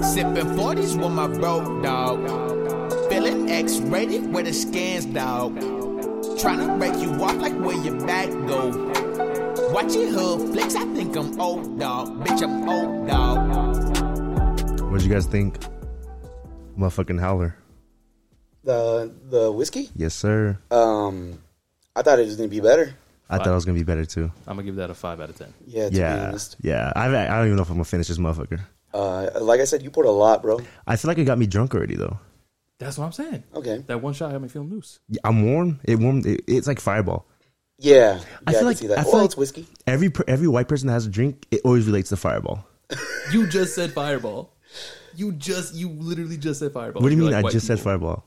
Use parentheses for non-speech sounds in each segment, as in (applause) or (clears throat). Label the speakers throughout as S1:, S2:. S1: Sipping 40s with my bro, dog. Feeling X rated with the scans, dog. Tryna break you off like where your back go. Watching hood flicks, I think I'm old, dog. Bitch, I'm old, dog.
S2: What'd you guys think? Motherfucking howler.
S3: The the whiskey.
S2: Yes, sir.
S3: Um, I thought it was gonna be better.
S2: I thought it was gonna be better too.
S4: I'm gonna give that a five out of ten.
S3: Yeah. To Be
S2: Yeah,
S3: honest.
S2: yeah. I've, I don't even know if I'm gonna finish this motherfucker.
S3: Uh, like I said, you poured a lot, bro.
S2: I feel like it got me drunk already though.
S4: That's what I'm saying.
S3: Okay.
S4: That one shot had me feeling loose.
S2: Yeah, I'm warm. It warm. It, it's like fireball.
S3: Yeah.
S2: I feel
S3: yeah,
S2: like-
S3: I can see that.
S2: I feel
S3: well,
S2: like-
S3: it's whiskey.
S2: Every per- every white person that has a drink, it always relates to fireball.
S4: You just said fireball. You just you literally just said fireball.
S2: what do you
S4: You're
S2: mean?
S4: like,
S2: I
S4: white
S2: just said
S4: people.
S2: fireball.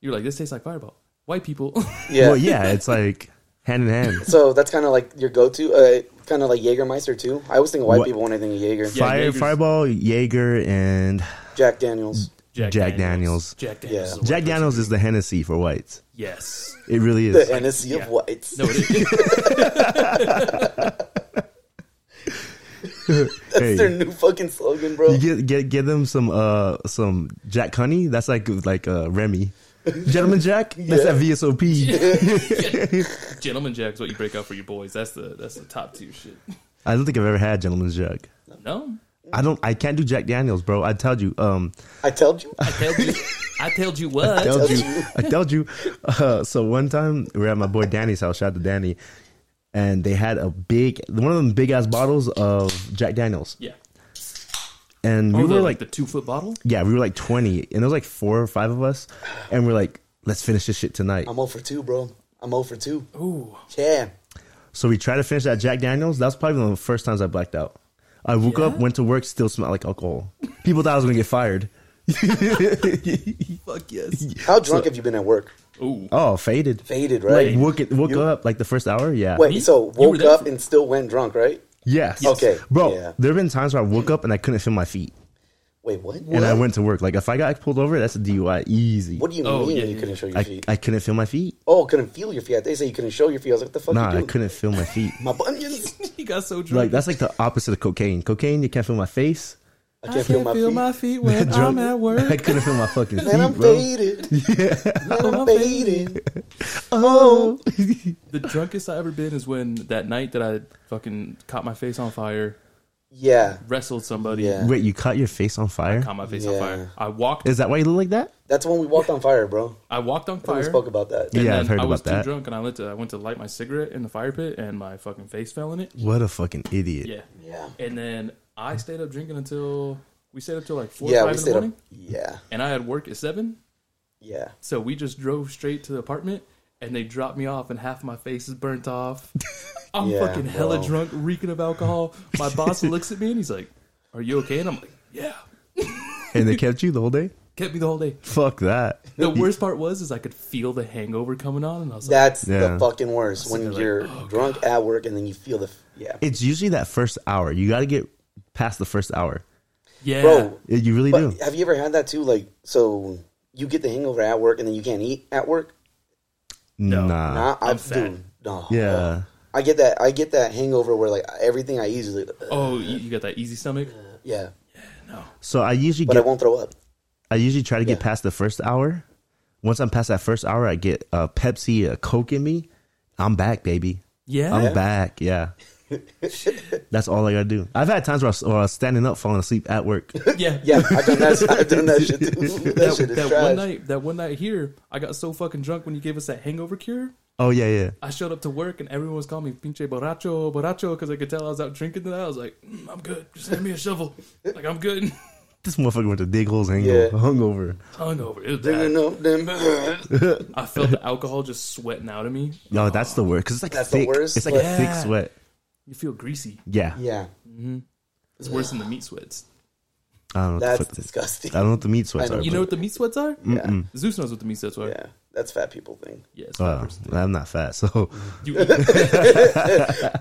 S4: You're like this tastes like fireball. White people. (laughs)
S3: Yeah.
S2: Well, yeah. It's like (laughs) hand in hand.
S3: So that's kind of like your go-to, uh, kind of like Jägermeister too. I always think of white
S2: What-
S3: people when I think of Jaeger.
S4: Yeah,
S2: Fire,
S4: Jaeger's-
S2: fireball, Jaeger, and
S3: Jack Daniels.
S2: Jack Daniels.
S4: Jack Daniels.
S3: Yeah.
S4: is a white
S2: Jack
S4: person.
S2: Daniels is the Hennessy for whites.
S4: Yes.
S2: It really
S3: The
S2: is.
S3: Hennessy
S4: yeah.
S3: of whites.
S4: No, it is. (laughs)
S2: Hey.
S3: (laughs) That's their new fucking slogan, bro.
S2: You get get get them some uh some Jack Honey. That's like like uh Remy, Gentleman Jack. That's that VSOP.
S4: Gentleman Jack's what you break out for your boys. That's the that's the top tier shit.
S2: I don't think I've ever had Gentleman Jack.
S4: No,
S2: I don't. I can't do Jack Daniels, bro. I told you. Um,
S3: I told you.
S4: I told you. I told you what.
S2: told you. I told you. Uh, so one time we were at my boy Danny's house. Shout out to Danny. And they had a big one of them big ass bottles of Jack Daniels,
S4: yeah.
S2: and we
S4: Oh,
S2: were
S4: the-
S2: like,
S4: like the two foot bottle.
S2: yeah, we were like twenty, and there was like four or five of us, and we're like, let's finish this shit tonight.
S3: I'm 0 for 2, bro. I'm 0 for 2.
S4: Ooh.
S3: Yeah.
S2: So we tried to finish that Jack Daniels. That was probably one of the first times I blacked out. I woke up, went to work, still smelled like alcohol. People thought I was gonna get fired.
S4: Fuck
S2: (laughs)
S4: yes.
S3: How drunk have you been at work?
S4: Ooh.
S2: Oh, faded.
S3: Faded, right?
S2: Like woke it, woke
S3: You-
S2: up like the first hour. Yeah.
S3: Wait,
S4: Me?
S3: so
S4: You were
S3: woke
S4: there
S3: up
S4: for-
S3: and still went drunk, right?
S2: Yes.
S3: Okay,
S2: Bro,
S3: yeah.
S2: there have been times where I woke up and I couldn't feel my feet,
S3: Wait, what?
S2: and I went to work. Like if I got pulled over, that's a DUI, easy.
S3: What do you
S4: Oh,
S3: mean
S4: yeah,
S3: you
S4: yeah,
S3: couldn't show your
S2: I,
S3: feet?
S2: I couldn't feel my feet.
S3: oh, couldn't feel your feet. They say you couldn't show your feet. I was like, the fuck
S2: Nah,
S3: you
S2: I
S3: doing?
S2: couldn't feel my feet.
S3: My bunions.
S4: He got so drunk.
S2: Like that's like the opposite of cocaine. Cocaine, you can't feel my face.
S3: I can't feel my feet.
S4: feet when
S2: Drunk- (laughs) I couldn't feel my fucking
S3: Man, I'm
S2: feet, bro.
S3: faded. Man, I'm faded.
S2: Oh.
S4: The drunkest I ever been is when that night that I fucking caught my face on fire,
S3: Yeah,
S4: wrestled somebody,
S3: Yeah.
S2: Wait, you caught your face on fire?
S4: caught my face
S3: Yeah.
S4: on fire. I walked.
S2: Is that why you look like that?
S3: that's when we walked on fire, bro.
S4: I walked
S3: I
S4: on
S3: think
S4: fire.
S3: we spoke about that.
S2: Yeah,
S4: and then
S2: I've heard
S4: I was
S2: about that.
S4: too drunk and I went to I went to light my cigarette in the fire pit and my fucking face fell in it.
S2: What a fucking idiot.
S4: Yeah.
S3: Yeah.
S4: And then I stayed up drinking until we stayed up till like four or
S3: Yeah,
S4: five
S3: we
S4: in the
S3: stayed up.
S4: morning.
S3: Yeah,
S4: And I had work at seven.
S3: yeah.
S4: So we just drove straight to the apartment and they dropped me off and half my face is burnt
S3: (laughs)
S4: off. I'm
S3: Yeah,
S4: fucking hella
S3: bro.
S4: drunk, reeking of alcohol.
S3: (laughs)
S4: My boss looks at me and he's like, Are you okay? And I'm like, Yeah.
S2: And they kept you the whole day?
S4: Kept me the whole day.
S2: Fuck that.
S4: The worst part was is I could feel the hangover coming on and I was like,
S3: That's
S2: Yeah.
S3: the fucking worst when
S4: like,
S3: you're drunk at work and then you feel the f- yeah.
S2: It's usually that first hour. You got to get past the first hour.
S4: Yeah.
S3: Bro,
S2: It- You really
S3: But
S2: do.
S3: have you ever had that too? Like, so you get the hangover at work and then you can't eat at work.
S4: No.
S2: Nah.
S3: Nah, I
S4: I'm
S3: do.
S4: fat.
S3: No,
S2: Yeah.
S3: I get that. I get that hangover where like everything I usually,
S4: Oh, you, you got that easy stomach?
S3: yeah,
S2: So I usually
S3: but I
S2: get
S3: won't throw up.
S2: I usually try to get past the first hour. Once I'm past that first hour, I get a Pepsi, a Coke in me. I'm back, baby.
S4: Yeah.
S2: I'm back.
S3: (laughs)
S2: Yeah. That's all I got to do. I've had times where I, was, where I was standing up, falling asleep at work.
S4: yeah.
S3: Yeah, I've done that. (laughs) I've done that shit.
S2: (laughs)
S3: Too. That, shit
S4: That,
S3: is
S4: that
S3: trash.
S4: one night, that one night here, I got so fucking drunk when you gave us that hangover cure.
S2: Oh, yeah, yeah.
S4: I showed up to work and everyone was calling me pinche borracho, borracho, because I could tell I was out drinking tonight. I was like, "Mm, I'm good. Just hand me a shovel. Like, I'm good. (laughs)
S2: This motherfucker went to dig holes
S3: Yeah.
S2: hangover. Hungover.
S4: Hungover. It was
S3: Bringing
S4: bad.
S3: up (laughs) them-
S4: I felt the alcohol just sweating out of me.
S2: No, that's the worst. Because it's like
S3: That's the
S2: thick.
S3: worst,
S2: It's like a
S3: but-
S2: thick
S4: Yeah.
S2: sweat.
S4: You feel greasy.
S2: Yeah.
S3: yeah,
S4: It's worse than the meat sweats.
S2: I don't know. what the
S3: (laughs) that's
S2: fuck this-
S3: disgusting.
S2: I don't know what the meat sweats
S3: I know.
S2: are.
S4: You
S2: but-
S4: know what the meat sweats are?
S3: (laughs) Yeah,
S4: Zeus knows what the meat sweats are.
S3: yeah, that's fat people thing.
S4: Yeah, it's
S2: Oh,
S4: fat
S2: I'm not fat, so (laughs)
S4: You eat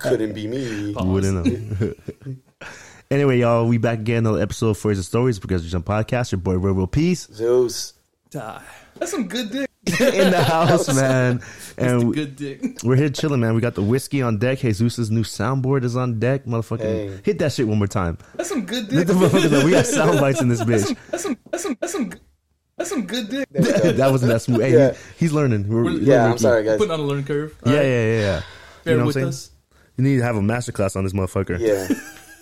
S3: Couldn't be me.
S2: you wouldn't know. (laughs) anyway, y'all, we back again. Another episode of Stories and Stories because you're on podcast. Your boy Real Real Peace.
S3: Zeus.
S4: die. That's some good dick.
S2: (laughs) in
S3: (laughs)
S2: the house, man. And we-
S4: Good dick.
S2: we're here chilling, man. We got the whiskey on deck. Jesus's new soundboard is on deck. Motherfucking
S3: Hey.
S2: hit that shit one more time.
S4: That's some good
S2: Hit
S4: dick.
S2: the motherfucker that we got
S3: (laughs)
S2: sound bites in this bitch.
S4: That's some. That's some. That's some. That's some good dick.
S2: that wasn't that smooth. Hey,
S3: Yeah.
S2: he- he's learning. We're- we're
S3: Yeah, I'm
S2: rookie.
S3: sorry, guys.
S4: Putting on a learn curve. All
S2: Yeah,
S4: right,
S2: yeah, yeah, yeah.
S4: Bear
S2: you know what I'm
S4: with
S2: saying?
S4: us.
S2: You need to have a master class on this motherfucker. Yeah,
S3: Yeah,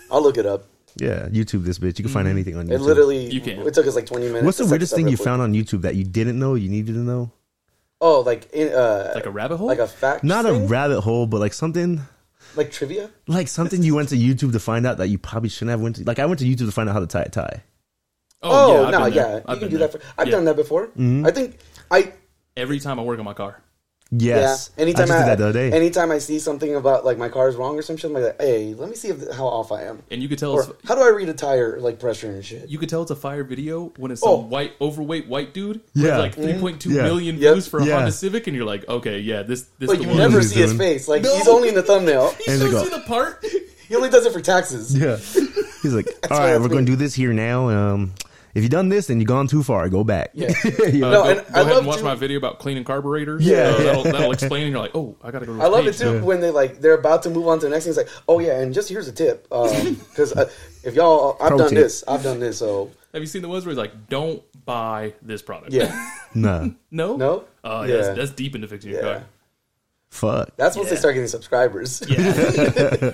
S3: I'll look it up.
S2: YouTube this bitch. (laughs) You can find anything on YouTube.
S3: Mm-hmm. It literally
S4: You can.
S3: it took us like 20 minutes.
S2: What's
S3: to
S2: the
S3: set
S2: weirdest
S3: this up
S2: thing you
S3: real quick.
S2: found on YouTube that you didn't know you needed to know?
S3: Oh, like in, uh,
S4: Like a rabbit hole.
S3: like a fact.
S2: Not a
S3: thing?
S2: rabbit hole, but like something
S3: like trivia.
S2: like something you went to YouTube to find out that you probably shouldn't have went to. Like I went to YouTube to find out how to tie a tie.
S3: Oh,
S4: I've
S3: no,
S4: been
S3: yeah,
S4: there. I've
S3: you can
S4: been
S3: do
S4: there.
S3: that. For, I've
S4: Yeah.
S3: done that before.
S2: Mm-hmm.
S3: I think I
S4: every time I work on my car.
S2: Yes.
S3: yeah. Anytime
S2: I just did that the other day.
S3: anytime I see something about like my car is wrong or some shit, I'm like, hey, let me see if, how off I am,
S4: And you could tell.
S3: or
S4: it's,
S3: how do I read a tire like pressure and shit.
S4: you could tell it's a fire video when it's some
S3: Oh. Mm-hmm.
S4: white, overweight white dude
S2: Yeah.
S4: with like 3.2
S2: Yeah.
S4: million
S3: Yep.
S4: views for a
S2: Yeah.
S4: Honda Civic, and you're like, okay, yeah, this this
S3: but
S4: the
S3: you
S4: one.
S3: never
S2: He's
S3: see his
S2: doing-
S3: face. Like
S4: No.
S3: he's only in the thumbnail.
S4: he
S2: And
S4: shows
S2: they go-
S4: you the part. (laughs)
S3: He only does it for taxes.
S2: (laughs) Yeah. He's like, all
S3: why
S2: right,
S3: that's
S2: we're going to
S3: me.
S2: do this here now. Um, if you done this, then you've gone too far. Go back. (laughs)
S3: Yeah.
S2: You know?
S3: No,
S4: go,
S3: and
S4: go
S3: I
S4: ahead
S3: love
S4: and watch
S3: to-
S4: my video about cleaning carburetors.
S2: Yeah.
S3: (laughs)
S4: Uh, that'll, that'll explain. And you're like, oh, I gotta go. To
S3: I love it
S4: page.
S3: too when they like they're about to move on to the next thing. It's like, oh yeah, and just here's a tip
S4: (laughs)
S3: because uh, if y'all, I've
S2: Pro
S3: done
S2: tip.
S3: this, I've done this. So
S4: Have you seen the ones where he's like, don't buy this product?
S3: yeah,
S2: Nah.
S4: (laughs) no.
S3: No?
S4: Oh, yeah. That's,
S3: Yeah.
S4: that's deep into fixing your
S3: Yeah.
S4: car.
S2: Fuck.
S3: that's once they
S4: Yeah.
S3: start getting subscribers.
S4: Yeah.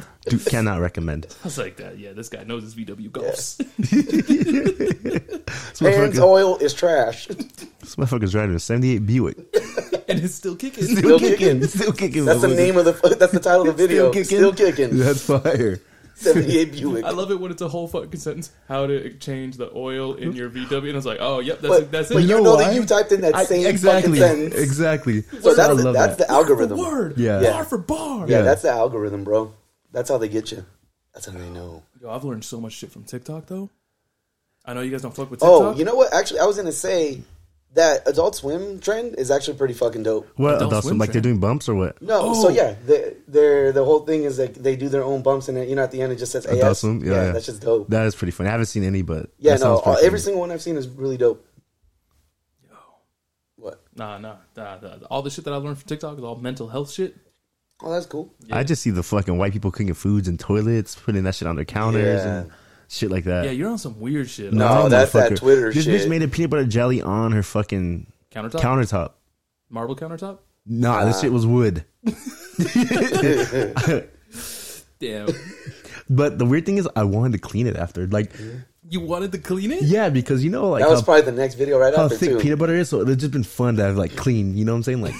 S4: (laughs)
S2: Dude, cannot recommend.
S4: I was like that. Yeah, this guy knows his VW golfs.
S2: This
S3: Pans
S2: motherfucker-
S3: oil is trash.
S2: this motherfucker's driving a 78 Buick.
S4: (laughs) and it's still
S2: (laughs)
S4: kicking.
S2: Still
S3: kicking.
S2: kicking. Still kicking.
S3: That's the name of the. That's the title of the video. Still (laughs) kicking.
S2: That's fire.
S3: Seventy-eight Buick.
S4: I love it when it's a whole fucking sentence. How to change the oil in your VW? And I was like, oh, yep, that's
S3: But-
S4: that's
S3: but
S4: it.
S3: you know that you typed in that
S2: I-
S3: same
S2: exactly,
S3: fucking sentence.
S2: Exactly.
S3: So
S2: I
S3: that's the,
S2: love
S3: that's
S2: that.
S3: the algorithm.
S4: word,
S2: Yeah.
S4: bar for bar.
S3: Yeah,
S2: Yeah.
S3: that's the algorithm, bro. That's how they get you. That's how they know.
S4: Yo, I've learned so much shit from TikTok though. I know you guys don't fuck with TikTok.
S3: Oh, you know what? Actually, I was gonna say that Adult Swim trend is actually pretty fucking dope.
S2: What
S4: Adult
S2: adults?
S4: Swim
S2: Like they're
S4: fan.
S2: doing bumps or what?
S3: No,
S4: Oh.
S3: so yeah, they, they're the whole thing is like they do their own bumps, and then, you know, at the end it just says AS.
S2: Adult Swim? Yeah, yeah.
S3: that's just dope.
S2: That is pretty funny. I haven't seen any, but
S3: yeah,
S2: that
S3: no,
S2: sounds
S3: all,
S2: pretty
S3: every
S2: funny.
S3: single one I've seen is really dope. What?
S4: nah, nah, nah, nah. All the shit that I learned from TikTok is all mental health shit.
S3: Oh, that's cool.
S2: I just see the fucking white people cooking foods in toilets, putting that shit on their counters
S3: Yeah.
S2: and shit like that.
S4: Yeah, you're on some weird shit.
S3: No.
S2: Oh,
S3: that's that
S2: motherfucker.
S3: Twitter
S2: this
S3: shit.
S2: bitch made a peanut butter jelly on her fucking
S4: Countertop,
S2: countertop.
S4: marble countertop.
S2: Nah, this shit was wood.
S4: Damn, (laughs)
S2: But the weird thing is, I wanted to clean it after. Like,
S4: you wanted to clean it?
S2: yeah, because you know, like
S3: That was
S2: how-
S3: probably the next video right
S2: how
S3: after
S2: Oh, thick
S3: too.
S2: peanut butter is. So it's just been fun to have like clean. You know what I'm saying? Like,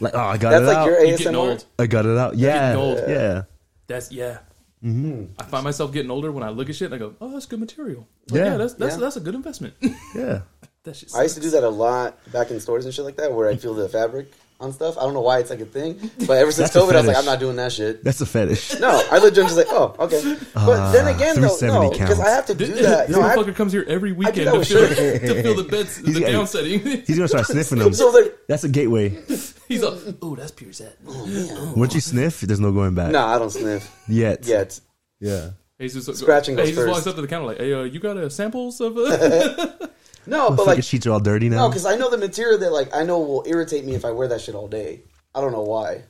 S2: like oh, I got
S3: that's
S2: it
S3: like
S2: out.
S3: your
S4: You getting
S3: ASMR.
S4: old?
S2: I got it out. Yeah,
S4: getting old.
S2: yeah,
S4: That's yeah.
S3: Mm-hmm.
S4: I find myself getting older when I look at shit and I go, "Oh, that's good material.
S2: Yeah.
S4: yeah, that's that's,
S3: Yeah.
S4: that's a good investment." (laughs)
S2: yeah.
S4: that shit.
S3: I used to do that a lot back in stores and shit like that, where I feel the fabric on stuff. I don't know why it's like a thing, but ever since
S2: That's a
S3: COVID, I was like,
S2: fetish.
S3: I'm not doing that shit.
S2: That's a fetish.
S3: No, I legit just like, oh, okay. But then again, though,
S2: Ah, 370
S3: no, because
S2: counts.
S3: I have to do that.
S4: This
S3: No, I
S4: motherfucker comes here every weekend
S3: that
S4: to
S3: with
S4: feel,
S3: sugar.
S4: to feel the beds, the
S2: got-
S4: down setting.
S2: He's gonna start sniffing them.
S3: (laughs) so like,
S2: That's a gateway.
S4: He's like, "Oh, that's pure set."
S2: Once you sniff, there's no going back.
S3: no, I don't sniff
S2: Yet.
S3: yet.
S2: Yeah.
S4: Jesus,
S3: Scratching
S4: Hey,
S3: goes
S4: he just walks
S3: first.
S4: up to the counter like, "Hey, uh, you got uh, samples of?" Uh?
S3: No, but
S2: Fucking
S3: like,
S2: sheets are all dirty now.
S3: no, because I know the material that like I know will irritate me if I wear that shit all day. I don't know why.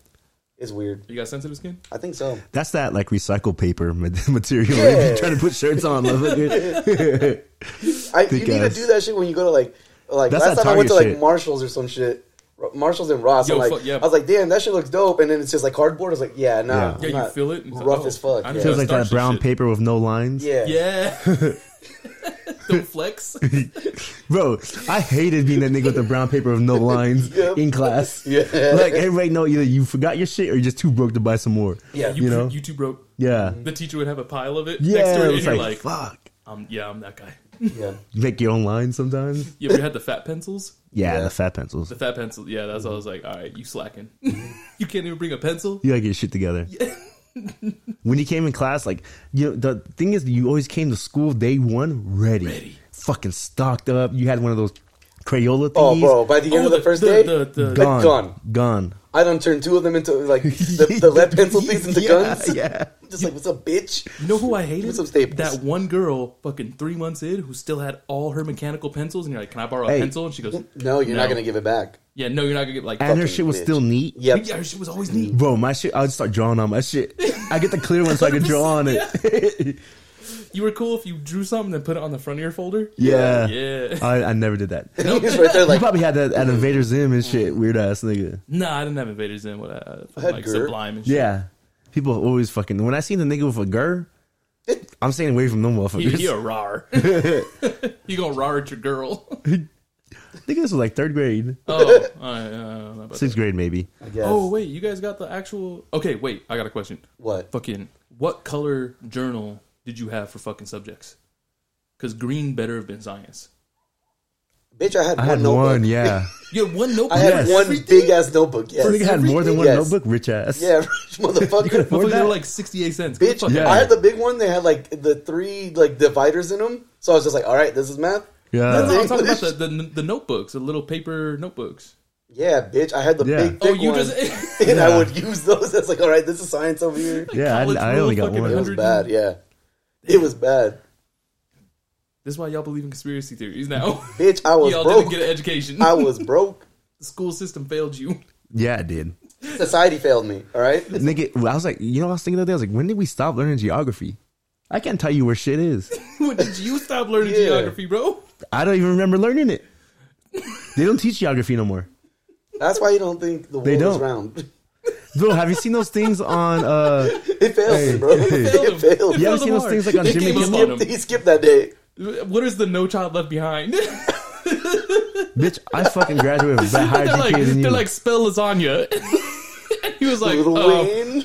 S3: It's weird.
S4: you got sensitive skin?
S3: I think so.
S2: That's that like recycled paper ma- (laughs) material.
S3: Yeah.
S2: You're trying to put shirts on.
S3: (laughs)
S2: motherfucker.
S3: I you need to
S2: ass.
S3: do that shit when you go to like like
S2: That's
S3: last
S2: that
S3: time I went to
S2: Target
S3: like
S2: shit.
S3: Marshalls or some shit. R- Marshalls and Ross.
S4: Yo,
S3: I'm like,
S4: fuck, yeah.
S3: I was like, damn, that shit looks dope. And then it's just like cardboard. I was like, yeah, nah.
S2: Yeah.
S3: I'm
S4: Yeah, you
S3: not-
S4: feel it? And it's like,
S3: Rough
S4: oh,
S3: as fuck.
S4: I
S3: Yeah.
S4: know.
S2: Feels like
S4: Starship
S2: that brown
S4: shit.
S2: paper with no lines.
S3: yeah.
S4: Yeah. (laughs) Don't flex.
S2: Bro, I hated being that nigga with the brown paper with no
S3: (laughs)
S2: lines
S3: Yep.
S2: in class.
S3: Yeah.
S4: (laughs)
S2: Like everybody know either you forgot your shit or you're just too broke to buy some more.
S3: Yeah.
S4: You,
S2: You know?
S4: you two broke.
S2: Yeah.
S4: The teacher would have a pile of it Mm-hmm. next
S2: Yeah.
S4: to it, and
S2: It's
S4: you're
S2: like,
S4: like,
S2: fuck.
S4: um, "Yeah, I'm that guy."
S3: yeah.
S2: You make your own lines sometimes.
S4: You ever had the fat pencils?
S2: Yeah, the fat pencils.
S4: The fat pencil. Yeah, that's what I was like. All right, you slacking. (laughs) you can't even bring a pencil.
S2: You gotta get your shit together. (laughs) when you came in class, like you know, the thing is, you always came to school day one ready,
S4: Ready.
S2: fucking stocked up. You had one of those Crayola thingies.
S3: Oh, bro! By Oh, the end of the, first day,
S4: Oh, the, the-
S2: gone,
S3: Gone.
S2: gone.
S3: I done turned two of them
S2: (laughs)
S3: into like the, the lead pencil things into
S2: Yeah,
S3: guns.
S2: yeah.
S3: (laughs) just like what's up, bitch?
S4: You know who I hated?
S3: With some staples.
S4: That one girl, fucking three months in, who still had all her mechanical pencils, and you're like, "Can I borrow a
S2: Hey.
S4: pencil?" And she goes,
S3: No, you're not gonna give it back.
S4: Yeah, no, you're not gonna get like.
S2: and her
S3: Fucking
S2: shit was
S3: bitch.
S2: still neat.
S3: (laughs) Yep.
S4: yeah, she was always neat.
S2: Bro, my shit, I would start drawing on my shit. I get the clear one so I can draw
S4: (laughs)
S2: on it.
S4: You were cool if you drew something and put it on the front of your folder.
S2: yeah.
S4: Yeah. (laughs)
S2: I, I never did that. You
S3: (laughs) He's right there, like
S2: probably had that at Invader Zim and shit, weird ass nigga.
S4: Nah, I didn't have Invaders in what I uh,
S3: I had
S4: like
S3: Gurr.
S4: Sublime and shit.
S2: Yeah. People always fucking, when I seen the nigga with a girl, I'm staying away from them
S4: You,
S2: motherfuckers.
S4: you
S2: (laughs)
S4: a rar. (laughs) you gonna rar at your girl? (laughs)
S2: I think this was like third grade,
S4: Oh, all right, I don't know about that.
S2: sixth grade maybe.
S3: I guess.
S4: oh wait, (laughs) you guys got the actual? Okay, wait, I got a question.
S3: what?
S4: Fucking, what color journal did you have for fucking subjects? Because green better have been science.
S3: Bitch, I had
S2: I
S3: one
S2: had
S3: notebook.
S2: one, yeah.
S4: You had one notebook.
S3: I had
S2: Yes.
S3: one big ass notebook. (laughs) Yes.
S2: I think I had more than one
S3: Yes.
S2: notebook, rich ass.
S3: Yeah, (laughs) rich motherfucker.
S2: afford
S4: Motherfucker, they
S2: that?
S4: were like sixty-eight cents. Get the
S3: Bitch,
S4: fuck
S2: Yeah.
S4: out
S3: I
S4: of
S3: had the big one. They had like the three like dividers in them. So I was just like, all right, this is math.
S4: No, no,
S2: Yeah.
S4: I'm talking about the, the the notebooks, the little paper notebooks.
S3: (laughs) Yeah, bitch, I had the
S2: Yeah.
S3: big
S4: Oh,
S3: thick
S4: you
S3: one, (laughs)
S4: just-
S3: and
S2: Yeah.
S3: I would use those. It's like, all right, this is science
S2: (laughs)
S3: over here.
S2: Yeah, I,
S4: College
S2: I
S4: rule,
S2: only got
S4: fucking
S3: It was
S2: one.
S4: hundred.
S3: bad. Yeah, it was bad.
S4: (laughs) This is why y'all believe in conspiracy theories now.
S3: Bitch, I was
S4: (laughs) y'all
S3: broke.
S4: didn't get an
S3: (laughs)
S4: education.
S3: I was broke.
S4: the school system failed you. (laughs)
S2: Yeah, I did.
S3: Society failed me. All right,
S2: Nigga, I was like, you know, what I was thinking the other day, I was like, when did we stop learning geography? I can't tell you where shit is.
S4: when did you stop learning
S3: Yeah.
S4: geography, bro?
S2: I don't even remember learning it. They don't teach geography no more.
S3: that's why you don't think the world
S2: They
S3: is
S2: don't.
S3: round. (laughs)
S2: Bro, have you seen those things on? uh
S3: It failed me, bro. (laughs) It failed.
S2: You
S4: Yeah.
S2: ever seen those things like on
S4: They
S2: Jimmy
S4: came up
S2: Kimmel?
S4: on
S3: He skipped that day.
S4: What is the No Child Left Behind? (laughs) they're
S2: Bitch, I fucking graduated with
S4: (laughs)
S2: a higher
S4: like,
S2: GPA than
S4: they're
S2: you,
S4: like spell lasagna. (laughs) And he was like,
S3: Little
S4: uh,
S3: Wayne.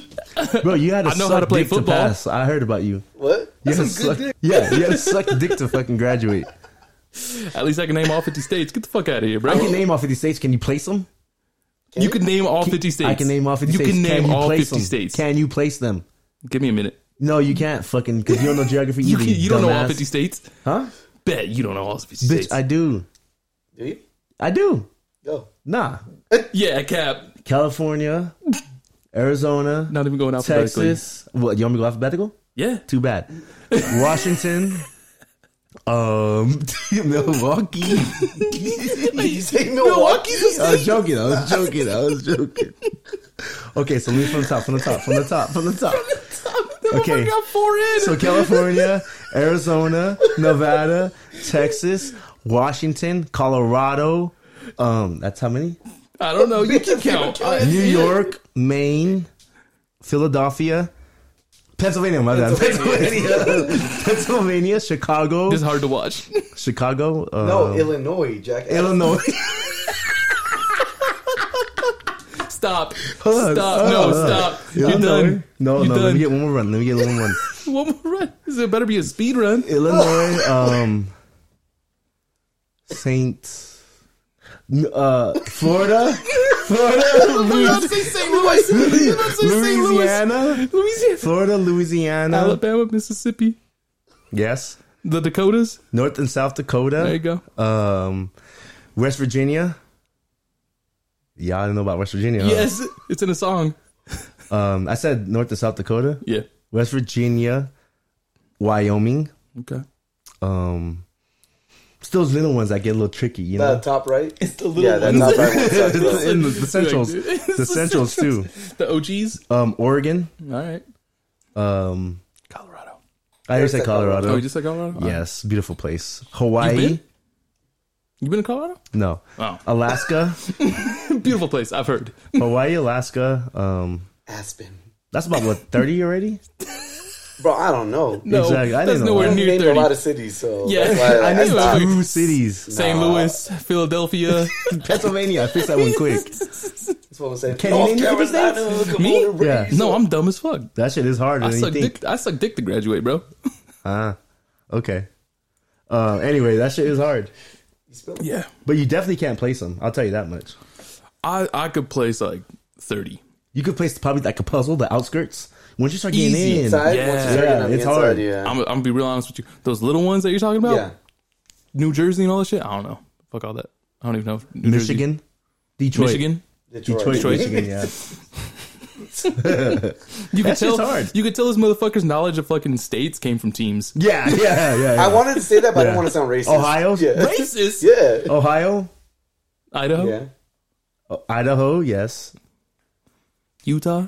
S2: bro. You had to
S4: I know
S2: suck
S4: how to play
S2: dick
S4: football.
S2: to pass. I heard about you.
S3: What?
S2: You had to
S4: some good
S2: suck, yeah, you had to suck dick to fucking graduate.
S4: at least I can name all fifty states. Get the fuck out of here, bro.
S2: I can name all fifty states. Can you place them?
S4: you can name all fifty states.
S2: I can name all fifty
S4: You
S2: states.
S4: can name
S2: you
S4: all
S2: place
S4: fifty
S2: them?
S4: states.
S2: Can you place them?
S4: Give me a minute.
S2: No, you can't fucking because you don't know geography.
S4: You
S2: either,
S4: can, you don't know all
S2: dumbass.
S4: fifty states.
S2: huh?
S4: Bet you don't know all fifty states.
S2: Bitch, I do.
S3: Do you?
S2: I do.
S4: (laughs)
S3: Go.
S2: Nah,
S4: yeah, cap.
S2: California, Arizona,
S4: Not even going alphabetically.
S2: Texas. What? You want me to go alphabetical?
S4: Yeah.
S2: Too bad. Washington, (laughs) um, (laughs) Milwaukee.
S3: You say Milwaukee's
S2: I was joking. I was joking. I was joking. Okay, so leave from the top. From the top. From the top. From the top. Okay.
S4: got four in.
S2: So California, Arizona, Nevada, Texas, Washington, Colorado. Um, that's how many?
S4: I don't know.
S2: (laughs)
S4: You can count. I-
S2: New York, Maine, Philadelphia, Pennsylvania, my bad.
S3: uh,
S2: Pennsylvania, (laughs) Pennsylvania, Chicago,
S4: It's hard to watch.
S2: Chicago, uh, (laughs)
S3: No, Illinois, Jack. Uh,
S2: Illinois. (laughs)
S4: Stop.
S2: (laughs) Hold on. Hold
S4: Stop. No,
S2: on.
S4: stop. You're
S2: Illinois.
S4: done.
S2: No,
S4: You're
S2: no. Let
S4: done.
S2: me get one more run. Let me get one more run.
S4: (laughs) One more run. This it better be a
S2: (laughs)
S4: speed run.
S2: Illinois, um, Saint, uh,
S4: (laughs)
S2: Florida, Florida,
S4: I was about to say
S2: (laughs)
S4: St. Louis. I was about to say St. Louis.
S2: Louisiana,
S4: Louisiana.
S2: Florida, Louisiana.
S4: Alabama, Mississippi,
S2: Yes.
S4: the Dakotas.
S2: North and South Dakota.
S4: There you go.
S2: Um, West Virginia. Yeah, I don't know about West Virginia. huh?
S4: Yes, it's in a song.
S2: Um, I said North and South Dakota,
S4: Yeah.
S2: West Virginia, Wyoming.
S4: Okay.
S2: Um, it's those little ones that get a little tricky, you know.
S3: The top right. It's the
S4: little
S3: yeah, that
S4: ones.
S3: top right one
S4: (laughs)
S3: sucks, bro.
S2: It's in the, the centrals,
S4: Like, dude,
S2: the centrals too.
S4: The OGs.
S2: Um, Oregon.
S4: All right.
S2: Um,
S4: Colorado.
S2: I already said
S3: said Colorado.
S4: Oh,
S2: Colorado.
S4: you just said Colorado?
S2: Yes, beautiful place.
S4: You
S2: Hawaii.
S4: been? You been to Colorado?
S2: No,
S4: Oh.
S2: Alaska.
S4: (laughs) Beautiful place, I've heard.
S2: Hawaii, Alaska. Um,
S3: Aspen.
S2: that's about what thirty already. (laughs)
S3: Bro, I don't know.
S4: No,
S2: Exactly. I
S4: that's
S2: didn't know
S4: nowhere
S2: that.
S3: You
S4: near
S3: named
S4: 30.
S3: a lot of cities, so
S4: Yeah.
S3: that's why
S4: I (laughs)
S3: I,
S4: knew
S3: I
S4: it was
S3: stopped.
S4: like-
S2: Two cities.
S4: St.
S3: Nah.
S4: Louis,
S2: (laughs)
S4: Philadelphia.
S2: Pennsylvania. I fixed that one
S4: (laughs)
S2: quick.
S3: That's what I'm saying.
S2: Can you
S3: North
S2: name the cities?
S3: Carolina, come
S4: Me?
S3: on and raise
S2: Yeah.
S4: no,
S3: up.
S4: I'm dumb as fuck.
S2: That shit is harder
S4: I
S2: than you
S4: suck,
S2: think.
S4: dick, I suck dick to graduate, bro.
S2: Ah, okay. Uh, anyway, that shit is hard,
S3: You spell-
S4: Yeah.
S2: but you definitely can't place them. I'll tell you that much.
S4: I, I could place like 30.
S2: You could place probably like a puzzle, the outskirts. Once you start getting
S4: Easy.
S2: in,
S3: Inside,
S4: Yeah.
S3: once you start getting on
S2: Yeah,
S3: the
S2: it's
S3: inside,
S2: hard.
S3: yeah.
S4: I'm, I'm going to be real honest with you. Those little ones that you're talking about,
S3: yeah.
S4: New Jersey and all that shit, I don't know. Fuck all that. I don't even know. if New Jersey-
S2: Michigan, Detroit,
S4: Michigan?
S3: Detroit.
S2: Detroit,
S3: Detroit.
S2: Michigan.
S4: (laughs)
S2: Yeah,
S4: You could
S2: That shit's
S4: tell.
S2: hard.
S4: You could tell this motherfucker's knowledge of fucking states came
S2: (laughs)
S4: from teams.
S2: yeah, yeah, yeah. yeah.
S3: I wanted to say that, but I
S2: Yeah.
S3: didn't want to sound racist.
S2: Ohio? Oh.
S3: Yeah.
S4: Racist.
S3: (laughs) Yeah.
S2: Ohio,
S4: Idaho,
S3: Yeah.
S2: Oh, Idaho, yes.
S4: Utah,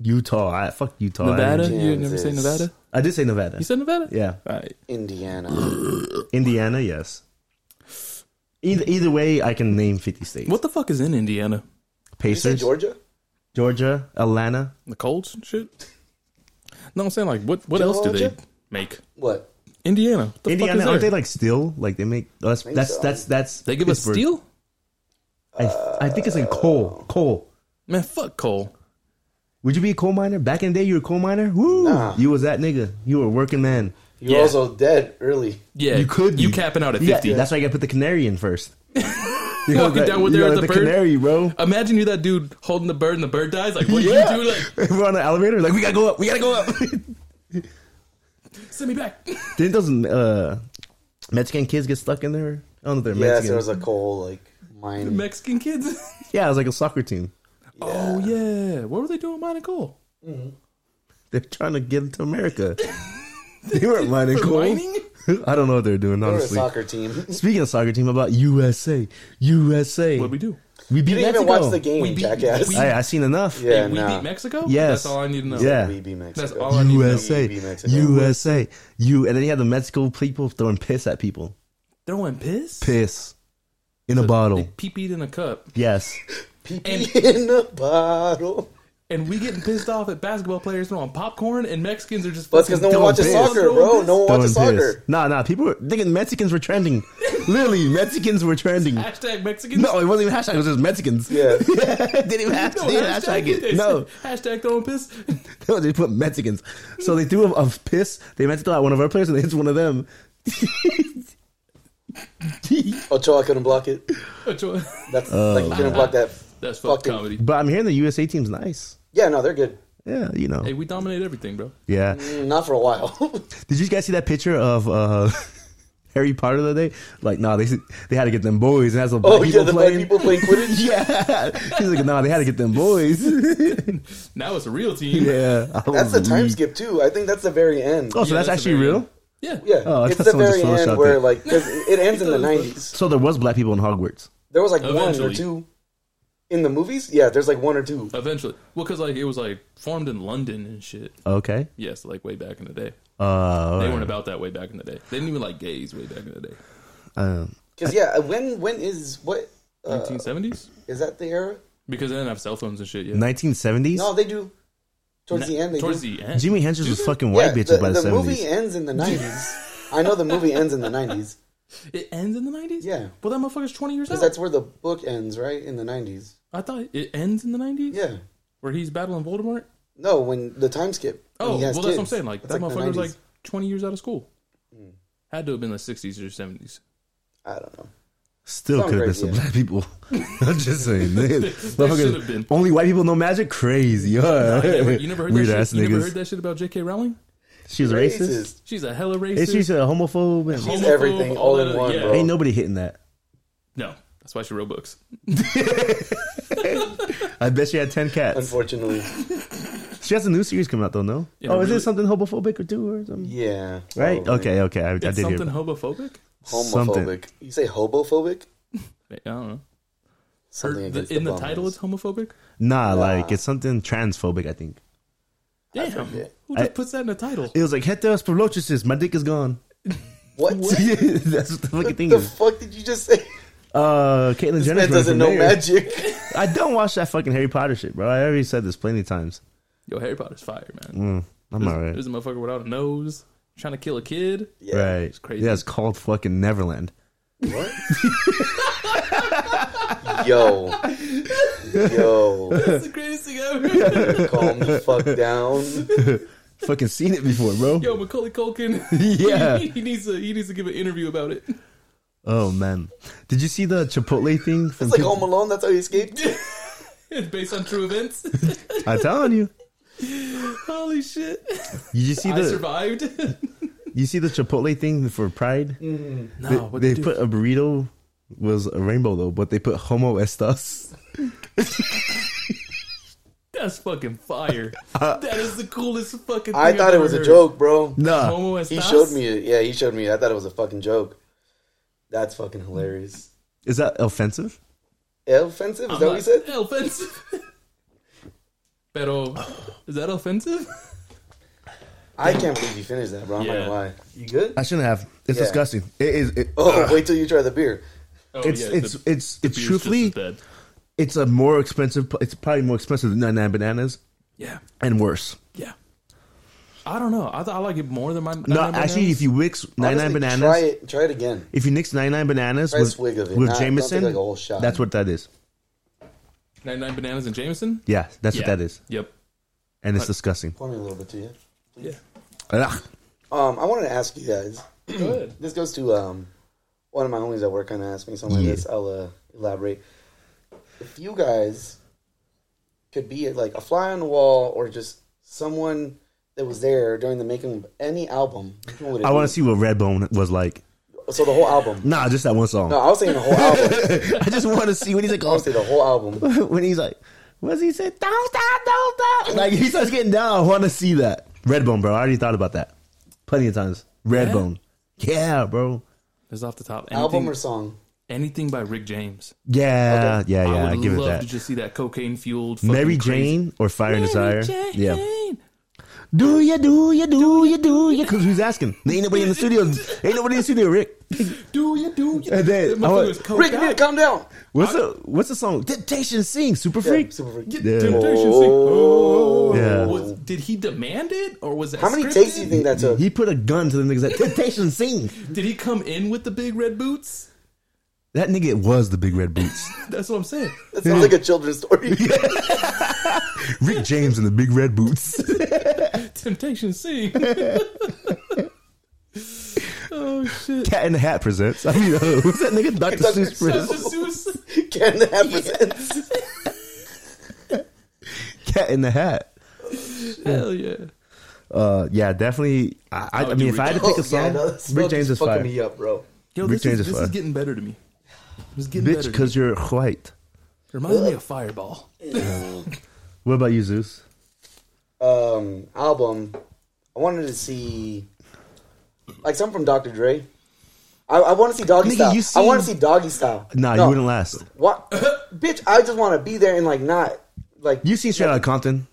S2: Utah, I, fuck Utah. I
S4: Nevada.
S2: didn't-
S4: You never say
S3: Kansas.
S4: Nevada.
S2: I, did say Nevada.
S4: You said Nevada.
S2: yeah,
S4: All right.
S3: Indiana.
S2: Indiana, yes. Either, either way, I can name fifty states.
S4: What the fuck is in Indiana?
S3: You say
S2: Pacers,
S3: Georgia?
S2: Georgia, Atlanta,
S4: The Colts and shit. No, I'm saying like, what what else do they
S3: Georgia?
S4: make?
S3: What?
S4: Indiana. What the fuck
S2: Indiana.
S4: is
S2: Aren't
S4: there?
S2: they like steel? Like they make that's
S3: Think
S2: that's,
S3: so.
S2: that's that's
S4: They give us
S2: Pittsburgh.
S4: steel.
S2: I, I think it's like coal. Coal.
S4: Man, fuck coal.
S2: Would you be a coal miner back in the day? You were a coal miner. Woo!
S3: Nah.
S2: You was that nigga. You were a working man.
S3: You're
S4: Yeah.
S3: also dead early.
S4: Yeah,
S2: You could
S4: You
S2: be.
S4: capping out at
S2: Yeah,
S4: fifty.
S2: that's why you got to put the canary in
S4: (laughs)
S2: first. (laughs) You
S4: Walking
S2: got
S4: down with
S2: you
S4: there
S2: got
S4: at the
S2: the
S4: bird.
S2: canary, bro. (laughs)
S4: Imagine you that dude holding the bird and the bird dies. Like, what
S2: Yeah.
S4: you do? Like,
S2: We're on the elevator. Like we gotta go up. We gotta go up.
S4: send me back. (laughs)
S2: Didn't those uh, Mexican kids get stuck in there? I don't know if they're
S3: Yes,
S2: Mexican.
S3: there was a coal like mine.
S4: Mexican kids.
S2: yeah, it was like a soccer team.
S4: Oh yeah. What were they doing mining coal?
S2: They're trying to get into
S4: (laughs)
S2: America. they weren't mining
S4: For
S2: coal.
S4: mining?
S2: (laughs) I don't know what they're doing.
S3: They were a
S2: Honestly,
S3: soccer team. (laughs)
S2: Speaking of soccer team, how about USA, USA.
S4: What we do?
S2: We beat
S3: You didn't
S2: Mexico.
S3: even watch the game,
S4: We beat-
S3: jackass.
S4: we-
S2: I, I seen enough.
S3: yeah,
S4: Hey, we
S3: nah.
S4: beat Mexico.
S2: Yes.
S4: That's all I need to know.
S2: Yeah.
S3: We beat Mexico.
S4: That's all I need to know.
S2: USA,
S3: We beat Mexico.
S2: USA, you, and then you had the Mexico people throwing piss at people,
S4: Throwing piss.
S2: piss in a bottle.
S4: Pee peed in a cup,
S2: Yes,
S3: Pee in a bottle.
S4: and we getting pissed off at basketball players throwing popcorn, and Mexicans are just.
S3: That's because no one
S2: Throwing
S3: watches
S2: piss.
S3: soccer,
S4: Throwing
S3: bro.
S4: piss.
S3: No one
S2: throwing
S3: watches
S2: piss.
S3: soccer.
S2: Nah, nah, people were thinking Mexicans were trending. Literally, Mexicans were (laughs) trending.
S4: Hashtag Mexicans.
S2: No, it wasn't even hashtag. It was just Mexicans.
S3: Yeah.
S2: (laughs) didn't even hashtag,
S4: No,
S2: they didn't
S4: hashtag
S2: hashtag
S4: it.
S2: it. No,
S4: (laughs) Hashtag throwing piss. (laughs)
S2: No, they put Mexicans. So they threw a, a piss. They meant to throw at one of our players, and they hit one of them. (laughs)
S3: Ochoa couldn't block it. That's
S2: Oh,
S3: like he couldn't block that.
S4: That's fucked
S3: Fucking-
S4: comedy.
S2: But I'm hearing the USA team's nice.
S3: Yeah, no, they're good.
S2: Yeah, you know.
S4: Hey, we dominate everything, bro.
S2: Yeah.
S3: Not for a while. (laughs)
S2: Did you guys see that picture of uh, (laughs) Harry Potter the other day? Like, nah, they they had to get them boys, and that's a
S3: oh
S2: black
S3: yeah,
S2: people
S3: the black
S2: playing.
S3: people playing (laughs)
S2: (laughs)
S3: Quidditch.
S2: Yeah, he's like, nah, they had to get them
S3: (laughs)
S2: boys.
S4: Now it's a real team.
S2: yeah, I was
S3: That's the time
S2: weak.
S3: skip too. I think that's the very end.
S2: Oh, so
S4: Yeah,
S2: that's,
S4: that's
S2: actually
S4: the very
S2: real.
S4: end. Yeah.
S3: Yeah,
S2: Oh, I
S3: it's
S2: thought
S3: the
S2: someone
S3: very
S2: just photoshopped
S3: end where
S2: it.
S3: like 'cause it ends
S4: (laughs)
S3: in the nineties.
S2: So there was black people in Hogwarts.
S3: There was like one or
S4: Eventually.
S3: two in the movies. Yeah, there's like one or two.
S4: Eventually, well, because like it was like formed in London and shit.
S2: Okay.
S4: Yes, like way back in the day.
S2: Uh,
S4: They weren't about that way back in the day. They didn't even like gays way back in the day.
S2: um,
S3: Because yeah, when when is what uh,
S4: 1970s?
S3: is that the era?
S4: Because they didn't have cell phones and shit yet.
S2: 1970s.
S3: No, they do. Towards the end, they
S4: Towards
S3: do.
S4: the end.
S2: Jimmy Henchers was fucking
S3: (laughs) Yeah,
S2: white bitches
S3: the,
S2: by the,
S3: the
S2: 70s.
S3: movie ends
S4: (laughs)
S3: in the nineties. I know the movie ends in the nineties
S4: It ends in the 90s?
S3: Yeah.
S4: Well, that motherfucker's 20 years old.
S3: because that's where the book ends, right? In the nineties.
S4: I thought it ends in the 90s?
S3: Yeah.
S4: Where he's battling Voldemort?
S3: No, when the time skip. when
S4: Oh,
S3: he
S4: well,
S3: has
S4: that's
S3: kids.
S4: what I'm saying. Like,
S3: That's
S4: that
S3: the Mm.
S4: motherfucker was like
S3: 90s.
S4: 20 years out of school. Had to have been the 60s or
S2: (laughs)
S4: 70s.
S3: I don't know.
S2: Still
S3: Some
S2: could have been
S3: crazy,
S2: some
S3: yeah.
S2: black
S3: (laughs)
S2: people. I'm just saying. niggas-
S4: should
S2: motherfuckers-
S4: have been.
S2: Only white people know magic? Crazy. Huh?
S4: You never, you never heard
S2: Weird
S4: that
S2: ass
S4: shit? You never heard
S2: niggas.
S4: that shit about J.K. Rowling?
S2: She's racist.
S3: Racist.
S4: She's a hella
S2: Is
S4: racist.
S2: she a homophobe? and-
S4: homophobe,
S3: everything all in
S4: that-
S3: one,
S4: yeah.
S3: bro.
S2: Ain't nobody hitting that.
S4: No. That's why she wrote books.
S2: I bet she had 10
S3: (laughs)
S2: cats.
S3: (laughs) Unfortunately,
S2: She has a new series coming out, though, no?
S4: Yeah,
S2: oh, is
S4: really-
S2: it something homophobic or two or something?
S3: yeah.
S2: Right?
S3: probably.
S2: Okay, okay. I, I did
S4: It's
S2: hear
S4: something
S2: that.
S4: homophobic?
S3: Homophobic.
S2: Something.
S3: You say hobophobic?
S4: I don't know.
S3: Something
S4: Her- the-
S3: against
S4: in the,
S3: bum
S4: title,
S3: race.
S4: it's homophobic?
S2: Nah, like, it's something transphobic, I think.
S4: Damn.
S3: forget.
S4: Who just
S2: I-
S4: puts that in the title?
S2: It was like, heteros prolochis, my dick is gone. (laughs)
S3: What?
S2: Yeah, That's what (laughs) the fucking thing
S3: the
S2: is.
S3: fuck did you just
S2: (laughs)
S3: say? (laughs)
S2: Uh, Caitlyn Jenner
S3: Man doesn't know magic.
S2: (laughs) I don't watch that fucking Harry Potter shit, bro. I already said this plenty of times.
S4: Yo, Harry Potter's fire, man.
S2: Mm, I'm
S4: There's,
S2: alright.
S4: there's a motherfucker without a nose trying to kill a kid.
S3: Yeah.
S2: Right.
S4: It's crazy.
S2: Yeah, it's called fucking Neverland.
S3: What? (laughs) Yo. Yo.
S4: (laughs) That's the greatest thing (laughs) ever.
S3: Calm the fuck down.
S2: fucking seen it before, (laughs) bro.
S4: Yo, Macaulay Culkin.
S2: Yeah.
S4: (laughs) he, needs to he needs to give an interview about it.
S2: Oh man, did you see the Chipotle thing? From
S3: It's like
S2: people-
S3: Home Alone. That's how he escaped.
S4: (laughs) It's based on true events. (laughs)
S2: I'm telling you,
S4: Holy shit!
S2: Did you see
S4: I
S2: the
S4: (laughs) survived.
S2: you see the Chipotle thing for Pride.
S4: no,
S2: They-
S4: what
S2: they
S4: the-
S2: put a burrito was a rainbow though, but they put homo estas.
S4: That's fucking fire. that is the coolest fucking. Thing
S3: I
S4: I've
S3: thought it
S4: ever
S3: was a
S4: heard.
S3: joke, bro.
S2: No.
S4: Homo
S3: He
S4: estás?
S3: showed me it. Yeah, he showed me. it. I thought it was a fucking joke. That's fucking hilarious.
S2: Is that offensive?
S3: Yeah, offensive? Is
S4: I'm
S3: that
S4: like,
S3: what he said?
S4: "Eh, offensive. (laughs) Pero, is that offensive?
S3: I can't believe you finished that, bro. I'm
S4: Yeah.
S3: not gonna lie. You good?
S2: I shouldn't have. It's
S3: Yeah.
S2: disgusting. It is. It,
S3: Oh, wait till you try the beer.
S4: Oh,
S2: it's,
S4: yeah,
S2: it's,
S4: the-
S2: it's it's
S4: the beer's
S2: truthfully
S4: just as bad.
S2: it's a more expensive. It's probably more expensive than 99 bananas
S4: Yeah,
S2: and worse.
S4: yeah. I don't know. I, th- I like it more than my.
S2: No, actually, if you mix 99
S3: Honestly,
S2: bananas,
S3: Try it. Try it again.
S2: if you mix 99 bananas
S3: Try a
S2: with,
S3: swig of it,
S2: with
S3: not- don't
S2: Jameson,
S3: take, like, a whole shot.
S2: that's what that is.
S4: ninety nine bananas and Jameson.
S2: Yeah, that's what that is,
S4: Yep.
S2: and it's disgusting.
S3: Pour me a little bit to you.
S4: Yeah.
S2: Ugh.
S3: Um, I wanted to ask you guys.
S4: Go (clears throat) ahead.
S3: This goes to um, one of my homies at work kind of asked me something
S2: Yeah.
S3: like this. I'll uh, elaborate. If you guys could be like a fly on the wall or just someone that was there during the making of any album, who would it
S2: I
S3: be?
S2: want to see what Redbone was like.
S3: So the whole album.
S2: Nah, just that one song.
S3: No, I was saying the whole album.
S2: (laughs) I just want to see when he's like, oh,
S3: I was saying the whole
S2: (laughs)
S3: album.
S2: when he's like, what does he say? Don't stop, don't stop. Like he starts getting down. I want to see that. Redbone, bro. I already thought about that plenty of times. Redbone. Yeah, bro.
S4: It's off the top. Anything,
S3: Album or song?
S4: anything by Rick James.
S2: Yeah, yeah, yeah.
S4: I
S2: I
S4: would
S2: give it
S4: love
S2: that.
S4: to just see that cocaine fueled.
S2: Mary Jane or Fire and Desire. Yeah.
S4: Jane.
S2: Do ya, do ya, do ya, do ya? Because who's asking? Ain't nobody in the studio. Ain't nobody in the studio, Rick.
S4: Do you do you?
S2: And then, oh,
S4: That
S2: I
S4: motherfucker
S2: want-
S4: was coked
S3: Rick, you need to
S4: out.
S3: calm down.
S2: What's the What's the song? Temptation Sing, Super
S3: Yeah,
S2: Freak.
S3: super freak.
S4: Get
S2: Yeah.
S4: temptation sing.
S3: Oh.
S2: Yeah.
S4: Was, did he demand it or was that
S3: How many
S4: scripted?
S3: takes do you think that took?
S2: He put a gun to the niggas. Like, Temptation Sing.
S4: Did he come in with the big red boots? (laughs)
S2: That nigga was the big red boots.
S4: That's what I'm saying.
S3: That sounds like a
S2: (laughs)
S3: children's story. (laughs)
S2: Rick James and the big red boots. (laughs)
S4: Temptation sing. oh shit.
S2: Cat in the Hat presents. I mean, (laughs) uh, who's that nigga? Dr. Seuss
S4: That's
S2: presents.
S4: Seuss.
S3: Can that present?
S2: Cat in the Hat.
S4: (laughs) Hell yeah.
S2: Uh, yeah, definitely. I, I, I mean, if I had to pick a
S3: Oh, Yeah,
S2: song,
S3: no, that smoke
S2: Rick James is
S3: fucking
S2: fire.
S3: me up, bro.
S4: Yo,
S2: Rick
S4: this,
S2: James
S4: is,
S2: is
S4: this
S2: fire.
S4: is getting better to me. It's getting
S2: Bitch,
S4: better. to me.
S2: because you're white.
S4: It reminds me of Fireball.
S2: What about you, Zeus?
S3: um, album, I wanted to see like some from Dr. Dre. I, I want to see Doggy
S2: Nigga,
S3: Style.
S2: you
S3: I want to
S2: seen-
S3: see Doggy Style.
S2: Nah, you wouldn't last.
S3: What, bitch? I just want to be there and like not like
S2: You seen Straight Outta Compton?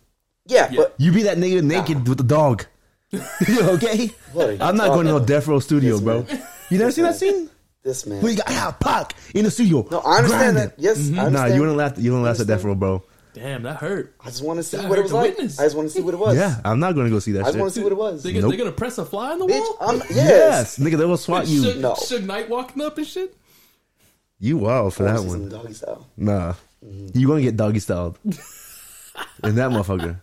S3: yeah, but
S2: You be that nigga naked with the dog. (laughs) You okay?
S3: What are you
S2: I'm not going to no
S3: talking
S2: Death Row studio,
S3: Yes,
S2: bro.
S3: man.
S2: You never
S3: (laughs)
S2: seen that scene?
S3: this man.
S2: We got ah, Pac in the studio.
S3: no, I understand
S2: grinding. Mm-hmm.
S3: that. Yes, I
S2: Nah,
S3: understand.
S2: you wouldn't laugh. You wouldn't last at Death Row, bro.
S4: Damn, that hurt.
S3: I just want to see
S4: That
S3: what
S4: hurt
S3: it was
S4: to
S3: like.
S4: witness.
S3: I just want to see what it was.
S2: Yeah, I'm not going to go see that
S3: I just
S2: shit.
S3: want to see what it was.
S4: They,
S3: Bitch,
S4: gonna
S2: Nope.
S4: They're gonna press a fly on the wall.
S3: I'm
S2: yes,
S3: yes.
S2: nigga, they will swat
S4: Suge,
S2: you.
S3: No.
S4: Suge Knight walking up and shit.
S2: You wild for
S3: I wanna
S2: that
S3: see some
S2: one.
S3: Doggy Style.
S2: Nah, you gonna get doggy (laughs) styled. And that motherfucker,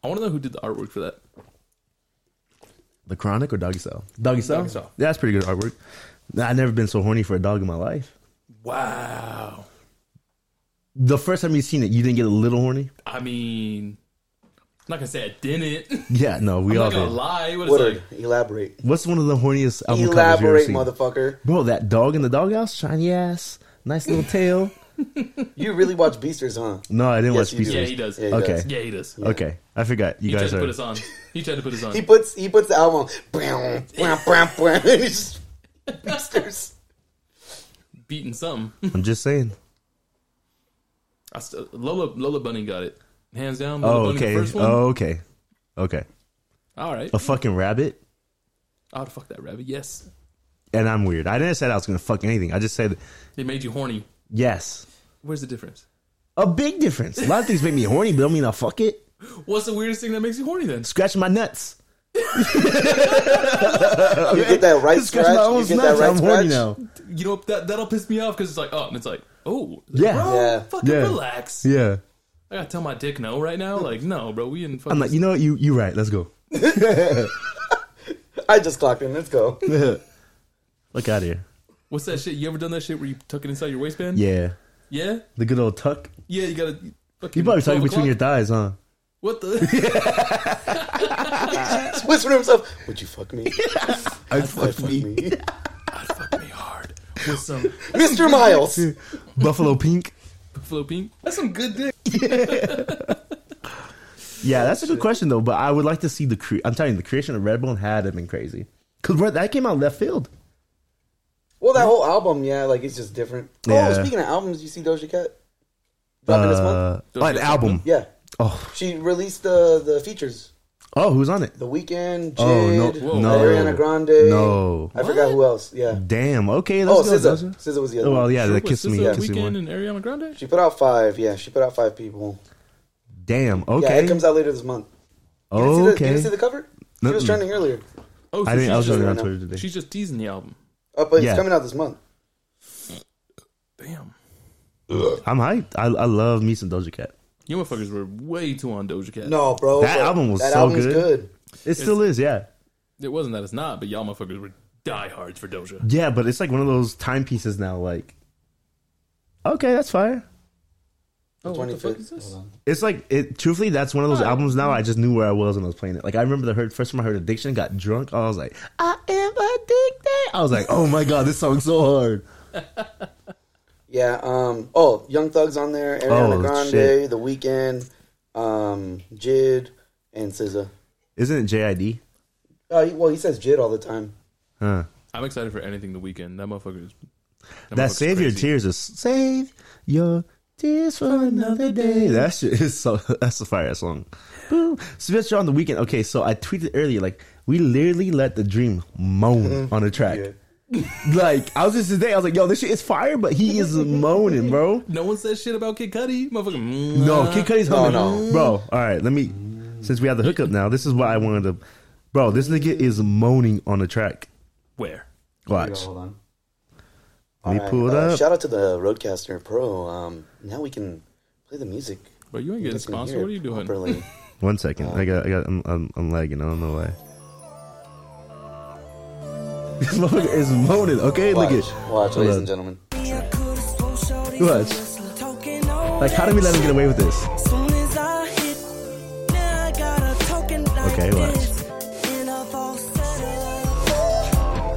S4: I want to know who did the artwork for that.
S2: the chronic or doggy style? Doggy style.
S4: Doggy Style.
S2: Yeah, that's pretty good artwork. Nah, I've never been so horny for a dog in my life.
S4: Wow.
S2: The first time you seen it, you didn't get a little horny?
S4: I mean, I'm not gonna say I didn't. (laughs) I'm
S2: Yeah, no, we all
S4: not gonna
S2: did.
S4: lie. It was
S3: Woodard,
S4: like,
S3: elaborate.
S2: What's one of the horniest album covers you ever
S3: Elaborate,
S2: seen?
S3: motherfucker.
S2: Bro, that dog in the doghouse, shiny ass, nice (laughs) little tail.
S3: You really watch Beasters,
S2: (laughs)
S3: huh?
S2: No, I didn't
S3: Yes,
S2: watch
S3: you do.
S2: Beasters.
S4: yeah, he does.
S3: Yeah, he
S2: Okay.
S3: does.
S4: Yeah, he does.
S2: Okay, I forgot. You
S4: He tried
S2: guys
S4: to put us
S2: are.
S4: on. He tried to put us
S2: (laughs)
S4: on.
S3: He puts he puts the album. on.
S4: (laughs)
S3: Bram, bram, bram, (laughs) bram. It's just Beasters.
S4: Beating something.
S2: I'm just saying.
S4: (laughs) I still, Lola Lola Bunny got it. Hands down. Lola
S2: Oh,
S4: Bunny,
S2: okay.
S4: The first one.
S2: Oh, okay. Okay.
S4: All right.
S2: A fucking rabbit,
S4: I would fuck that rabbit. Yes.
S2: and I'm weird. I never said I was gonna fuck anything. I just said
S4: It made you horny.
S2: yes.
S4: Where's the difference?
S2: A big difference. A lot of things make me horny, but I don't mean I fuck it.
S4: What's the weirdest thing that makes you horny then?
S2: Scratching my nuts.
S3: You get that right
S2: Scratch
S3: scratch.
S2: my own
S3: You get that
S2: nuts.
S3: right
S2: I'm horny now.
S3: scratch.
S4: You know that that'll piss me off because it's like oh, and it's like oh
S2: Yeah.
S4: bro,
S3: Yeah.
S4: fucking
S2: Yeah.
S4: relax.
S2: Yeah.
S4: I gotta tell my dick no right now. Like no, bro, we in fucking.
S2: I'm like, you know what? You you right. Let's
S3: (laughs)
S2: go.
S3: I just clocked in. Let's go. (laughs)
S2: Look out here.
S4: What's that shit? You ever done that shit where you tuck it inside your waistband?
S2: Yeah.
S4: Yeah?
S2: The good old tuck.
S4: Yeah, you gotta. Fucking
S2: You probably tuck
S4: 12
S2: it between your
S4: o'clock?
S2: thighs, huh?
S4: What
S2: (laughs)
S4: the?
S3: Just Whisper to himself, "Would you
S2: (laughs)
S3: fuck me?
S2: I
S3: I'd fuck me, (laughs)
S4: I'd fuck me hard with some (laughs)
S3: Mr. Miles."
S2: Buffalo pink.
S4: Buffalo Pink. That's some good dick.
S2: Yeah, that's a good question though. But I would like to see the. Cre- I'm telling you, the creation of Redbone had been crazy because that came out left field.
S3: Well, that whole album, yeah, like it's just different.
S2: Yeah.
S3: Oh, speaking of albums, you see Doja Cat dropping this month?
S2: Uh, oh, an album.
S3: Yeah,
S2: Oh,
S3: she released the the features:
S2: oh, who's on it?
S3: The Weeknd, Jade,
S2: Oh, no-
S4: Whoa.
S2: no.
S3: Ariana Grande.
S2: No.
S3: I forgot who else. Yeah.
S2: Damn. Okay.
S3: Oh,
S2: Let's go.
S3: SZA.
S2: Doja.
S3: SZA was the other.
S2: Oh, well,
S3: one.
S2: yeah.
S4: Sure,
S2: The
S4: what,
S2: kiss
S4: SZA,
S2: me, yeah, kiss me
S4: Weeknd
S2: one.
S4: and Ariana Grande.
S3: She put out five. Yeah, she put out five people.
S2: Damn.
S3: Yeah,
S2: Okay.
S3: it comes out later this month. You didn't see the, you
S2: okay.
S3: didn't see the cover? She was
S2: Mm-mm.
S3: trending earlier.
S4: Oh, so
S2: I didn't. I was
S4: she's,
S2: just
S3: right
S2: on
S3: now.
S2: Twitter today.
S4: she's just teasing the album.
S3: Uh, but
S2: Yeah.
S3: it's coming out this month.
S4: Damn.
S2: I'm hyped. I, I love me some Doja Cat.
S4: You motherfuckers were way too on Doja Cat.
S3: No, bro.
S2: That
S3: but
S2: album was
S3: that
S2: so
S3: album's
S2: good.
S3: good.
S2: It still is. Yeah.
S4: It wasn't that it's not, but y'all motherfuckers were diehards for Doja.
S2: Yeah, but it's like one of those timepieces now. Like, okay, that's fire.
S4: Oh, what the fuck
S3: 25th.
S4: is this?
S3: Hold on.
S2: It's like it. Truthfully, that's one of those albums now. I just knew where I was when I was playing it. Like I remember the heard, first time I heard "Addiction," got drunk. I was like, I am addicted. I was like, oh my god, this song's so hard.
S3: Yeah. Um. Oh, Young Thug's on there. Ariana
S2: Oh,
S3: Grande,
S2: shit.
S3: The Weeknd, um, Jid, and SZA.
S2: Isn't it JID?
S3: Uh, he- well, he says Jid all the time.
S2: Huh.
S4: I'm excited for anything the weekend. That motherfucker is.
S2: That
S4: motherfucker's
S2: "Save Your
S4: crazy.
S2: Tears" is "Save Your Tears for Another Day." That shit is so. (laughs) That's a fire ass song. Boom. Especially on the weekend. Okay, so I tweeted earlier. Like we literally let the dream moan on the track.
S3: Mm-hmm. Yeah.
S2: (laughs) Like I was just today, I was like, "Yo, this shit is fire," but he is moaning, bro.
S4: No one says shit about Kid Cudi. Motherfucker. mm,
S2: No,
S4: uh,
S2: Kid Cudi's
S3: No,
S2: coming,
S3: no.
S2: bro. All right, let me. Since we have the hookup now, this is why I wanted to, bro. This nigga is moaning on the track.
S4: Where?
S2: Watch.
S3: Hold on.
S2: Let me
S3: All right,
S2: pull it
S3: uh,
S2: up.
S3: Shout out to the Roadcaster Pro. Um, now we can play the music.
S4: Bro, you ain't
S3: We
S4: getting
S3: can hear
S4: sponsored. What are
S3: it
S4: you doing?
S2: (laughs)
S3: properly.
S2: One second. I got. I got. I'm, I'm, I'm lagging. I don't know why. (laughs) This motherfucker is moaning. Okay,
S3: watch,
S2: look at.
S3: watch,
S2: Hold
S3: ladies
S2: on.
S3: and gentlemen.
S2: Watch. Like, how did we let him get away with this?
S5: Soon as I hit, now I got a token like
S2: Okay, watch.
S5: this. In a falsetto.
S2: (laughs)
S5: (laughs)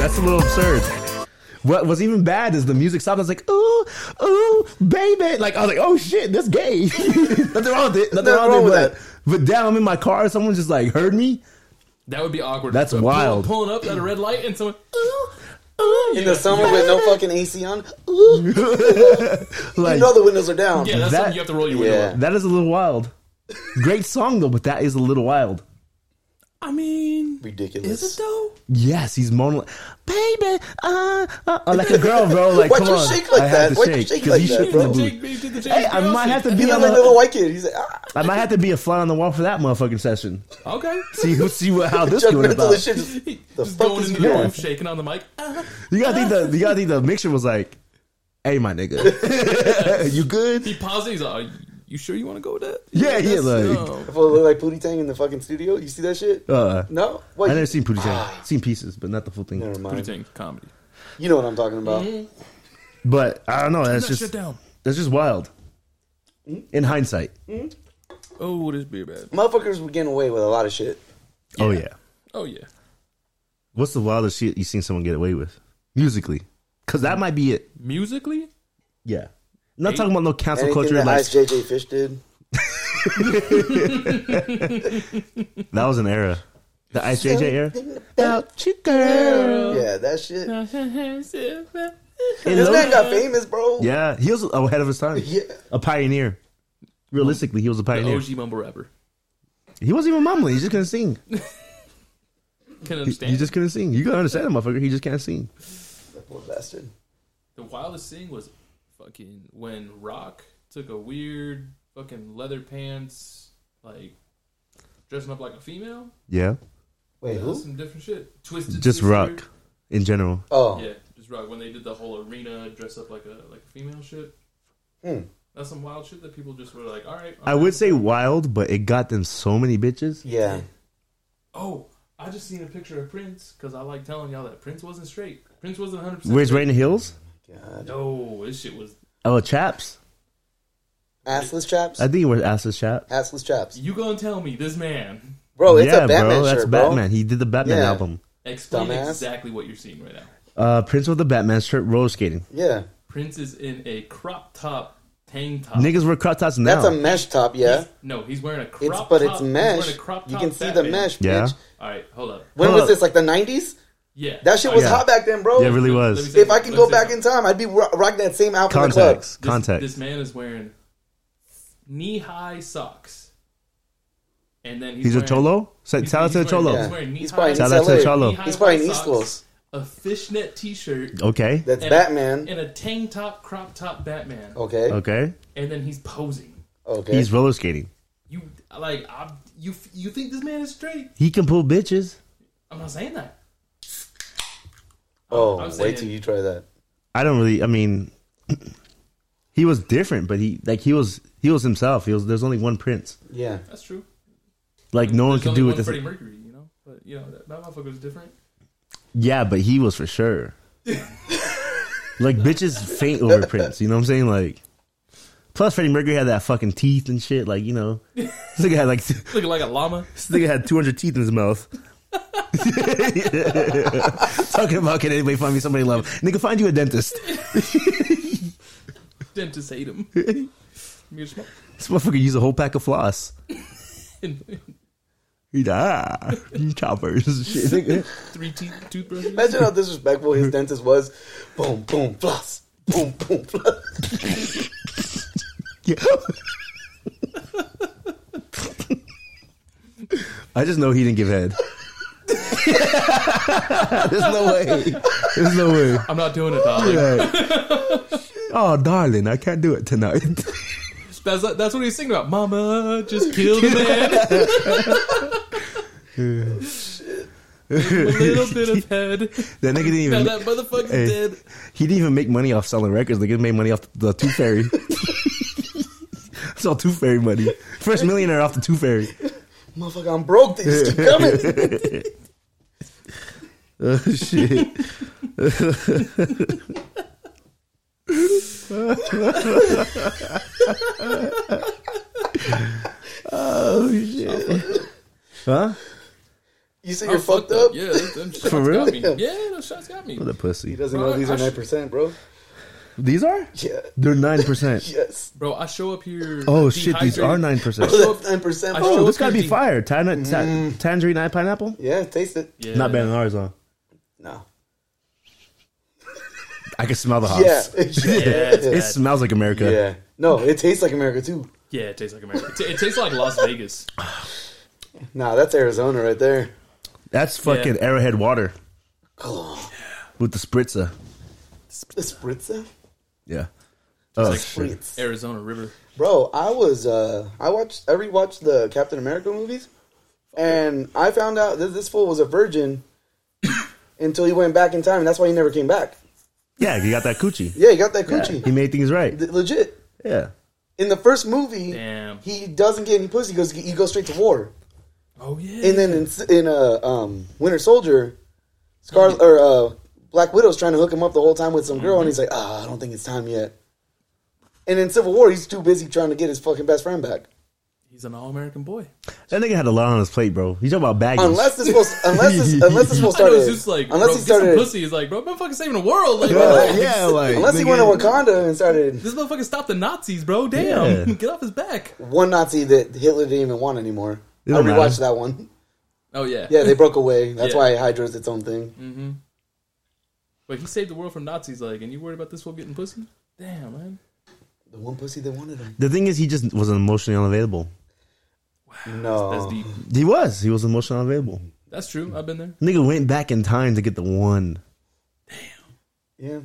S2: That's a little absurd. What was even bad is the music stopped. I was like, ooh, ooh, baby. Like, I was like, oh shit, that's gay. (laughs) Nothing wrong with it. Nothing wrong, with it. But, but down, I'm in my car. Someone just like heard me.
S4: That would be awkward.
S2: That's
S4: Pull-
S2: wild.
S4: Pulling up at a red light and someone.
S3: In the summer with no fucking AC
S2: (laughs)
S3: on,
S2: Like,
S3: you know the windows are down.
S4: Yeah, that's
S2: That-
S4: something you have to roll your window
S3: Yeah.
S4: up.
S2: that is a little wild. Great song though, but that is a little wild.
S4: I mean,
S3: Ridiculous.
S4: is it though?
S2: Yes, he's moaning, like, baby, uh, uh, uh, like a girl, bro. Like,
S3: Why'd
S2: come
S3: you
S2: on,
S3: shake like
S2: I had
S3: that?
S2: to
S3: Why'd you
S2: shake
S3: shake
S2: 'cause
S3: like
S2: he
S3: that,
S2: shook
S3: bro?
S2: the boot.
S4: Jake, Jake, Jake, Jake,
S2: Hey, I might have to
S3: He
S2: be on
S3: looked like a
S2: the,
S3: little white kid. He's like, ah,
S2: I might have to be a fly on the wall for that motherfucking session.
S4: Okay.
S2: See who see what how
S3: (laughs)
S2: this going
S3: judgmental
S2: about.
S3: as shit.
S4: (laughs)
S3: Just, the
S4: Just
S3: fuck
S4: going
S3: is
S4: into
S3: going
S4: the
S2: going?
S4: room, shaking on the mic. Ah,
S2: You gotta think the you gotta think the mixture was like, "Hey, my nigga, (laughs) you good?"
S4: He pauses. He's like, "Are you sure you want to go with that?
S2: Yeah, yeah,
S4: that's-
S2: like-
S4: no.
S3: If I look like Pootie Tang in the fucking studio, you see that shit?
S2: Uh,
S3: no?
S2: I
S3: What?
S2: never seen Pootie Tang. Seen pieces, but not the full thing.
S3: Never
S4: Pretty
S3: mind.
S4: thing, comedy.
S3: You know what I'm talking about.
S2: But I don't know. That's
S4: that shit
S2: just
S4: down.
S2: that's just wild.
S3: Mm.
S2: In hindsight,
S4: Oh, this beer bad.
S3: Motherfuckers were getting away with a lot of shit.
S2: oh yeah.
S4: Oh yeah.
S2: What's the wildest shit you seen someone get away with musically? Because that might be it.
S4: Musically,
S2: Yeah, I'm not talking about no cancel
S3: Anything
S2: culture.
S3: that
S2: Like
S3: Ice JJ Fish did.
S2: that was an era, the Ice JJ era.
S3: About
S2: you, girl.
S3: Yeah, that shit.
S2: Hey,
S3: This
S2: Lil-
S3: man got famous, bro.
S2: Yeah, he was ahead of his time.
S3: Yeah.
S2: A pioneer. Realistically, he was a
S4: the
S2: pioneer.
S4: OG mumble rapper.
S2: He wasn't even mumbling. He just couldn't sing.
S4: Can
S2: He,
S4: understand.
S2: he just couldn't sing. You gotta understand him, motherfucker. He just can't sing.
S3: That poor bastard.
S4: the wildest thing was fucking when Rock took a weird fucking leather pants, like dressing up like a female.
S2: Yeah.
S3: Wait,
S4: That was some different shit. Twisted.
S2: Just
S4: Sister.
S2: rock in general.
S3: Oh,
S4: Yeah, just rock. When they did the whole arena dress up like a like a female shit.
S3: Hmm.
S4: That's some wild shit that people just were like, all right.
S2: I would say wild, but it got them so many bitches.
S3: yeah.
S4: Oh, I just seen a picture of Prince because I like telling y'all that Prince wasn't straight. Prince wasn't 100. percent
S2: Where's Rain Hills?
S3: God.
S4: No, this shit was.
S2: Oh, chaps.
S3: Assless chaps.
S2: I think he wears assless chaps.
S3: Assless chaps.
S4: You gonna tell me this man?
S3: Bro, it's
S2: yeah,
S3: a Batman
S2: bro.
S3: shirt,
S2: That's
S3: bro.
S2: Batman. He did the Batman
S3: Yeah.
S2: album.
S4: Explain
S3: Dumbass.
S4: exactly what you're seeing right now.
S2: Uh, Prince with the Batman shirt roller skating.
S3: Yeah.
S4: Prince is in a crop top tank top.
S2: Niggas wear crop tops now.
S3: That's a mesh top, yeah.
S4: No, he's wearing a crop
S3: It's
S4: top.
S3: but it's
S4: he's
S3: mesh.
S4: wearing a crop
S3: You
S4: top
S3: can see the
S4: Batman.
S3: mesh,
S2: Yeah.
S3: bitch.
S4: All right, hold up.
S3: When
S2: Hold
S3: was
S2: up.
S3: this? Like the nineties?
S4: Yeah,
S3: That shit
S4: All
S3: was
S4: right,
S3: hot back then, bro.
S2: Yeah, it really
S4: let me
S2: was.
S4: say-
S3: if I could
S4: let
S3: go
S4: me say
S3: back
S4: something.
S3: in time, I'd be ro- rocking that same outfit in the club.
S2: Contacts.
S4: This-
S2: Contacts.
S4: This man is wearing knee high socks, and then he's,
S2: He's a
S4: wearing,
S2: cholo. Say-
S4: (laughs) He's,
S2: Shout out to the
S4: he's wearing-
S2: cholo.
S4: He's wearing knee
S3: He's
S4: high
S3: probably
S2: Shout out to the
S3: LA.
S2: cholo.
S3: He's probably in East Los.
S4: socks, a
S3: (laughs)
S4: fishnet T-shirt,
S2: Okay.
S3: That's
S4: and-
S3: Batman.
S4: and a tank top, crop top Batman,
S3: Okay. Okay.
S2: Okay.
S4: and then he's posing.
S2: He's roller skating.
S4: You like I, you? You think this man is straight?
S2: He can pull bitches.
S4: I'm not saying that.
S3: oh,
S4: I'm
S3: wait
S4: saying-
S3: till you try that.
S2: I don't really. I mean, (clears throat) he was different, but he like he was he was himself. He was. There's only one Prince.
S3: Yeah.
S4: That's true.
S2: Like no one
S4: There's
S2: could
S4: only
S2: do
S4: one
S2: it. This.
S4: Freddie Mercury, you know, but you know that, that motherfucker was different. (laughs)
S2: Yeah, but he was for sure. like bitches faint over Prince. You know what I'm saying? Like, plus Freddie Mercury had that fucking teeth and shit. Like you know, this nigga had like this
S4: Looking like a llama. (laughs)
S2: nigga had 200 teeth in his mouth. (laughs) Talking about can anybody find me somebody to love? Nigga, find you a dentist.
S4: Dentist
S2: (laughs)
S4: hate him. Me as well.
S2: This motherfucker used a whole pack of floss.
S4: (laughs) Three
S2: He's like, ah, choppers. and Shit. nigga.
S4: teeth, toothbrushes.
S3: Imagine how disrespectful (laughs) his dentist was. Boom, boom, floss. Boom, boom, floss.
S2: Yeah. I just know he didn't give head. (laughs) There's no way. There's no way.
S4: I'm not doing it, darling.
S2: Like, oh, darling, I can't do it tonight. (laughs)
S4: That's that's what he's singing about. Mama, just kill the man. A little bit
S2: (laughs)
S4: of head.
S2: that nigga didn't
S4: Now
S2: even.
S4: that motherfucker's
S2: Hey,
S4: dead.
S2: He didn't even make money off selling records. Like he made money off the Tooth Fairy. (laughs) That's all Tooth Fairy money. First millionaire off the Tooth Fairy.
S3: Motherfucker, I'm broke. They just (laughs) keep coming.
S2: Oh shit. oh shit. Huh?
S3: You say
S4: I'm
S3: you're fucked up?
S4: Yeah, them- them shots
S2: real?
S4: got me. Yeah, those shots got me.
S2: What a pussy.
S3: He doesn't know these are 9%, bro.
S2: These are?
S3: Yeah.
S2: They're nine percent.
S3: Yes.
S4: Bro, I show up here.
S2: Oh shit, these
S4: dehydrated.
S2: are nine percent.
S4: Show up-
S3: That's 9%,
S4: I
S3: bro.
S4: show
S2: Oh,
S4: up
S2: this gotta
S4: here
S2: be
S4: de-
S2: fire. Tan- ta- tangerine and pineapple?
S3: Yeah, taste it.
S4: Yeah.
S2: Not better than ours, huh?
S3: No.
S2: I can smell the hops.
S3: Yeah. (laughs) yeah.
S2: It smells like America.
S3: Yeah. No, it tastes like America, too.
S4: Yeah, it tastes like America. It, it tastes like Las Vegas.
S3: Nah, that's Arizona right there.
S2: That's fucking
S4: Yeah.
S2: arrowhead water
S3: Oh,
S2: with the spritzer.
S3: the spritzer?
S2: Yeah. Oh,
S4: like
S2: shit.
S3: Spritz.
S4: Arizona River.
S3: Bro, I was uh I watched I rewatched the Captain America movies and I found out that this fool was a virgin (coughs) until he went back in time and that's why he never came back.
S2: Yeah, you got that coochie.
S3: Yeah, he got that
S2: Yeah,
S3: coochie.
S2: He made things right.
S3: Th- Legit.
S2: Yeah.
S3: In the first movie,
S4: Damn.
S3: he doesn't get any pussy. He goes he goes straight to war.
S4: Oh yeah.
S3: And then in s- in uh, um Winter Soldier, Scar or uh Black Widow's trying to hook him up the whole time with some girl and he's like, "Ah, I don't think it's time yet." And in Civil War, he's too busy trying to get his fucking best friend back.
S4: He's an all-American boy.
S2: That nigga had a lot on his plate, bro. You talking about baggage?
S3: Unless this was unless this unless this was
S4: I know
S3: started
S4: it's just like,
S3: unless he
S4: bro, get some
S3: started
S4: pussy. He's like, bro, motherfucker saving the world. Like,
S3: Bro,
S2: Like, yeah, like
S3: unless he
S2: nigga-
S3: went to Wakanda and started
S4: this motherfucker stopped the Nazis, bro. Damn,
S2: Yeah.
S4: (laughs) get off his back.
S3: one Nazi that Hitler didn't even want anymore. I
S2: It don't
S3: rewatched
S2: matter.
S3: that one.
S4: Oh yeah,
S3: Yeah, they broke away. That's
S4: Yeah. Mm.
S3: why Hydra's its own thing.
S4: But he saved the world from Nazis, like, and you worried about this fool getting pussy? Damn, man.
S3: The one pussy that wanted him.
S2: The thing is, he just was emotionally unavailable.
S3: No,
S4: That's deep.
S2: He was. He was emotionally unavailable.
S4: That's true. I've been there.
S2: Nigga went back in time to get the one.
S3: yeah.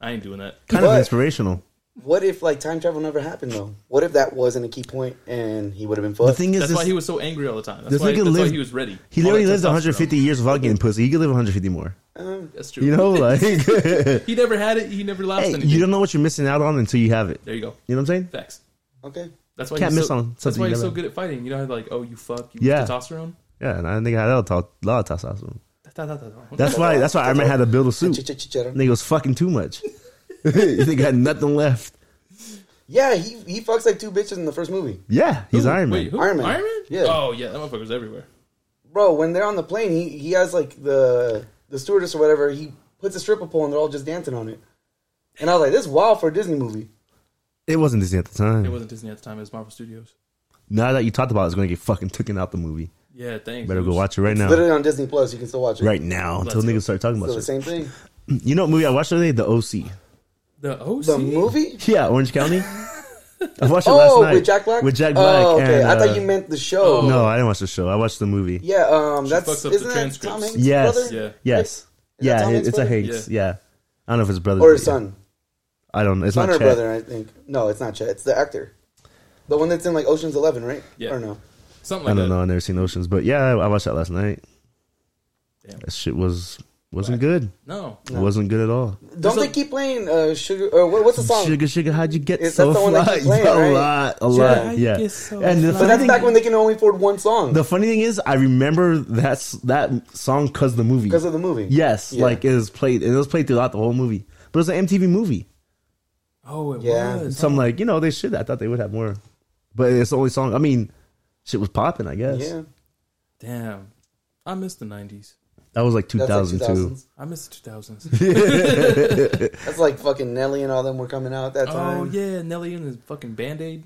S4: I ain't doing that.
S2: Kind of
S3: But-
S2: inspirational.
S3: What if like time travel never happened though? What if that wasn't a key point and he would have been
S2: The
S3: fucked?
S2: thing is,
S4: That's
S2: this,
S4: why he was so angry all the time. That's,
S2: this
S4: why,
S2: nigga
S4: that's why
S2: lived-
S4: he was ready.
S2: he
S4: All
S2: literally
S4: that
S2: lived
S4: testosterone.
S2: 150 years without getting pussy. He could live 150 more.
S4: That's true.
S2: You
S4: (laughs)
S2: know, like, (laughs) hey,
S4: he never had it. He never lost anything.
S2: you don't know what you're missing out on until you have it.
S4: there you go.
S2: You know what I'm saying?
S4: Facts.
S3: Okay,
S4: That's why
S2: Can't
S4: he's
S2: miss
S4: so,
S2: on
S4: That's
S2: something
S4: why
S2: you
S4: he's so
S2: never-
S4: good at fighting. You know, how, like, oh, you fuck, you
S2: Yeah.
S4: testosterine.
S2: Yeah, and I think I had a lot of testosterone.
S4: That's
S2: That's why. That's why Iron Man had to build a suit.
S3: Ch-ch-ch-ch-ch-ch-ch-ch-ch.
S2: Nigga was fucking too much. (laughs) Nigga had nothing left.
S3: yeah, he he fucks like two bitches in the first movie,
S2: Yeah, he's Iron Man.
S4: Wait, who?
S3: Iron Man.
S4: Iron Man?
S3: Yeah.
S4: Oh yeah, that motherfucker's everywhere.
S3: bro. When they're on the plane, he he has like the the stewardess or whatever. He puts a stripper pole and they're all just dancing on it. And I was like, this is wild for a Disney movie.
S2: It wasn't Disney at the time.
S4: It wasn't Disney at the time. It was Marvel Studios.
S2: now that you talked about it, it's going to get fucking taken out the movie.
S4: Yeah, thanks.
S2: Better
S4: It
S2: go
S4: was-
S2: watch it right now.
S3: Literally on Disney Plus, you can still watch it.
S2: Right now, until
S4: Let's go.
S2: niggas start talking about
S3: So the
S2: it.
S3: same thing.
S2: You know what movie I watched the other day? The
S3: (laughs)
S2: OC.
S4: The OC.
S3: The movie?
S2: Yeah, Orange
S3: (laughs)
S2: County. I watched it
S3: Oh,
S2: last night
S3: with Jack Black.
S2: With Jack Black.
S3: Oh, okay.
S2: and,
S3: I
S2: uh,
S3: thought you meant the show.
S2: No, I didn't watch the show. I watched the movie.
S3: Yeah. Um. that's
S4: Oh. fucks up the
S3: isn't that Tom
S4: transcripts.
S3: Hanks'
S2: Yes.
S3: brother?
S4: Yeah.
S2: Yes.
S3: Is that
S2: Yeah,
S3: Tom
S2: it-
S3: Hanks'
S2: it's a
S3: brother?
S2: Hanks. Yeah. I don't know if it's brother
S3: Or
S2: but
S3: his
S2: yeah.
S3: son,
S2: I don't know. It's
S3: son
S2: not
S3: or
S2: Chet.
S3: brother? I think. No, it's not Chet. It's the actor, the one that's in like Ocean's Eleven, right?
S4: Yeah.
S3: Or no?
S4: Something
S2: I
S4: like
S2: don't
S4: that.
S2: know. I've never seen Oceans, but yeah, I, I watched that last night.
S4: Damn.
S2: That shit was wasn't good.
S4: No.
S2: It wasn't good at all.
S3: Don't
S4: There's
S3: they
S4: a-
S3: keep playing uh, Sugar? Or what, what's the song?
S2: Sugar, sugar, how'd you get
S3: Is that
S2: so
S3: the one
S2: (laughs)
S3: that
S2: fly?
S3: keep playing,
S2: Yeah, a
S3: right?
S2: lot, a
S4: Sugar,
S2: lot.
S4: how'd you
S2: Yeah,
S4: get so
S2: and the
S4: fly?
S3: But
S2: funny
S3: that's
S2: thing,
S3: back when they can only afford one song
S2: the funny thing is, I remember that's that song because the movie.
S3: because of the movie.
S2: Yes,
S3: Yeah.
S2: like it was played. It was played throughout the whole movie, but it was an MTV movie.
S4: Oh, it
S3: Yeah.
S4: was.
S2: So I'm like, you know, they should. I thought they would have more, but it's the only song. I mean, shit was popping. I guess
S3: Yeah.
S4: Damn. I missed the 90s.
S2: that was like
S3: That's like
S2: 2002.
S3: 2000s.
S4: I missed the 2000s.
S3: That's like fucking Nelly and all them were coming out at that time.
S4: Oh yeah, Nelly and his fucking band aid.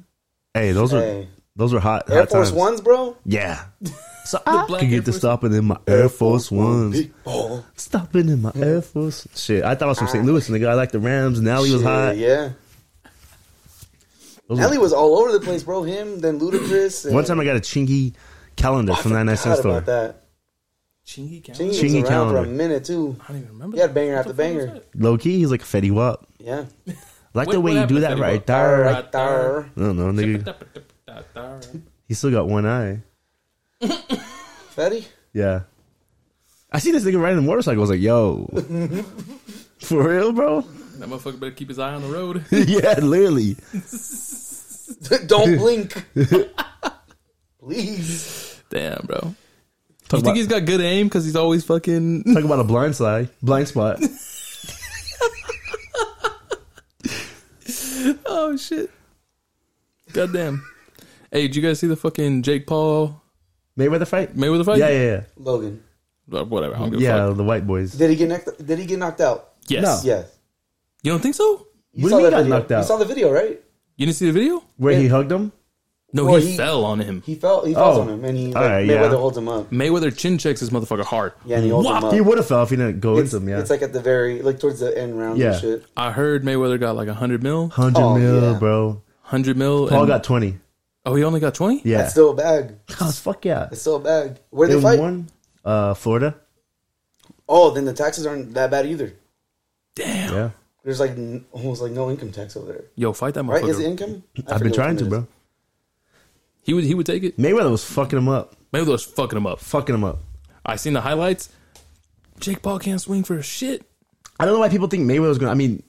S2: hey, those were
S3: Hey.
S2: those were hot.
S3: Air
S2: hot
S3: Force
S2: times.
S3: Ones, bro.
S4: (laughs)
S2: Yeah. So I
S4: black
S2: could
S4: Air
S2: get to
S4: Force-
S2: stopping in my Air Force Ones.
S3: Oh,
S2: Stopping in my Air Force. Shit, I thought I was from St. Louis, nigga. I like the Rams. Nelly was
S3: Ah.
S2: hot.
S3: shit, Yeah.
S2: Those
S3: Nelly
S2: were-
S3: was all over the place, bro. Him, then Ludacris. And
S2: One time I got a chingy calendar from
S3: forgot
S2: 99 Cent Store.
S3: about that.
S4: Chingy County.
S3: Chingy,
S2: Chingy
S3: was around for a
S2: calendar.
S3: minute too.
S4: I don't even remember.
S3: He had
S4: that.
S3: banger
S4: What
S3: after
S4: the fuck
S3: banger.
S4: was that?
S2: Low key, he's like a Fetty Wap.
S3: Yeah.
S2: Like
S4: What-
S2: the way you
S4: what
S2: do
S4: happened to
S2: that
S4: Fetty
S2: right
S4: Wap?
S2: there.
S3: Right there.
S2: I don't know, nigga. He still got one eye.
S3: Fetty? (laughs)
S2: Yeah. I see this nigga riding a motorcycle. I was like,
S3: (laughs)
S2: yo. For real, bro? (laughs)
S4: That motherfucker better keep his eye on the road. (laughs)
S2: yeah, literally.
S3: Don't
S2: (laughs)
S3: blink. Please.
S4: Damn, bro.
S2: Talk
S4: you think
S2: about,
S4: he's got good aim because he's always fucking. (laughs)
S2: talk about a blind side, blind spot.
S4: Oh shit. Goddamn. Hey, did you guys see the fucking Jake Paul
S2: Mayweather fight?
S4: Mayweather fight?
S2: Yeah, yeah, yeah.
S3: Logan.
S4: Well, Whatever. I don't give a
S2: Yeah,
S4: fuck.
S2: the white boys.
S3: Did he get knocked did he get knocked out?
S4: Yes.
S2: No.
S3: Yes.
S4: You don't think so?
S2: What do
S3: You
S2: you
S3: saw
S2: mean
S3: that
S2: got
S3: video.
S2: knocked out?
S3: You saw the video, right?
S4: You didn't see the video?
S2: Where he hugged him?
S4: No,
S3: Well,
S4: he,
S3: he-
S4: fell on him.
S3: He fell he falls
S2: Oh.
S3: on him and he
S2: All
S3: like,
S2: right, yeah.
S3: Mayweather holds him up.
S4: Mayweather chin checks his motherfucker hard.
S3: Yeah, and he holds
S4: Whop!
S3: him up.
S2: He would have fell if he didn't go
S3: it's,
S2: into him, yeah.
S3: it's like at the very like towards the end round
S2: Yeah.
S3: and shit.
S4: I heard Mayweather got like 100 mil.
S2: 100
S3: Oh,
S2: mil,
S3: yeah.
S2: bro.
S4: 100 mil.
S2: Paul
S4: and-
S2: got 20.
S4: Oh, he only got 20?
S2: Yeah.
S3: That's still a bag.
S2: Cause fuck yeah.
S3: That's still a bag. Where they
S2: In
S3: fight?
S2: one, uh, Florida.
S3: Oh, then the taxes aren't that bad either.
S4: Damn.
S2: Yeah.
S3: There's like n- almost like no income tax over there.
S4: Yo, fight that
S3: Right?
S4: motherfucker.
S3: Is it income? I
S2: I've
S3: forget
S2: been
S3: which
S2: trying
S3: one
S2: to,
S3: it is.
S2: bro.
S4: He would he would take it.
S2: Mayweather was fucking him up.
S4: Mayweather was fucking him up.
S2: Fucking him up.
S4: I seen the highlights. Jake Paul can't swing for shit.
S2: I don't know why people think Mayweather was going to. I mean,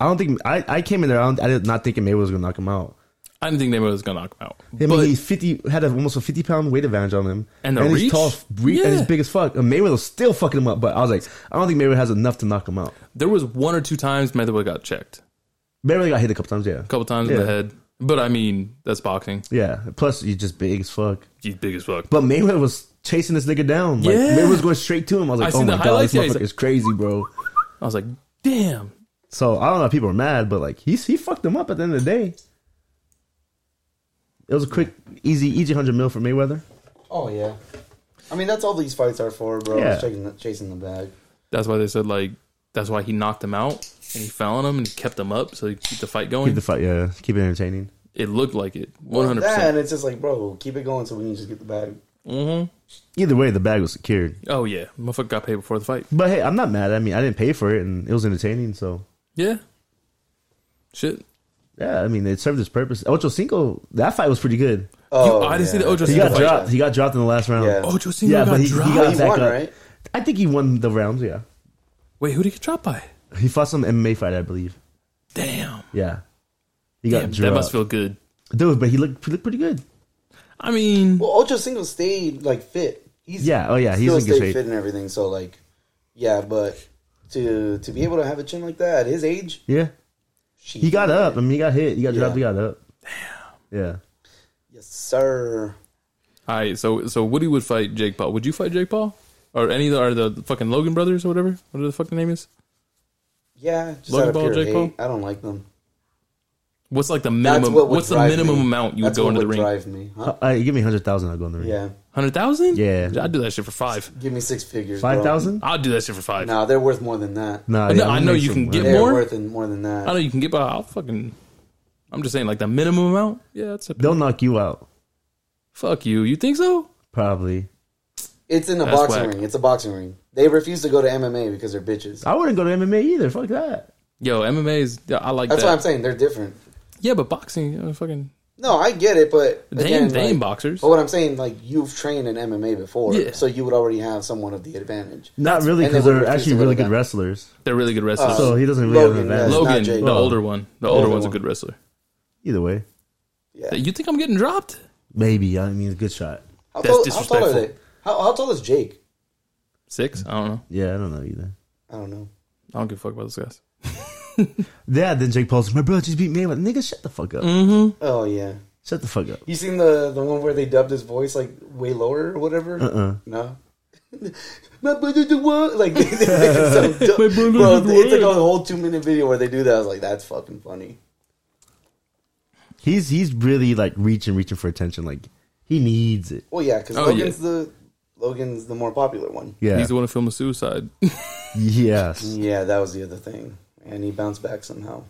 S2: I don't think. I, I came in there. I, don't, I did not thinking Mayweather was going to knock him out.
S4: I didn't think Mayweather was gonna knock him out.
S2: I mean,
S4: but
S2: he 50, had a, almost a 50 pound weight advantage on him.
S4: And the
S2: he's
S4: reach?
S2: tall. f- Re- And he's
S4: Yeah.
S2: big as fuck. And Mayweather was still fucking him up. But I was like, I don't think Mayweather has enough to knock him out.
S4: there was one or two times Mayweather got checked.
S2: Mayweather got hit a couple times, yeah.
S4: A couple times in
S2: Yeah.
S4: the head. But I mean, that's boxing.
S2: Yeah. Plus, he's just big as fuck.
S4: He's big as fuck.
S2: But Mayweather was chasing this nigga down. Like,
S4: Yeah.
S2: Mayweather was going straight to him. I was
S4: I
S2: like, oh
S4: seen
S2: my
S4: the
S2: god, this
S4: highlights. Yeah, he's
S2: motherfucker
S4: like-
S2: is crazy, bro.
S4: I was like, damn.
S2: So I don't know if people are mad, but like he he fucked him up at the end of the day. It was a quick, easy, easy hundred mil for Mayweather.
S3: Oh yeah. I mean, that's all these fights are for, bro.
S2: Yeah.
S3: It's Chasing, the, chasing the bag.
S4: That's why they said like that's why he knocked him out and he fell on him and he kept him up so he could keep the fight going.
S2: Keep the fight, yeah, keep it entertaining.
S4: it looked like it. One hundred
S3: That,
S4: percent.
S3: and it's just like, bro, keep it going so we can just get the bag.
S2: Either way, the bag was secured.
S4: Oh yeah. Motherfucker got paid before the fight.
S2: But hey, I'm not mad. I mean, I didn't pay for it, and it was entertaining. So
S4: Yeah. Shit.
S2: yeah, I mean, it served its purpose. Ocho Cinco, that fight was pretty good.
S3: Oh,
S4: I didn't see the
S3: yeah.
S4: Ojo
S2: He
S4: Cinco
S2: got
S4: fight.
S2: dropped. He got dropped in the last round.
S3: Yeah.
S4: Ojo Cinco
S2: Yeah,
S4: Oh, got
S2: but he- he
S4: dropped.
S2: got-
S3: He
S2: back
S3: won,
S2: up.
S3: right?
S2: I think he won the rounds. Yeah,
S4: Wait, who did he get dropped by?
S2: he fought some MMA fight, I believe.
S4: Damn.
S2: Yeah, he got
S4: Damn, that
S2: dropped.
S4: must feel good.
S2: Dude, but he looked, he looked pretty good.
S4: I mean,
S3: Well, Ocho Single stayed like fit. He's
S2: Yeah, oh, yeah, he's
S3: still
S2: in good
S3: stayed
S2: shape.
S3: fit and everything. So like, yeah, but to to be able to have a chin like that at his age,
S2: Yeah,
S3: she,
S2: he got up. I mean, he got hit. He got dropped. He
S3: Yeah.
S2: got up. Damn. Yeah.
S3: Yes, sir.
S4: all right. So, so Woody would fight Jake Paul. Would you fight Jake Paul? or any of the, or the fucking Logan brothers or whatever. What the fuck the name is?
S3: Yeah, just out
S4: Logan
S3: of
S4: Paul,
S3: pure
S4: Jake
S3: hate.
S4: Paul?
S3: I don't like them.
S4: What's like the
S3: That's
S4: minimum?
S3: what would
S4: what's the
S3: drive
S4: minimum
S3: me.
S4: amount you would
S3: That's
S4: go
S3: what
S4: into the
S3: would
S4: ring?
S3: Drive me, huh?
S2: Uh, give me hundred thousand. I'll go in the ring.
S3: Yeah,
S4: Hundred thousand?
S2: Yeah.
S4: I'd do that shit for five.
S3: give me six figures. bro.
S2: Five thousand?
S4: I'd do that shit for five.
S3: No, they're worth more than that.
S2: Nah,
S4: No,
S2: yeah,
S4: I
S2: we'll
S4: know
S2: make
S4: you
S2: some
S4: can get
S2: money.
S3: they're
S4: more?
S3: worth in- more than that.
S4: I know you can get by. I'll fucking. I'm just saying, like the minimum amount. Yeah, that's a
S2: They'll knock you out,
S4: fuck you. You think so?
S2: probably.
S3: It's in a
S4: That's
S3: boxing
S4: whack.
S3: ring. It's a boxing ring. They refuse to go to MMA because they're bitches.
S2: I wouldn't go to MMA either. Fuck that.
S4: Yo, MMA is. Yeah, I like
S3: That's
S4: that.
S3: what I'm saying. They're different.
S4: Yeah, but boxing, uh, fucking.
S3: No, I get it, but
S4: They
S3: again,
S4: ain't, they ain't
S3: like-
S4: boxers.
S3: But what I'm saying, like you've trained in MMA before,
S4: Yeah.
S3: so you would already have somewhat of the advantage.
S2: Not really,
S3: and they
S2: because
S3: wouldn't
S2: they're
S3: refuse
S2: actually
S3: to go
S2: really
S3: to
S2: good
S3: that.
S2: wrestlers.
S4: They're really good wrestlers.
S3: Uh,
S2: so he doesn't really have an
S3: Logan,
S2: advantage.
S3: yes.
S4: Logan,
S3: Jake.
S4: the
S3: Well,
S4: older one, the
S3: older
S4: older one's a
S3: one.
S4: good wrestler.
S2: Either way,
S3: Yeah.
S4: You think I'm getting dropped?
S2: maybe. I mean, good shot.
S3: How,
S4: That's
S3: tall, how tall are they?
S4: disrespectful.
S3: How, how tall is Jake?
S4: Six? I don't know.
S2: Yeah, I don't know either.
S3: I don't know.
S4: I don't give a fuck about those guys.
S2: Yeah, then Jake Paul's my brother just beat Mayweather. Nigga, shut the fuck
S4: Mm.
S2: up.
S3: Oh yeah.
S2: Shut the fuck up.
S3: You seen the the one where they dubbed his voice like way lower or whatever?
S2: Uh-uh.
S3: No. (laughs) My brother the one like (laughs) they, they make it so dumb.
S4: (laughs) My brother
S3: Bro,
S4: the
S3: it's like a
S4: one.
S3: whole two minute video where they do that. I was like, that's fucking funny.
S2: He's he's really like reaching, reaching for attention. Like he needs it.
S3: Well, yeah, because
S4: Oh, yeah.
S3: Logan's the Logan's the more popular one.
S2: Yeah,
S4: He's the one who filmed the suicide. (laughs) Oh,
S2: yes.
S3: Yeah, that was the other thing, and he bounced back somehow.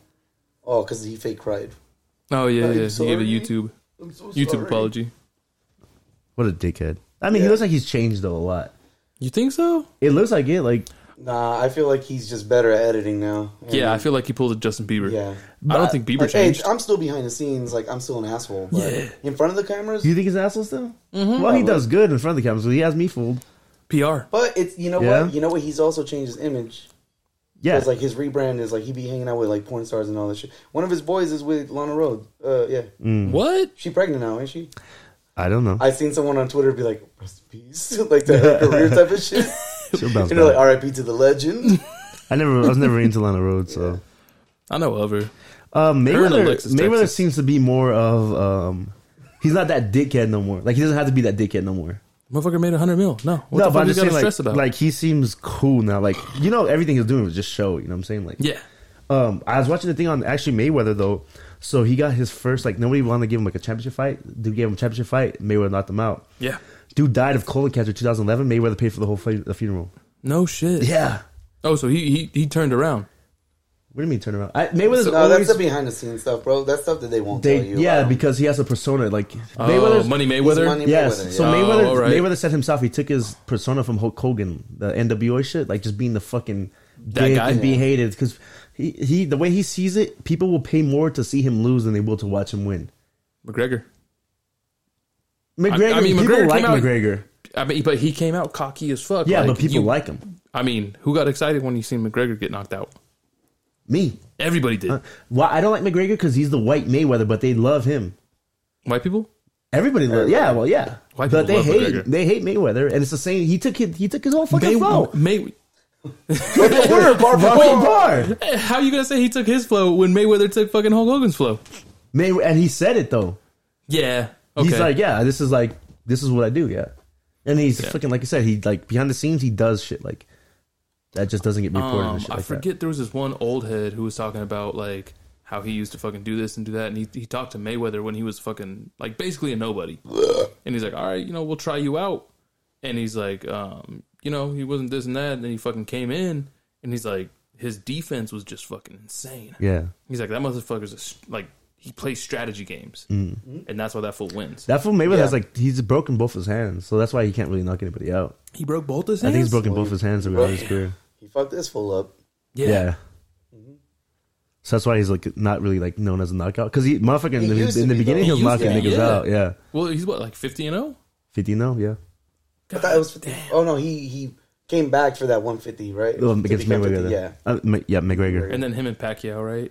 S3: Oh, because he fake cried.
S4: oh yeah,
S3: I'm
S4: yeah. He gave a
S3: sorry.
S4: YouTube
S3: I'm so
S4: YouTube
S3: sorry.
S4: apology.
S2: What a dickhead. I mean, he
S3: Yeah.
S2: looks like he's changed though a lot.
S4: You think so?
S2: It looks like it. Like
S3: Nah, I feel like he's just better at editing now. And,
S4: Yeah, I feel like he pulled a Justin Bieber.
S3: yeah.
S4: I don't think Bieber
S3: Like, hey,
S4: changed.
S3: I'm still behind the scenes. Like I'm still an asshole. But
S4: Yeah.
S3: In front of the cameras,
S2: Do you think he's an asshole still? Well, he does good in front of the camera, so he has me fooled.
S4: PR.
S3: But it's you know
S2: Yeah.
S3: what you know what he's also changed his image.
S2: Yeah,
S3: It's like his rebrand is like he be hanging out with like porn stars and all that shit. One of his boys is with Lana Rhodes. Uh, yeah,
S4: What?
S3: she pregnant now, ain't she?
S2: I don't know.
S3: I seen someone on Twitter be like rest in peace, (laughs) like to her career type of shit.
S2: She'll bounce
S3: You know, like
S2: back.
S3: R.I.P. to the legend.
S2: I never, I was never into Lana Rhodes, so
S4: I know of her.
S2: um,
S4: Her and
S2: Mayweather,
S4: Alexis
S2: Mayweather
S4: Texas.
S2: seems to be more of um, he's not that dickhead no more. Like he doesn't have to be that dickhead no more.
S4: Motherfucker made a hundred mil. No. What
S2: no,
S4: the
S2: but
S4: fuck
S2: I'm
S4: you
S2: just
S4: gotta
S2: saying, like,
S4: stress about?
S2: like he seems cool now. Like you know, everything he's doing was just show. You know what I'm saying? Like,
S4: yeah.
S2: Um, I was watching the thing on actually Mayweather though. So he got his first like nobody wanted to give him like a championship fight. Dude gave him a championship fight. Mayweather knocked him out.
S4: Yeah.
S2: Dude died of colon cancer 2011. Mayweather paid for the whole fu- the funeral.
S4: No shit.
S2: Yeah.
S4: Oh, so he he, he turned around.
S2: What do you mean turn around? I, Mayweather's
S3: no,
S2: always
S3: that's the behind the scenes stuff, bro. That's stuff that they won't tell
S2: they,
S3: you.
S2: yeah
S3: about.
S2: because he has a persona like
S4: Oh,
S2: Mayweather's-
S4: Money
S3: He's
S4: Mayweather.
S3: Money
S2: Yes.
S3: Mayweather,
S2: so
S3: yeah.
S4: Oh,
S2: Mayweather
S4: all right.
S2: Mayweather said himself he took his persona from Hulk Hogan, the NWO shit, like just being the fucking
S4: That
S2: dick
S4: guy?
S2: and being hated because he, he the way he sees it, people will pay more to see him lose than they will to watch him win.
S4: McGregor.
S2: McGregor,
S4: I mean,
S2: people
S4: McGregor came
S2: like
S4: out-
S2: McGregor.
S4: I mean, but he came out cocky as fuck.
S2: Yeah,
S4: Like,
S2: but people
S4: you-
S2: like him.
S4: I mean, who got excited when you seen McGregor get knocked out?
S2: Me.
S4: Everybody did.
S2: Well, I don't like McGregor because he's the white Mayweather, but they love him.
S4: White people.
S2: Everybody loves. Yeah, well, yeah.
S4: White
S2: but
S4: people
S2: they
S4: love
S2: hate
S4: McGregor.
S2: they hate Mayweather, and it's the same. He took his, he took his whole fucking flow.
S4: (laughs)
S2: (laughs)
S4: May,
S3: Word, bar for
S2: Fucking
S3: bar.
S2: bar.
S4: Eh, how you gonna say he took his flow when Mayweather took fucking Hulk Hogan's flow?
S2: May and he said it though.
S4: Yeah. Okay.
S2: He's like, yeah, this is like this is what I do, yeah. And he's
S4: Yeah.
S2: fucking like I said, he like behind the scenes he does shit like that just doesn't get reported.
S4: Um,
S2: and shit
S4: I
S2: like that.
S4: forget there was this one old head who was talking about like how he used to fucking do this and do that, and he he talked to Mayweather when he was fucking like basically a nobody, and he's like, all right, you know, we'll try you out, and he's like, um, you know, he wasn't this and that, and then he fucking came in, and he's like, his defense was just fucking insane.
S2: Yeah,
S4: He's like, that motherfucker's a, s- like he plays strategy games, and that's why that fool wins.
S2: Mm. that fool Mayweather
S3: Yeah.
S2: has like he's broken both his hands, so that's why he can't really knock anybody out.
S4: he broke both his
S2: I
S4: hands.
S2: think he's broken both his hands throughout his career.
S3: He fucked this fool up.
S2: Yeah. So that's why he's like not really like known as a knockout because he motherfucking
S3: He
S2: in
S3: used
S2: the,
S3: to
S2: in the
S3: be, though.
S2: beginning he was
S4: He used to
S2: knocking
S4: be,
S2: niggas
S4: yeah.
S2: out. Yeah,
S4: Well, he's what like fifty and oh? zero.
S2: fifty no, yeah.
S3: I thought it was 50. Oh no, he he came back for that 150, right?
S2: Um,
S3: To
S2: against
S3: become 50,
S2: Mayweather.
S3: yeah.
S2: Uh, Ma- yeah, McGregor.
S4: And then him and Pacquiao, right?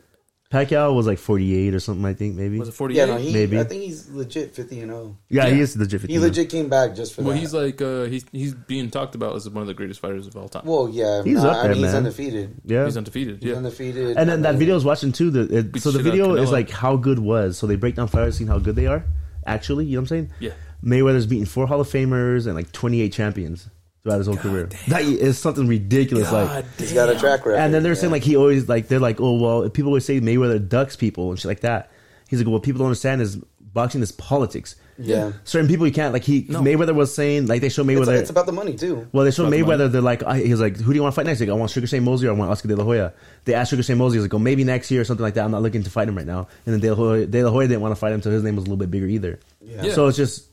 S2: Pacquiao was like forty eight or something, I think maybe.
S4: Was it forty eight?
S3: Yeah, no, he.
S2: Maybe.
S3: I think he's legit 50 and 0.
S2: yeah, oh. he
S4: yeah.
S2: is legit.
S3: He
S2: 50.
S3: legit came back just for
S4: Well,
S3: that.
S4: he's like uh, he's he's being talked about as one of the greatest fighters of all time.
S3: well, yeah,
S2: He's
S3: nah,
S2: up
S3: I
S2: there,
S3: mean, he's
S2: man.
S3: undefeated.
S2: Yeah,
S4: He's undefeated.
S3: He's
S4: yeah,
S3: undefeated.
S2: And then that
S3: I
S2: video I was watching too. The, it,
S4: Beat
S2: so the
S4: shit out of
S2: video is
S4: Canelo.
S2: like how good was. So they break down fighters, seeing how good they are. Actually, you know what I'm saying?
S4: Yeah.
S2: Mayweather's beaten four Hall of Famers and like 28 champions. throughout his whole career. That is something ridiculous. like,
S4: God
S3: He's
S4: damn.
S3: got a track record.
S2: and then they're
S3: yeah.
S2: saying like he always like they're like oh well people always say Mayweather ducks people and shit like that. He's like well people don't understand is boxing is politics.
S3: Yeah.
S2: Certain people you can't like he
S4: No.
S2: Mayweather was saying like they show
S3: It's,
S2: Mayweather
S3: it's about the money too.
S2: well, they showed
S4: About the
S2: Mayweather.
S4: money.
S2: They're like, I, he's like, who do you want to fight next? He's Like, I want Sugar Shane Mosley or I want Oscar De La Hoya. They asked Sugar Shane Mosley, he's like, oh, maybe next year or something like that. I'm not looking to fight him right now. And then De La Hoya, De La Hoya didn't want to fight him, so his name was a little bit bigger either.
S3: Yeah.
S4: Yeah.
S2: So it's just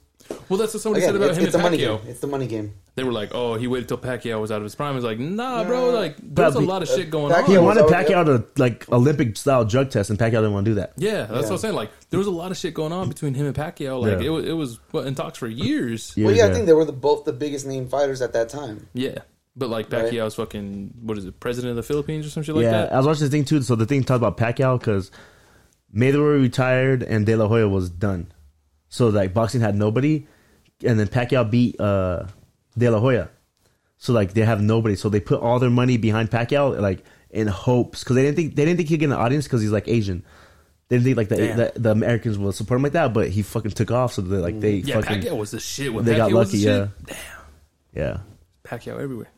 S4: Well, that's what somebody
S3: Again,
S4: said about
S3: it's,
S4: him
S3: it's a
S4: and
S3: money
S4: Pacquiao.
S3: game. It's the money game.
S4: They were like, "Oh, he waited till Pacquiao was out of his prime." He's like, "Nah, bro. Like, there's a
S2: But-
S4: lot of shit going
S3: Pacquiao-
S2: he
S4: on."
S3: was
S2: wanted
S3: already
S2: Pacquiao to like Olympic style drug test, and Pacquiao didn't want to do that.
S4: Yeah, that's what I'm saying. Like, there was a lot of shit going on between him and Pacquiao. Like,
S2: Yeah.
S4: it was it was what, in talks for years.
S2: Yeah,
S3: Well, yeah, I think they were the, both the biggest name fighters at that time.
S4: Yeah. But like
S3: Right.
S4: Pacquiao's fucking what is it, president of the Philippines or some shit like
S2: yeah,
S4: that?
S2: I was watching this thing too. So the thing talked about Pacquiao because Mayweather retired and De La Hoya was done. So like boxing had nobody, and then Pacquiao beat uh, De La Hoya. So like they have nobody. So they put all their money behind Pacquiao, like in hopes because they didn't think they didn't think he'd get an audience because he's like Asian. They didn't think like the, the the Americans will support him like that, but he fucking took off. So they like they
S4: Yeah,
S2: fucking
S4: Pacquiao was the shit when
S2: they
S4: Pacquiao
S2: got
S4: was the
S2: lucky,
S4: shit.
S2: yeah,
S4: Pacquiao everywhere.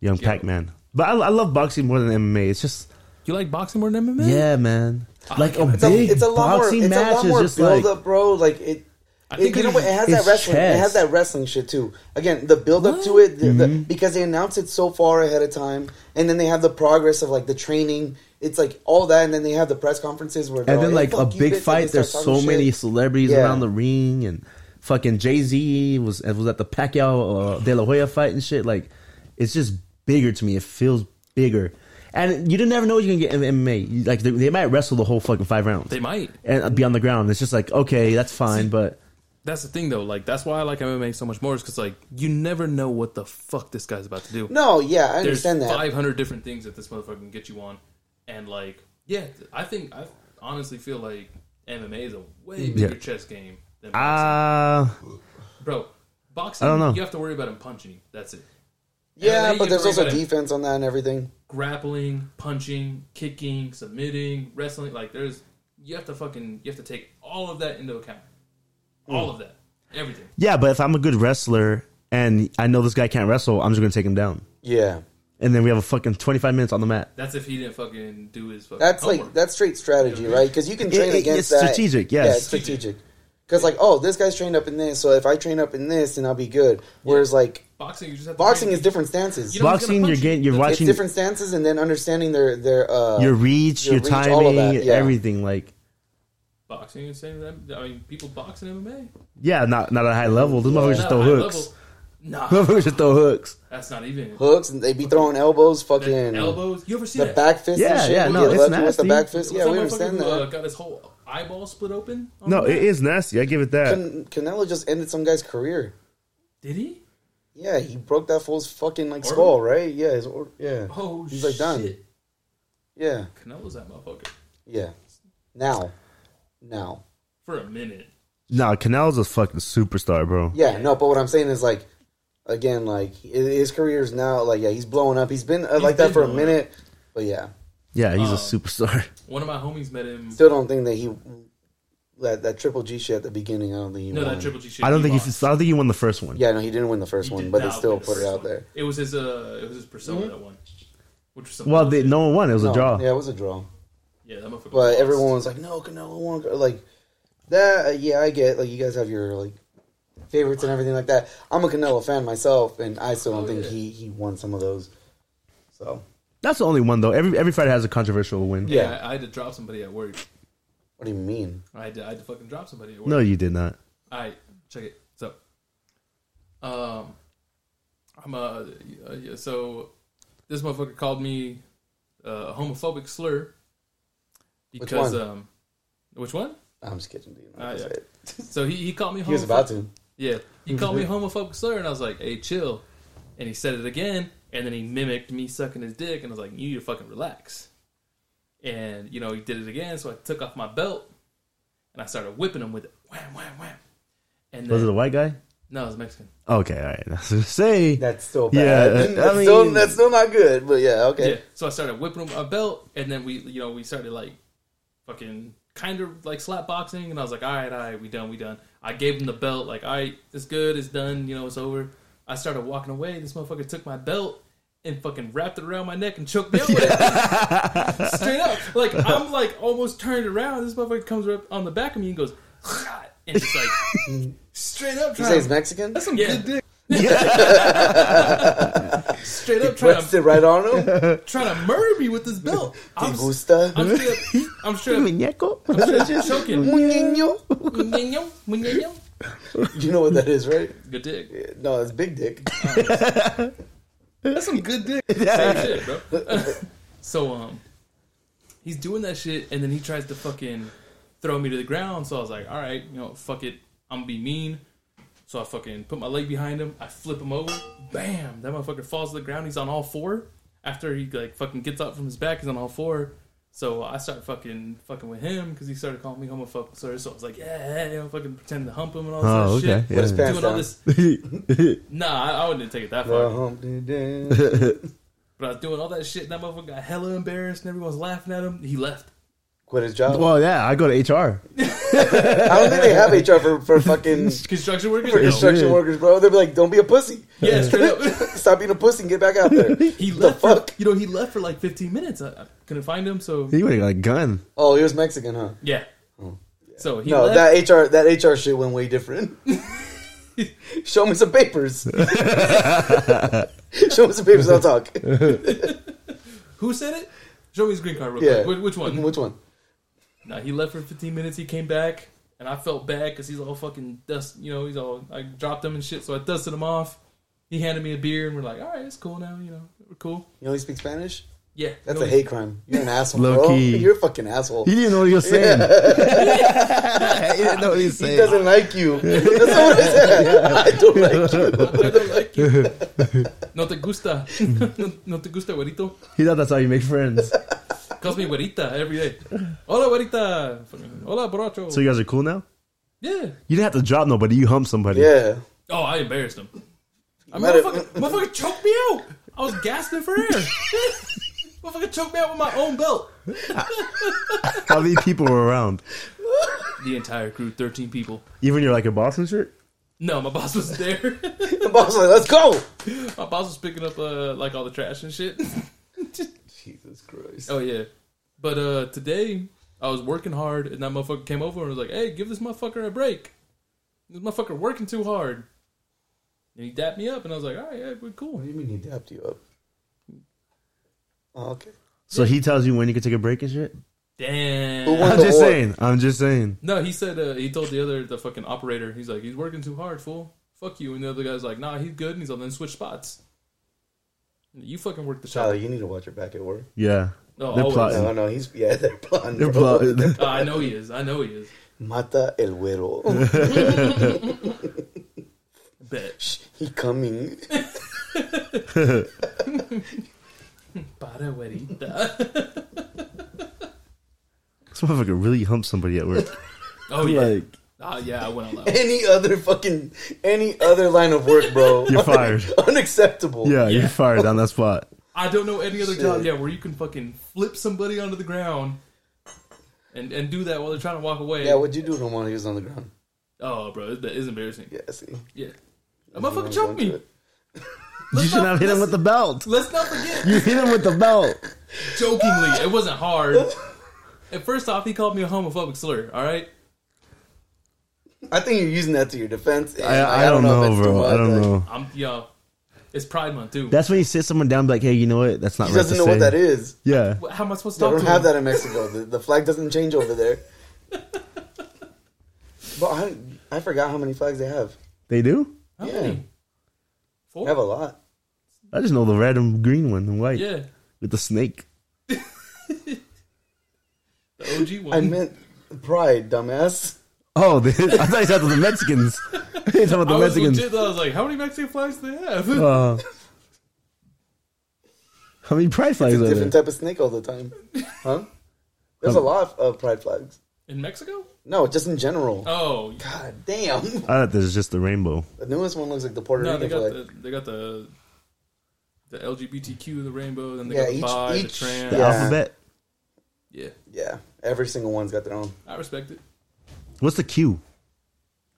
S2: young Pac Man. But I, I love boxing more than MMA. It's just
S4: You like boxing more than MMA?
S2: Yeah, man. Like a
S3: It's a,
S2: big
S3: it's a lot more.
S2: boxing
S3: It's a
S2: match
S3: lot more
S2: is just like
S3: build up, bro. Like it.
S4: I
S3: it
S4: think
S3: you know
S4: it-
S3: what? It has that
S2: it's
S3: wrestling. It has
S2: chess. Mm-hmm.
S3: that wrestling shit too. Again, the build up to it the, the, because they announce it so far ahead of time, and then they have the progress of like the training. It's like all that, and then they have the press conferences where. they're
S2: and then
S3: "Hey,
S2: like a
S3: fuck you, bitch,"
S2: big
S3: and they
S2: fight.
S3: start
S2: There's
S3: talking
S2: so
S3: shit.
S2: many celebrities
S3: Yeah.
S2: around the ring, and fucking Jay Z was was at the Pacquiao uh, De La Hoya fight and shit. Like, it's just bigger to me. It feels bigger, and you didn't never know what you can get in MMA. You- Like they, they might wrestle the whole fucking five rounds.
S4: They might.
S2: and be on the ground. It's just like okay, that's fine, but
S4: That's the thing though. Like that's why I like MMA so much more is cuz like you never know what the fuck this guy's about to do.
S3: No, yeah, I
S4: There's
S3: understand that.
S4: 500 different things that this motherfucker can get you on and like yeah, I think I honestly feel like MMA is a way bigger chess game than
S2: ah,
S4: boxing. Bro, boxing
S2: I don't know.
S4: you have to worry about him punching. you. That's it.
S3: yeah,
S4: MMA, you
S3: but there's
S4: worry
S3: also
S4: about it.
S3: defense on that and everything.
S4: grappling, punching, kicking, submitting, wrestling. Like there's you have to fucking you have to take all of that into account.
S3: Hmm.
S4: All of that. Everything.
S2: yeah. But if I'm a good wrestler and I know this guy can't wrestle, I'm just gonna take him down,
S3: Yeah,
S2: and then we have a fucking 25 minutes on the mat.
S4: That's if he didn't fucking do his fucking
S3: That's
S4: homework.
S3: like that's straight strategy, right? Because you can train
S2: it- it's
S3: against that.
S2: strategic, yes.
S3: Yeah, it's strategic. Because like, oh, this guy's trained up in this, so if I train up in this, then I'll be good. Whereas like
S4: boxing you just have to
S3: boxing
S4: train-
S3: is different stances.
S4: You know he's gonna
S2: Boxing,
S4: punch
S2: you're
S4: you.
S2: getting, you're
S4: That's-
S2: watching
S3: it's different stances, and then understanding their their uh,
S2: your reach, your,
S3: reach,
S2: timing,
S3: all of that, yeah.
S2: everything. Like,
S4: boxing and saying that I mean people box in MMA.
S2: yeah, not not at a high level. This motherfucker Oh, just
S4: Not
S2: throw
S4: high
S2: hooks.
S4: level.
S2: (laughs)
S4: Nah,
S2: Motherfucker just throw hooks.
S4: that's not even it.
S3: hooks, and they be throwing elbows, fucking
S4: elbows. You ever see
S3: the
S4: that?
S3: back fist.
S2: Yeah,
S3: and shit.
S2: yeah,
S3: You
S2: no,
S3: get
S2: it's
S3: left with the
S2: nasty.
S3: back fist.
S4: What's
S3: Yeah,
S4: that
S3: we
S4: motherfucker
S3: understand
S4: who, uh,
S3: that.
S4: got his whole eyeball split open. on
S2: No,
S4: the
S2: it
S4: mat?
S2: is nasty. I give it
S4: uh,
S2: that.
S3: Can, Canelo just ended some guy's career.
S4: Did he?
S3: Yeah, he broke that fool's fucking like
S4: Orbital?
S3: skull, right? Yeah, his or, yeah,
S4: Oh
S3: He's, like, done.
S4: shit!
S3: yeah,
S4: Canelo's that motherfucker
S3: yeah. Now, now.
S4: for a minute.
S2: Nah, Canelo's a fucking superstar, bro.
S3: Yeah, no, but what I'm saying is like, again, like hi- his career is now like yeah, he's blowing up. He's been uh, like
S4: been
S3: that for a
S4: blowing
S3: minute, but yeah,
S2: Yeah, he's a
S4: Um,
S2: superstar. (laughs)
S4: One of my homies met him.
S3: still don't think that he that that triple G shit at the beginning. I don't think he
S4: No,
S3: won.
S4: that Triple G shit.
S2: I don't think he.
S4: lost.
S2: I don't think he won the first one.
S3: Yeah, no, he didn't win the first
S4: He
S3: one,
S4: did
S3: but they
S4: not
S3: still
S4: win the
S3: put it
S4: first
S3: out
S4: one.
S3: there.
S4: It was his. Uh, it was his persona that won. Which was some
S2: Mm-hmm. Well, they,
S4: bullshit.
S2: no one won. It was
S3: No,
S2: a draw.
S3: Yeah, it was a draw.
S4: Yeah, that motherfucker.
S3: But
S4: lost.
S3: everyone was like, "No, Canelo won." Like that. uh, Yeah, I get. Like you guys have your like favorites and everything like that. I'm a Canelo fan myself, and I still don't think
S4: Oh, yeah.
S3: he he won some of those. So
S2: That's the only one though. Every every fighter has a controversial win.
S4: Yeah,
S3: yeah.
S4: I, I had to drop somebody at work.
S3: what do you mean?
S4: I had to, I had to fucking drop somebody at work.
S2: No, you did not.
S4: All right, check it. So, um, I'm uh, uh, yeah, so this motherfucker called me uh, a homophobic slur because
S3: one?
S4: um, which one?
S3: I'm just kidding. Dude.
S4: Ah,
S3: I'm just
S4: yeah.
S3: kidding.
S4: So he, he called me. Homophobic.
S3: He was about to.
S4: Yeah, he called me a homophobic slur, and I was like, "Hey, chill." And he said it again, and then he mimicked me sucking his dick, and I was like, "You need to fucking relax." And you know, he did it again, so I took off my belt and I started whipping him with it, wham, wham, wham. And then,
S2: Was it a white guy?
S4: no, it was Mexican.
S2: Okay, all right. (laughs) That's what I say.
S3: That's still
S2: Yeah,
S3: bad. Yeah, (laughs) that's,
S2: I mean-
S3: still, that's still not good. But yeah, okay.
S4: Yeah. So I started whipping him a belt, and then we, you know, we started like fucking kind of like slap boxing, and I was like, all right, all right, we done, we done. I gave him the belt, like, all right, it's good, it's done, you know, it's over. I started walking away. This motherfucker took my belt and fucking wrapped it around my neck and choked me out with it. (laughs) Straight up. Like, I'm like almost turned around. This motherfucker comes up on the back of me and goes, and it's like, straight up
S3: You
S4: trying
S3: say he's
S4: to.
S3: Mexican?
S4: That's some good dick. (laughs) straight up trying
S3: Pressed
S4: to,
S3: it
S2: (laughs)
S3: right on him.
S4: trying to murder me with this belt. I'm,
S3: Te gusta? (laughs)
S4: I'm straight up, I'm straight up
S2: (laughs) Muñeco.
S4: (laughs) choking.
S3: Muñeño?
S4: Muñeño, muñeño.
S3: You know what that is, right?
S4: Good dick.
S3: No, it's big
S4: (laughs)
S3: dick.
S4: That's some good dick. (laughs) Same shit, bro. so um, he's doing that shit, and then he tries to fucking throw me to the ground. So I was like, all right, you know, fuck it, I'm gonna be mean. So I fucking put my leg behind him. I flip him over. Bam! That motherfucker falls to the ground. He's on all four. After he like fucking gets up from his back, he's on all four. So I start fucking fucking with him because he started calling me homophobic slurs. So I was like, yeah, yeah, yeah, fucking pretend to hump him and all this
S2: Oh,
S4: other
S2: okay.
S4: shit.
S2: Yeah.
S3: his pants
S4: Doing all
S3: down.
S4: this. Nah, I, I wouldn't take it that far.
S3: Uh, Humpty Dance.
S2: (laughs)
S4: But I was doing all that shit, and that motherfucker got hella embarrassed, and everyone's laughing at him. He left.
S3: Quit his job.
S2: (laughs) Well, yeah, I go to HR.
S3: I don't think they have HR for, for fucking
S4: Construction workers?
S3: for
S4: No.
S3: construction
S2: Yeah.
S3: workers, bro. They'd be like, don't be a pussy.
S4: Yeah, straight up.
S3: (laughs) Stop being a pussy and get back out
S2: (laughs)
S3: there.
S4: He
S3: the
S4: left. For,
S3: fuck?
S4: you know, he left for like 15 minutes. I, I couldn't find him, so
S2: He would have got a gun.
S3: Oh, he was Mexican, huh?
S4: yeah. So he
S3: Hmm. no,
S4: left.
S3: that HR that HR shit went way different.
S4: (laughs)
S3: Show me some
S2: (laughs)
S3: papers. (laughs) Show me some papers. I'll talk.
S4: Who said it? Show me his green card real
S3: Yeah.
S4: quick. Wh- Which one?
S3: Which one?
S4: Nah, he left for 15 minutes. He came back, and I felt bad because he's all fucking dust. You know, he's all I dropped him and shit. So I dusted him off. He handed me a beer, and we're like, all right, it's cool now. You know, we're cool.
S3: You only speak Spanish?
S4: Yeah,
S3: That's
S4: No,
S3: a hate crime. You're an asshole,
S2: Low
S3: bro.
S2: key.
S3: (laughs) You're a fucking asshole.
S2: He didn't know what he was saying. he didn't know what he was
S3: He
S2: saying.
S3: doesn't
S2: (laughs)
S3: like you. That's not what I said. I don't like you.
S4: I don't like you. no te gusta. (laughs) no, no te gusta, güerito.
S2: He thought that's how you make friends.
S4: Calls me güerita every day. Hola, güerita. Fucking, Hola, borracho.
S2: So you guys are cool now?
S4: yeah.
S2: You didn't have to drop nobody. You hump somebody.
S3: Yeah.
S4: Oh, I embarrassed him. I
S3: Might have-
S4: motherfucker, motherfucker choked me out. I was gasping for air. (laughs) motherfucker choked me out with my own belt.
S2: How many people were around?
S4: The entire crew, 13 people.
S2: Even you're like a Boston shirt?
S4: No, my boss was there. (laughs)
S3: The boss was like, let's go.
S4: my boss was picking up uh, like all the trash and shit.
S3: Jesus Christ.
S4: Oh yeah. But uh today I was working hard and that motherfucker came over and was like, Hey, give this motherfucker a break. This motherfucker working too hard. And he dapped me up and I was like, Alright, yeah, we're cool.
S3: What do you mean he dapped you up? Oh, okay.
S2: So he tells you when you can take a break and shit?
S3: Who
S4: Damn.
S3: won
S2: I'm
S3: the
S2: just
S3: war?
S2: saying. I'm just saying.
S4: No, he said uh, he told the other the fucking operator, he's like, He's working too hard, fool. Fuck you. And the other guy's like, nah, he's good and he's on then switch spots. You fucking work the
S3: Tyler, Oh,
S4: shop.
S3: you need to watch your back at
S2: (laughs)
S3: work. Oh,
S2: Yeah.
S4: No,
S2: They're
S4: Oh, always.
S2: plotting.
S3: No, no, he's yeah, (laughs) they're blonde.
S2: They're
S3: bro.
S2: blo- (laughs)
S4: Uh, I know he is. I know he is.
S3: (laughs) Mata el güero.
S4: Bet.
S3: he coming. (laughs)
S4: Para güerita.
S2: This motherfucker really hump somebody at work.
S4: Oh yeah.
S2: (laughs) Like,
S4: Ah yeah, I went out loud.
S3: Any other fucking any other line of
S2: (laughs)
S3: work, bro?
S2: You're fired.
S3: (laughs) Unacceptable.
S2: yeah,
S4: Yeah.
S2: you're fired on that spot.
S4: I don't know any other
S3: Shit.
S4: job, yeah, where you can fucking flip somebody onto the ground and and do that while they're trying to walk away.
S3: Yeah, what'd you do to him while he was on the ground?
S4: oh, bro, that is embarrassing. Yeah,
S3: Yeah, see.
S4: a motherfucker choked me.
S2: You should have hit him with the belt.
S4: Let's not forget,
S2: You hit him with the belt.
S4: jokingly, it wasn't hard.
S3: (laughs)
S4: And first off, he called me a homophobic slur. All right,
S3: I think you're using that to your defense. and
S2: I, I, don't,
S3: if
S2: know,
S3: it's too
S2: bro.
S3: much,
S2: I don't
S3: like,
S2: know.
S4: I'm yo. It's Pride Month, dude.
S2: That's when you sit someone down, and be like, hey, you know what? That's not
S3: He
S2: right.
S3: doesn't
S2: to
S3: know
S2: say.
S3: what that is.
S2: Yeah.
S4: Wh- How am I supposed to
S3: They
S4: talk
S3: don't
S4: to
S3: have
S4: him?
S3: that in Mexico. The, the flag doesn't change over
S4: (laughs)
S3: there. But I, I forgot how many flags they have.
S2: They do?
S4: How
S3: Yeah.
S4: many?
S3: They
S4: Four?
S3: have a lot.
S2: I just know the red and green one and white
S4: yeah,
S2: with the snake.
S4: the OG
S3: (laughs)
S4: one.
S3: I meant pride, dumbass.
S2: Oh, (laughs) the, I thought you talked about the Mexicans. (laughs) you talking about
S4: I
S2: the
S4: was
S2: Mexicans.
S4: legit. though, I was like, how many Mexican flags do they have?
S2: Uh, how many pride flags
S3: It's a
S2: are there?
S3: different type of snake all the
S4: (laughs)
S3: time. Huh? There's
S2: Um,
S3: a lot of pride flags.
S4: In Mexico?
S3: No, just in general.
S4: Oh,
S3: God damn. (laughs)
S2: I thought there's just the rainbow.
S3: The newest one looks like the Puerto
S4: No, they
S3: Rican
S4: got
S3: flag.
S4: the they got the the LGBTQ, the rainbow, then they
S3: Yeah,
S4: got the
S3: each-
S4: bi, the
S3: each-
S4: trans.
S2: The
S3: Yeah.
S4: Yeah.
S2: alphabet.
S3: Yeah, every single one's got their own.
S4: I respect it.
S2: What's the Q?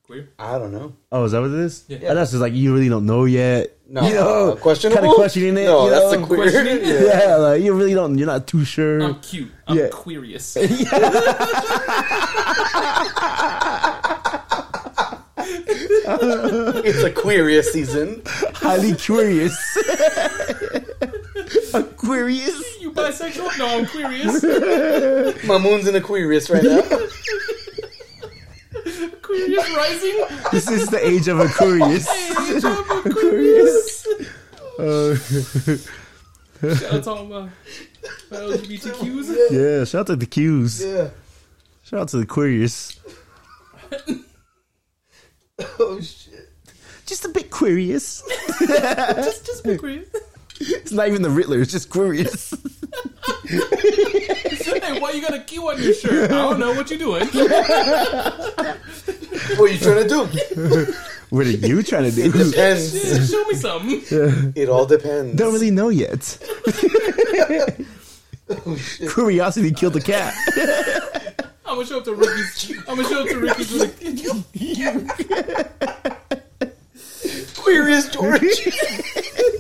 S4: Queer?
S3: I don't know.
S2: Oh, is that what it is? Oh, that's just like you really don't know yet.
S3: No, Uh,
S2: you know,
S3: questionable.
S2: Kind of questioning it.
S3: No,
S2: you
S3: that's
S2: know?
S3: the queer.
S4: Questioning it?
S2: (laughs)
S3: Yeah.
S2: Yeah, like you really don't. You're not too
S3: Mm.
S2: sure.
S4: I'm cute. I'm
S2: Yeah.
S4: curious.
S3: it's a queer season.
S2: (laughs) Highly
S4: (laughs)
S2: curious. A curious.
S4: (laughs) you bisexual? No, I'm curious.
S3: (laughs) My moon's in Aquarius right now.
S2: (laughs)
S4: Curious rising?
S2: (laughs) This is the age of a
S4: (laughs)
S2: curious.
S4: Age of
S2: Curious. Uh,
S4: That's all my my LGBTQs.
S2: yeah, shout out to the Qs.
S3: yeah.
S2: Shout out to the curious.
S3: Oh shit.
S2: Just a bit curious.
S4: Just, just be curious.
S2: It's not even the Riddler. It's just curious.
S4: Hey, why you got a Q on your shirt? I don't know what you doing.
S3: What are you trying to (laughs) do?
S2: What are you trying to (laughs) do?
S3: Depends.
S4: Show me something.
S3: It all depends.
S2: Don't really know (laughs) yet. Oh, Curiosity killed the cat.
S4: I'm gonna show up to Ricky's. I'm gonna show up to Ricky's with a
S3: Aquarius
S2: (laughs)
S3: George.
S2: (laughs)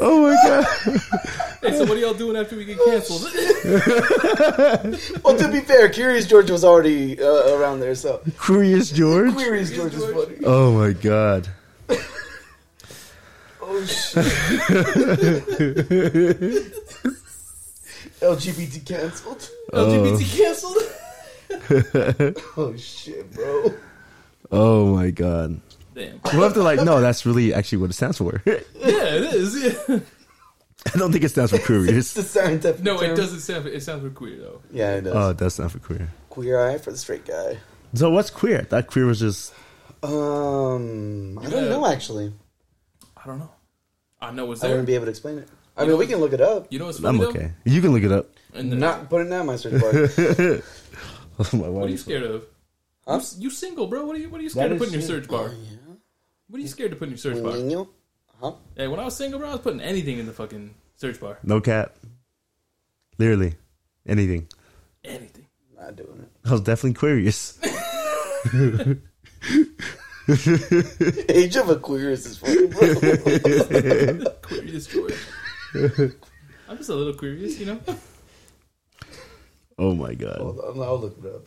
S2: Oh my god.
S4: Hey, so what are y'all doing after we get canceled?
S3: well, to be fair, Curious George was already uh, around there, so
S2: Curious George.
S3: Aquarius George is funny.
S2: Oh my god.
S3: Oh
S2: (laughs)
S3: shit. LGBT canceled.
S4: LGBT canceled?
S3: Oh shit, bro.
S2: Oh my god.
S4: Damn.
S2: We'll have to like no, that's really actually what it stands for. (laughs) I
S4: Yeah, it is. Yeah.
S2: don't think it stands for
S3: It's
S2: curious. (laughs)
S3: the scientific.
S4: No, it
S3: term.
S4: doesn't sound. It sounds for queer though.
S3: Yeah, it does.
S2: Oh, that's not for queer.
S3: Queer eye for the straight guy.
S2: So what's queer? That queer was just
S3: Um, I don't
S4: Yeah.
S3: know actually.
S4: I don't know. I know it's
S3: I
S4: there.
S3: wouldn't be able to explain it. I mean, we can look it up.
S4: you know what's funny
S2: I'm
S4: though?
S2: okay. You can look it up.
S4: And then-
S3: Not putting that in my search
S4: (laughs)
S3: bar.
S2: Oh my
S4: what are
S2: god.
S4: you scared of?
S3: Huh?
S4: You, s- you single, bro? What are you? What are you scared
S2: That
S4: to put in your
S2: is
S4: search bar? What are you scared to put in your search bar?
S3: Niño? Huh?
S4: Hey, when I was single, bro, I was putting anything in the fucking search bar.
S2: No cat. Literally. Anything.
S4: Anything.
S3: Not doing it.
S2: I was definitely curious.
S3: (laughs) Age of Aquarius is funny, bro.
S4: Curious George.
S2: (laughs)
S4: I'm just a little curious, you know.
S2: Oh my god.
S3: Hold on, I'll look it up.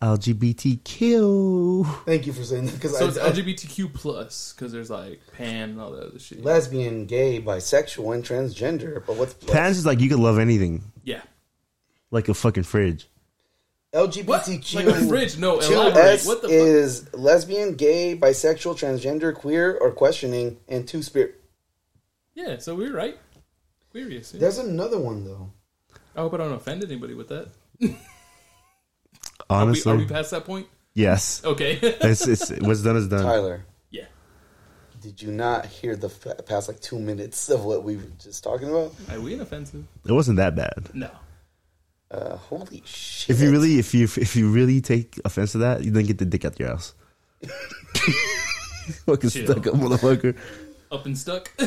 S2: LGBTQ.
S3: Thank you for saying that because
S4: So
S3: I,
S4: it's
S3: I-
S4: LGBTQ plus because there's like pan and all that other shit.
S3: lesbian, gay, bisexual, and transgender. But what's plus?
S2: Pans is like you could love anything,
S4: Yeah.
S2: like a fucking fridge.
S4: What?
S3: LGBTQ?
S4: Like a fridge? No, elaborate.
S3: 2S
S4: What the fuck?
S3: is lesbian, gay, bisexual, transgender, queer, or questioning, and two spirit.
S4: Yeah. So we we're right. Curious. Yeah.
S3: There's another one though.
S4: I hope I don't offend anybody with that. Are we,
S2: Honestly,
S4: are we past that point?
S2: yes.
S4: Okay. (laughs)
S2: It's, it's what's done is done.
S3: Tyler,
S4: yeah.
S3: did you not hear the fa- past like two minutes of what we were just talking about?
S4: Are we inoffensive?
S2: It wasn't that bad.
S4: No.
S3: Uh, holy shit!
S2: If you really, if you, if you really take offense to that, you then get the dick out your ass. (laughs) fucking
S4: Chill.
S2: stuck up, motherfucker.
S4: Up and stuck. (laughs)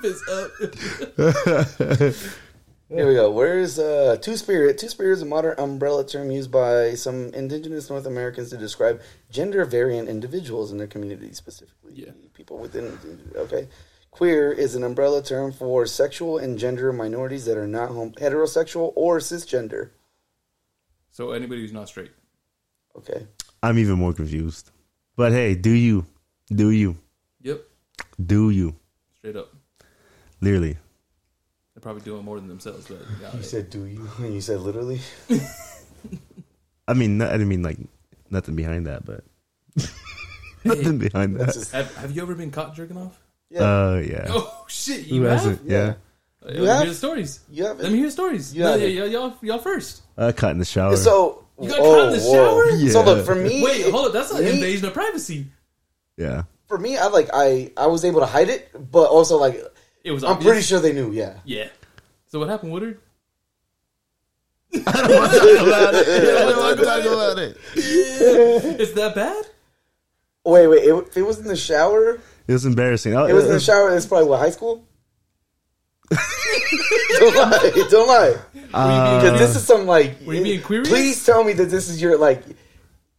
S4: Fist up.
S3: Here we go. Where's uh, Two Spirit? Two Spirit is a modern umbrella term used by some indigenous North Americans to describe gender variant individuals in their community, specifically
S4: Yeah.
S3: people within. Okay. Queer is an umbrella term for sexual and gender minorities that are not hom heterosexual or cisgender.
S4: So anybody who's not straight.
S3: Okay.
S2: I'm even more confused. But hey, do you, do you,
S4: Yep.
S2: do you?
S4: Straight up.
S2: Literally,
S4: They're probably doing more than themselves, but yeah,
S3: You said, do you? And you said, literally?
S2: I mean, not, I didn't mean like nothing behind that, but (laughs) nothing behind that.
S3: just-
S4: Have, have you ever been caught jerking off?
S3: Yeah.
S2: Uh, yeah.
S4: Oh shit,
S2: Who
S4: you have.
S2: hasn't? Yeah,
S4: Let
S3: You
S4: me
S3: have?
S4: hear the stories.
S3: You have
S4: Let me hear the stories.
S3: You
S4: no,
S3: have
S4: yeah,
S3: it.
S4: yeah, y'all, y'all first.
S2: uh, caught in the shower.
S3: So.
S4: You got caught in the shower?
S3: So
S2: oh, Yeah.
S3: look for me.
S4: Wait, hold up. That's like
S3: me-
S4: invasion of privacy.
S3: (laughs)
S2: yeah,
S3: For me, I like I I was able to hide it, but also like
S4: It was.
S3: I'm
S4: obvious.
S3: pretty sure they knew. Yeah.
S4: Yeah. So what happened, Woodard?
S2: talk about it.
S4: It's that bad?
S3: Wait, wait. It, if it was in the shower,
S2: It was embarrassing. I-
S3: it was in the shower. It's probably what high school. (laughs) don't
S2: Uh,
S3: lie, don't lie. Because this is some like.
S4: were you being queer?
S3: Please tell me that this is your like.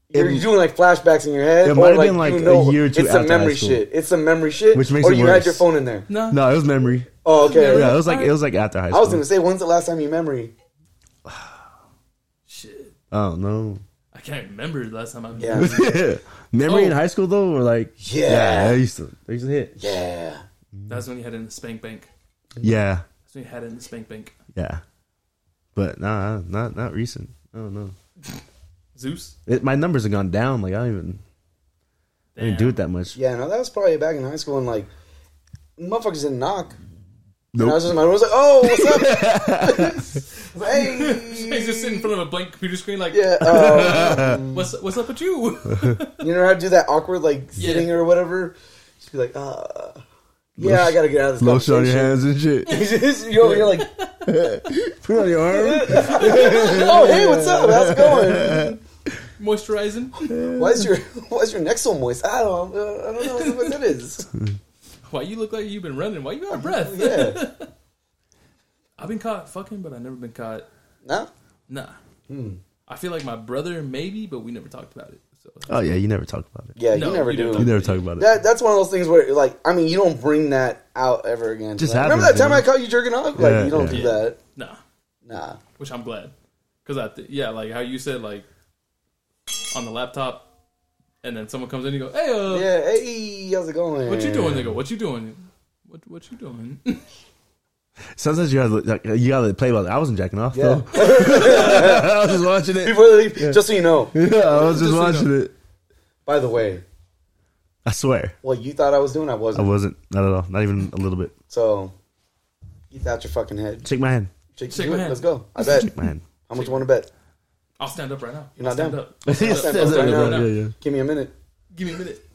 S3: You're
S2: It-
S3: doing like flashbacks in your head.
S2: It
S3: or,
S2: might have
S3: like,
S2: been, like,
S3: you know,
S2: a year or two
S3: It's a
S2: after high
S3: memory
S2: school.
S3: shit. It's a memory shit.
S2: Which makes
S3: or
S2: it
S3: you had
S2: worse.
S3: your phone in there.
S4: No,
S2: No, it was memory.
S3: Oh, okay.
S2: Yeah, it was like it was like after high school.
S3: I was gonna say, when's the last time you memory?
S4: shit.
S2: I don't know.
S4: I can't remember the last time I.
S3: (laughs) Yeah,
S2: memory in
S4: Oh.
S2: high school though, or like
S3: Yeah.
S2: I used to, I used to hit.
S3: yeah.
S4: That's when you had it in the spank bank.
S2: Yeah,
S4: That's when you had it in the spank bank.
S2: yeah, but nah, not not recent. I don't know.
S4: Zeus.
S2: It, my numbers have gone down. Like I don't even I didn't do it that much.
S3: Yeah, no, that was probably back in high school, and like, motherfuckers didn't knock. And I
S2: Nope.
S3: was just in my room, I was like, "Oh, what's up?"
S4: (laughs)
S3: hey,
S4: He's just sitting in front of a blank computer screen, like,
S2: (laughs)
S3: yeah. Uh,
S4: what's what's up with you? (laughs)
S3: you know how to do that awkward like
S4: Yeah.
S3: sitting or whatever? Just be like, "Uh, yeah, I gotta get out of this."
S2: Low shit on your
S3: conversation."
S2: hands and shit.
S3: (laughs) you're, over here like, (laughs)
S2: Put it on your arm.
S3: "Oh, hey, what's up? How's it going?
S4: Moisturizing.
S3: Why is your Why is your neck so moist? I don't, uh, I don't know what that
S4: (laughs)
S3: is."
S4: Why you look like you've been running? Why you out of breath?
S3: Uh-huh. Yeah,
S4: I've been caught fucking, but I've never been caught.
S3: no,
S4: Nah.
S3: Hmm.
S4: I feel like my brother maybe, but we never talked about it. So
S2: Oh yeah, you never talk about it.
S3: yeah,
S4: No,
S3: you never
S4: you
S3: do.
S4: don't.
S2: You never talk about it.
S3: That that's one of those things where like I mean you don't bring that out ever again.
S2: Just
S3: Like, remember that
S2: happens,
S3: time
S2: dude.
S3: I caught you jerking off? Like
S2: Yeah,
S3: you don't
S2: yeah.
S3: do that.
S4: nah.
S3: Nah.
S4: Which I'm glad, because I th- yeah, like how you said like on the laptop, and then someone comes in, you go, hey, uh,
S3: Yeah. Hey, how's it going?
S4: what you doing? They go, what you doing? What what you doing? (laughs)
S2: Sometimes you gotta like, you gotta play about it. I wasn't jacking off
S3: Yeah.
S2: though. (laughs) I was just watching it.
S3: (laughs) Before they leave, just so you know.
S2: Yeah, I
S3: (laughs)
S2: was just,
S4: Just so you
S2: watching
S4: know.
S2: it.
S3: By the way,
S2: I swear,
S3: what you thought I was doing, I
S2: I
S3: wasn't.
S2: wasn't. Not at all. Not even a little bit.
S3: so get out your fucking head.
S2: Shake my hand.
S3: Shake,
S4: Shake
S3: your
S4: my
S3: hand.
S4: hand.
S3: Let's go.
S2: (laughs)
S3: I bet.
S2: My
S3: (laughs)
S2: hand.
S3: How much you want to bet?
S4: I'll stand up right now.
S3: You're not
S4: I'll
S3: (laughs)
S4: stand
S3: down.
S4: up. I'll stand up. I'll
S3: up
S4: stand up
S3: right
S4: right now.
S2: Yeah, yeah.
S3: Give me a minute.
S4: Give me a minute.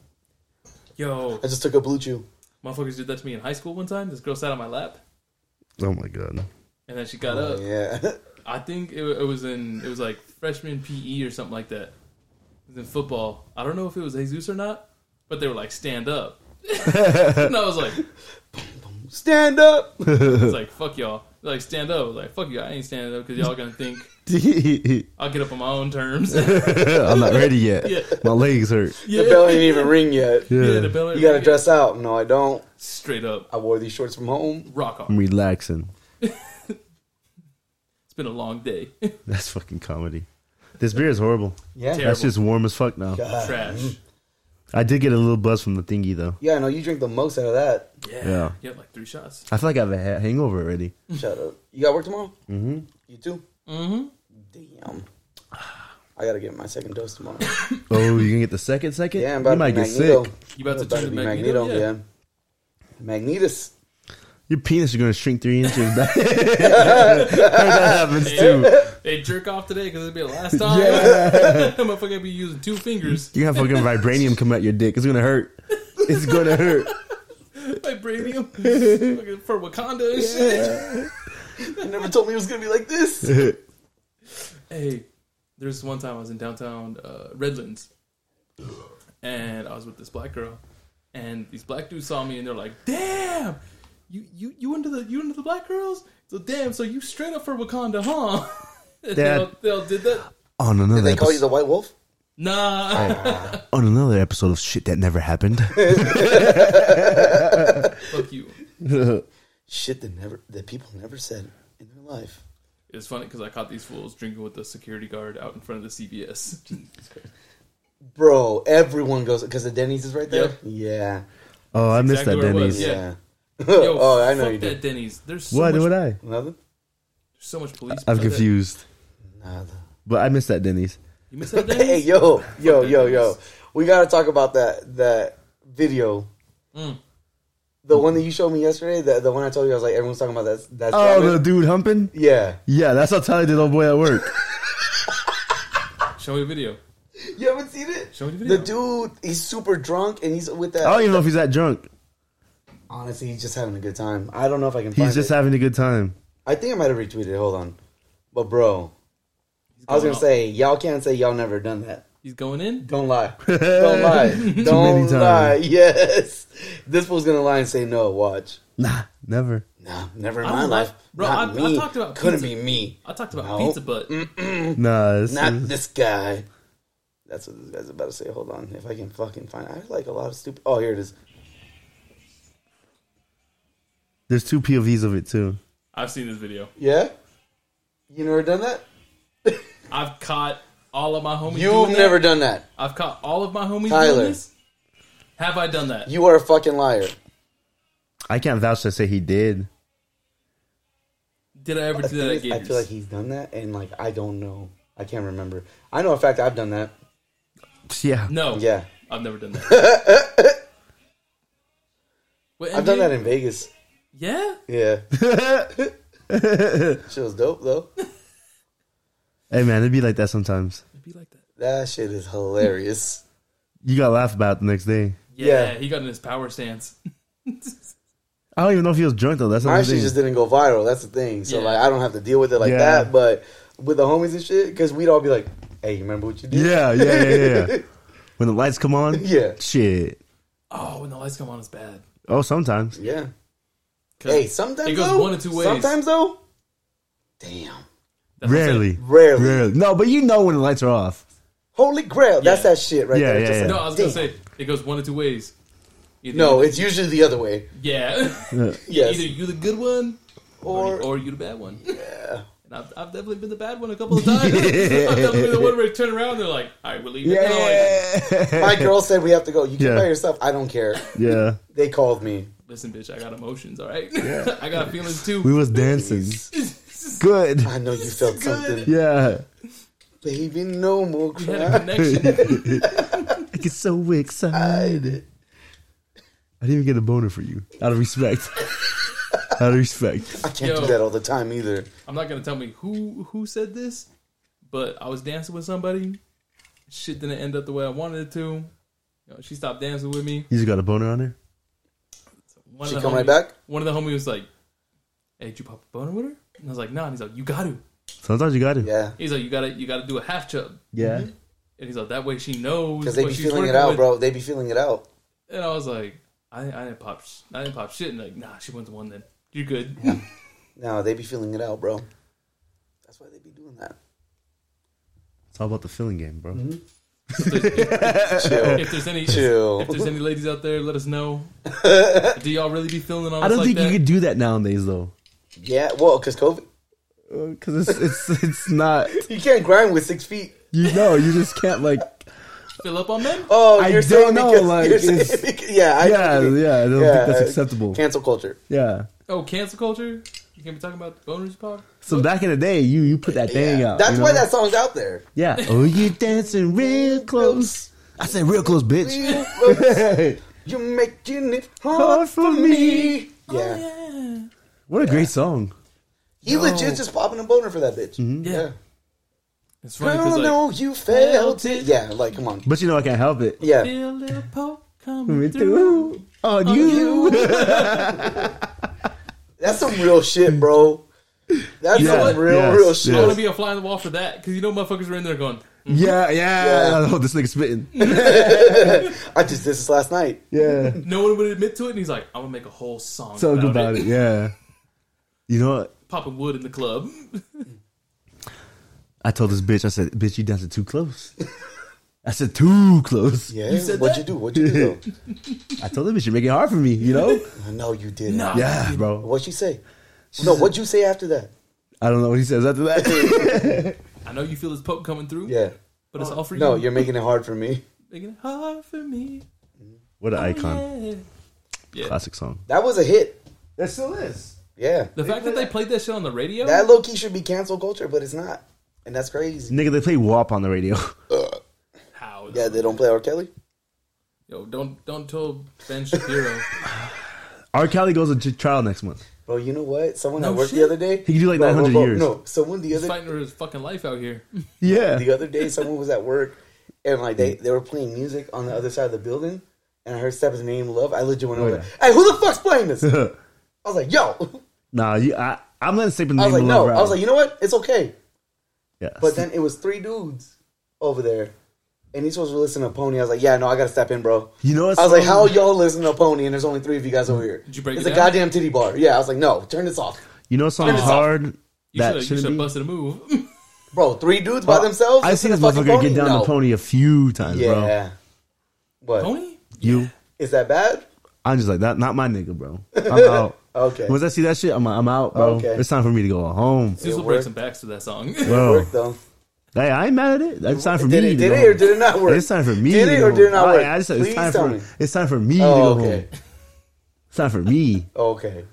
S4: Yo,
S3: I just took a blue chew.
S4: motherfuckers did that to me in high school one time. This girl sat on my lap,
S2: Oh my god.
S4: and then she got up.
S3: Oh, Yeah. (laughs)
S4: I think it, it was in it was like freshman PE or something like that. It was in football. I don't know if it was Jesus or not, but they were like stand up, (laughs) and I was like,
S3: Stand
S4: (laughs)
S3: up.
S4: it's like fuck y'all. They're like stand up. I was like fuck you. I ain't standing up because y'all gonna think
S3: (laughs)
S4: I'll get up on my own terms. (laughs) yeah,
S2: I'm not ready yet.
S4: Yeah.
S2: My legs hurt.
S3: The bell ain't even ring yet.
S2: Yeah.
S4: Yeah, the bell
S3: You gotta dress out. No, I don't.
S4: straight up.
S3: I wore these shorts from home.
S4: Rock
S2: I'm
S4: on.
S2: relaxing.
S4: It's been a long day. (laughs)
S2: That's fucking comedy. This beer is horrible.
S3: Yeah.
S4: Terrible.
S2: That's just warm as fuck now.
S3: God.
S4: Trash.
S2: I did get a little buzz from the thingy though.
S3: Yeah. No, you drink the most out of that.
S4: Yeah.
S2: Yeah.
S4: You had like three shots.
S2: I feel like I have a ha- hangover already.
S4: Mm.
S3: Shut up. You got work tomorrow? Mm-hmm. You too? Mm-hmm. Damn. I gotta get my second dose tomorrow.
S2: Oh, you gonna get the second second?
S3: Yeah, I'm
S2: you
S3: about
S2: might
S3: to be
S2: get
S3: Magneto.
S2: sick.
S4: You about
S3: I'm
S4: to
S3: about
S4: turn
S3: be
S4: to Magneto? Yeah. (laughs)
S3: Magnetus.
S2: Your penis is gonna shrink three inches. (laughs) I heard that happens too.
S4: They jerk off today because it'll be
S3: (laughs)
S4: the last time. (laughs) I'm gonna fucking be using two fingers.
S2: You have fucking vibranium come out your dick. It's gonna hurt. It's gonna hurt. (laughs)
S4: Vibranium
S3: (laughs)
S4: Fucking for Wakanda and shit.
S3: You never told me it was gonna be like this.
S4: Hey, there's one time I was in downtown uh, Redlands, and I was with this black girl, and these black dudes saw me, and they're like, "Damn, you you you into the you into the black girls? So damn, so you straight up for Wakanda, huh?" (laughs) And they
S2: Dad.
S4: all, they all did that.
S2: On another,
S3: Did they call you
S2: episode,
S3: the White Wolf?
S4: Nah,
S3: Oh.
S2: on another episode of shit that never
S4: (laughs)
S2: happened.
S4: fuck you.
S3: Shit that never that people never said in their life.
S4: It's funny because I caught these fools drinking with the security guard out in front of the CVS.
S3: Bro, everyone goes because the Denny's is right there.
S4: Yep.
S3: Yeah.
S2: Oh, I missed
S4: exactly
S2: that
S4: where it
S2: Denny's.
S4: was.
S3: Yeah.
S4: Yeah. Yo,
S3: (laughs) oh, I know
S4: fuck
S3: you
S4: that
S3: did.
S4: Denny's. There's so
S2: Why
S4: much,
S2: would I?
S3: Nothing?
S4: so much police.
S2: I'm
S4: out there.
S2: confused.
S3: Nothing.
S2: But I missed that Denny's.
S4: You missed that Denny's?
S3: (laughs) Hey, yo, yo,
S4: that
S3: yo,
S4: Denny's.
S3: yo. We gotta talk about that that video.
S4: Mm.
S3: The one that you showed me yesterday, the, the one I told you, I was like, everyone's talking about that. That's
S2: Oh, the dude humping?
S3: Yeah.
S2: Yeah, that's how Tyler did old boy at work.
S4: Show me the video.
S3: You haven't seen it?
S4: Show me the video.
S3: The dude, he's super drunk and he's with that.
S2: I don't even know if he's that drunk.
S3: Honestly, he's just having a good time. I don't know if I can find
S2: He's just
S3: it.
S2: having a good time.
S3: I think I might have retweeted it. Hold on. But, bro,
S4: He's
S3: I was going
S4: going
S3: to
S4: off.
S3: say, y'all can't say y'all never done that.
S4: he's going in.
S2: (laughs)
S3: Don't lie. Don't lie.
S2: many
S3: don't
S2: times.
S3: lie. Yes. This fool's going to lie and say, no, watch.
S2: Nah,
S4: (laughs)
S2: never.
S3: Nah, never in
S4: I
S3: my
S4: don't
S3: life.
S4: like- bro,
S3: Not
S4: I- I
S3: me.
S4: talked about
S3: Couldn't
S4: pizza.
S3: be me.
S4: I talked about
S3: No.
S4: pizza butt.
S2: Nah, it's,
S3: Not this guy. That's what this guy's about to say. Hold on, if I can fucking find. I like a lot of stupid. Oh, here it is.
S2: There's two POVs of it too.
S4: I've seen this video.
S3: Yeah, you never done that.
S4: I've caught all of my homies. doing
S3: You've
S4: that.
S3: never done that.
S4: I've caught all of my homies.
S3: Tyler.
S4: Doing this. Have I done that?
S3: You are a fucking liar.
S2: I can't vouch to say he did.
S4: Did I ever
S3: I
S4: do that at
S3: feel like- I
S4: Gators?
S3: feel like he's done that, and like I don't know. I can't remember. I know, in fact, I've done that.
S2: Yeah.
S4: no.
S3: Yeah,
S4: I've never done that.
S3: (laughs)
S4: Wait,
S3: I've done that in Vegas.
S4: Yeah.
S2: (laughs)
S3: Yeah, (laughs) shit was dope though.
S2: Hey man, it'd be like that sometimes.
S4: It'd be like that.
S3: That shit is hilarious.
S2: You got laughed about the next day.
S4: Yeah,
S3: Yeah.
S4: He got in his power stance. (laughs)
S2: I don't even know if he was drunk though. That's
S3: My
S2: another
S3: shit
S2: thing.
S3: just didn't go viral. That's the thing. So
S4: Yeah.
S3: like, I don't have to deal with it like
S2: Yeah.
S3: that. But with the homies and shit, because we'd all be like, "Hey, you remember what you did?"
S2: yeah, yeah, yeah,
S3: (laughs)
S2: yeah. when the lights come on.
S3: Yeah.
S2: Shit.
S4: Oh, when the lights come on, it's bad.
S2: Oh, sometimes.
S3: yeah.
S4: 'Cause
S3: Hey, sometimes
S4: it goes
S3: though,
S4: one of two ways.
S3: Sometimes though, damn,
S4: That's what I'm saying.
S2: Rarely.
S3: rarely.
S2: Rarely. No, but you know when the lights are off.
S3: Holy grail, that's
S4: Yeah.
S3: that shit right
S2: Yeah,
S3: there.
S2: yeah,
S3: Just
S2: yeah.
S3: like,
S4: No, I was gonna
S3: damn.
S4: say it goes one of two ways. Either
S3: No,
S4: you-
S3: it's usually the other way.
S4: yeah. (laughs)
S3: Yes.
S4: Either you the good one, or
S3: Or-
S4: or you the
S3: (laughs)
S4: bad one. Yeah. And I've, I've definitely been the bad one a couple of times. (laughs) I've definitely been the one where you turn around and they're like, "All right, we're leaving." And I'm
S3: (laughs)
S4: like,
S3: My girl said we have to go. You can
S2: Yeah.
S3: by yourself. I don't care.
S2: yeah.
S3: They called me.
S4: Listen, bitch, I got emotions. All right, (laughs) I got feelings too.
S2: We was
S3: (laughs)
S2: dancing. Good.
S3: I know you felt something,
S2: Yeah.
S3: baby. No more
S4: we had
S3: (laughs)
S4: a
S3: cry.
S4: connection.
S2: I get so excited. I didn't even get a boner for you. Out of
S3: (laughs)
S2: respect. Out of respect.
S3: I can't
S4: Yo.
S3: do that all the time either.
S4: I'm not gonna tell me who who said this, but I was dancing with somebody. Shit didn't end up the way I wanted it to. You know, she stopped dancing with me.
S2: You just got a boner on her?
S4: One
S3: She
S4: of the
S3: come right
S4: homies-
S3: back?
S4: One of the homies was like, "Hey, did you pop a boner with her?" And I was like, "Nah." And he's like, "You got to."
S2: Sometimes you got it.
S3: Yeah, Mm-hmm.
S4: He's like, "You gotta, you gotta do a half chub."
S2: Yeah.
S4: And he's like, "That way she knows."
S3: because they
S4: what
S3: be
S4: she's
S3: feeling it
S4: working
S3: out,
S4: with."
S3: bro. They be feeling it out.
S4: And I was like, "I, I didn't pop, sh- I didn't pop shit." And like, "Nah, she went to one. Then you're good."
S3: No, they be feeling it out, bro. That's why they be doing that.
S2: It's all about the feeling game, bro.
S3: Mm-hmm. Chill.
S4: if there's any,
S3: Chill.
S4: if there's any ladies out there, let us know. do y'all really be feeling on?
S2: I
S4: us
S2: don't
S4: like
S2: think
S4: that?
S2: you could do that nowadays, though.
S3: Yeah, well, because COVID,
S2: Because Uh, it's, it's, (laughs) it's not.
S3: you can't grind with six feet.
S2: You know, you just can't, like.
S4: fill up on them.
S3: Oh,
S2: I
S3: you're
S2: don't
S3: saying
S2: know,
S3: because,
S2: like,
S3: you're saying
S2: it's-
S3: because- yeah, I,
S2: Yeah, yeah, I don't think that's
S3: uh,
S2: acceptable.
S3: Cancel culture.
S2: Yeah.
S4: Oh, cancel culture. You can't be talking about boners, pop.
S2: So back in the day, you you put that thing
S3: Yeah.
S2: out.
S3: That's
S2: you
S3: why
S2: know?
S3: that song's out there.
S2: (laughs) Yeah. Oh, you dancing real close. I said real close, (laughs) bitch.
S3: You're making it hard for me.
S4: Oh,
S3: Yeah,
S2: What a great song.
S3: he legit just popping a boner for that bitch.
S4: Yeah, it's funny
S3: Girl,
S4: because like,
S3: no, you felt it. Yeah, like come on.
S2: But you know I can't help it.
S3: Yeah,
S4: feel a little poke coming
S2: (laughs) Me
S4: through.
S2: too. On you.
S3: that's some real shit, bro. That's
S2: Yeah,
S3: some real,
S2: yes,
S3: real shit.
S4: I want
S2: yes.
S4: to be a fly on the wall for that because you know motherfuckers are in there going,
S2: (laughs) Yeah, yeah.
S3: Yeah.
S2: (laughs) Oh, this nigga spitting.
S3: I just did this last night.
S2: Yeah.
S4: no one would admit to it, and he's like, I'm gonna make a whole song
S2: Talk
S4: about,
S2: about
S4: it.
S2: it. Yeah. You know what?
S4: Popping wood in the club.
S2: I told this bitch, I said, bitch, you dancing too close. (laughs) I said, too close.
S3: Yeah,
S4: said
S3: what'd
S4: that?
S3: you do? What'd you do?
S2: I told her, bitch, you're making it hard for me, you
S3: (laughs)
S2: know?
S3: though? no, you didn't.
S4: No.
S2: Yeah, bro.
S3: What'd you say? No, what'd you say after that?
S2: I don't know what he says after
S3: (laughs)
S2: that.
S4: I know you feel this poke coming through,
S3: Yeah.
S4: but it's all for
S3: No,
S4: you.
S3: you're making it hard for me.
S4: making it hard for me.
S2: what
S3: Oh,
S2: an
S3: Hmm.
S2: icon.
S4: Yeah. Yeah.
S2: Classic song.
S3: That was a hit.
S2: That still is.
S3: Yeah.
S4: The fact that they played that shit on the radio,
S3: That low key should be cancel culture, but it's not. And that's crazy.
S2: Nigga, they play WAP on the radio. (laughs)
S4: how?
S3: Yeah, they don't play R. Kelly.
S4: Yo, don't don't tell
S3: (laughs)
S4: Ben Shapiro.
S2: R. Kelly goes to j- trial next month.
S3: Bro, you know what? Someone
S4: No
S3: at work
S4: shit.
S3: the other day.
S2: He could do like
S3: Bro, bro,
S2: 900
S3: bro,
S2: years.
S3: No, someone the
S4: He's
S3: other
S4: fighting for his fucking life out here.
S2: Yeah.
S3: the other day, someone was at work and like
S2: Mm.
S3: they, they were playing music on the other side of the building. And I heard Step's name, Love. I legit went over
S2: Oh, yeah.
S3: there. Hey, who the fuck's
S2: (laughs)
S3: playing this? I was like, yo.
S2: nah, you, I, I'm not sleeping.
S3: I was like, no. I was like, you know what? It's okay.
S2: yeah.
S3: But then it was three dudes over there, and he's supposed to listen to Pony. I was like, yeah, no, I gotta step in, bro.
S2: You know what
S3: I was like, how
S2: song-
S3: y'all listen to Pony? And there's only three of you guys over here.
S4: Did you break
S3: it's
S4: it
S3: a
S4: down?
S3: goddamn titty bar. Yeah, I was like, no, turn this off.
S2: you know, what song is
S3: Turn this off.
S2: hard
S4: You
S2: that
S4: should have
S2: shouldn't be.
S4: busted a move. (laughs)
S3: Bro, three dudes by themselves?
S2: I've
S3: Just
S2: seen
S3: in a
S2: this
S3: fucking
S2: motherfucker
S3: pony?
S2: get down
S3: No.
S2: the pony a few times, bro.
S3: Yeah. What?
S4: Pony?
S2: You,
S3: Is that bad?
S2: I'm just like that. Not my nigga,
S3: (laughs)
S2: bro. I'm out.
S3: Okay.
S2: Once I see that shit, I'm, I'm out, bro.
S3: Okay.
S2: It's time for me to go home,
S4: Cecil
S3: worked.
S4: breaks some backs to that song. (laughs)
S2: bro.
S3: Worked though.
S2: Hey, I ain't mad at it. It's time for
S3: Did
S2: me.
S3: it?
S2: to
S3: Did
S2: go
S3: it or
S2: home.
S3: did it not work?
S2: It's time for me.
S3: Did
S2: to
S3: it
S2: go
S3: or did it not
S2: home.
S3: work?
S2: I, I just,
S3: Please
S2: it's time
S3: tell
S2: for
S3: me.
S2: it's time for me to
S3: Oh,
S2: go
S3: okay. Oh,
S2: home. It's time for
S3: (laughs)
S2: me.
S3: Okay.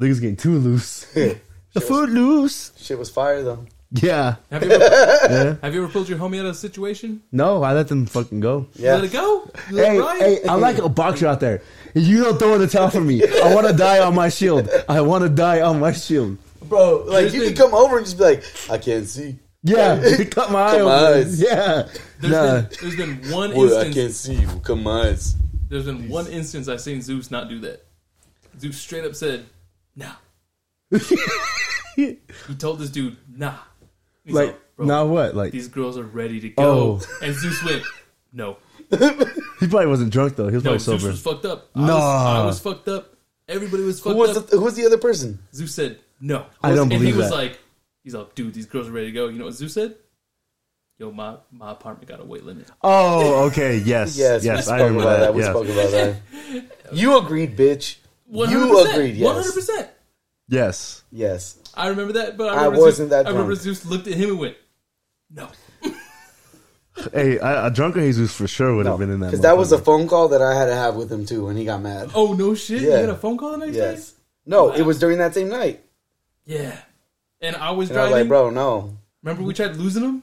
S2: Niggas getting too
S3: (laughs)
S2: loose. the food loose.
S3: Shit was fire though.
S2: Yeah.
S4: Have you, ever,
S2: Yeah.
S4: have you ever pulled your homie out of a situation?
S2: No, I let them fucking go.
S3: Yeah.
S4: Let it go. You let
S2: Hey,
S4: it ride.
S2: hey, I'm like a boxer out there. You don't throw in the towel for me.
S3: (laughs)
S2: I want to die on my shield. I want to die on my shield.
S3: Bro, like
S4: Here's
S3: you
S4: the-
S3: can come over and just be like, I can't see. (laughs)
S2: Yeah, (laughs) cut my eye
S3: Cut my
S2: open.
S3: eyes.
S2: Yeah,
S4: There's
S2: nah.
S4: been, there's been one
S3: Well, I
S4: instance.
S3: can't see you. Come on. It's-
S4: There's been one instance I've seen Zeus not do that. Zeus straight up said,
S2: (laughs)
S4: "Nah." he told this dude, "Nah." He's
S2: like
S4: "Bro,
S2: now what? Like
S4: these girls are ready to
S2: Oh.
S4: go. And Zeus went,
S3: (laughs)
S4: "No,
S2: he probably wasn't drunk though. He was
S4: no."
S2: probably
S4: Zeus
S2: sober.
S4: was fucked up. I
S2: Nah.
S4: was, I was fucked up. Everybody was fucked
S3: Who was
S4: up.
S3: the, who was the other person?
S4: Zeus said, "No."
S2: I don't
S4: And he
S2: believe
S4: was
S2: that.
S4: like, "He's like, dude, these girls are ready to go." You know what Zeus said? Yo, my my apartment got a weight limit.
S2: Oh, okay. (laughs) Yes, yes,
S3: Yes, we
S2: I
S3: spoke
S2: remember
S3: about that.
S2: that.
S3: We
S2: yeah.
S3: spoke about that.
S2: (laughs)
S3: You agreed, bitch.
S4: 100%,
S3: You agreed, yes.
S4: 100%.
S2: Yes.
S3: Yes.
S4: I remember that, but I,
S3: I
S4: remember
S3: wasn't
S4: Zeus,
S3: that
S4: I remember
S3: drunk.
S4: Zeus looked at him and went, "No."
S2: Hey, a, a drunken Jesus for sure would have been in that.
S3: Because that was a
S2: motherfucker.
S3: phone call that I had to have with him too when he got mad.
S4: Oh no, shit! You
S3: Yeah.
S4: had a phone call the next
S3: Yes.
S4: day.
S3: No, it was during that same night.
S4: Yeah, and I was
S3: And I was
S4: driving.
S3: like, bro, no.
S4: Remember we tried losing him?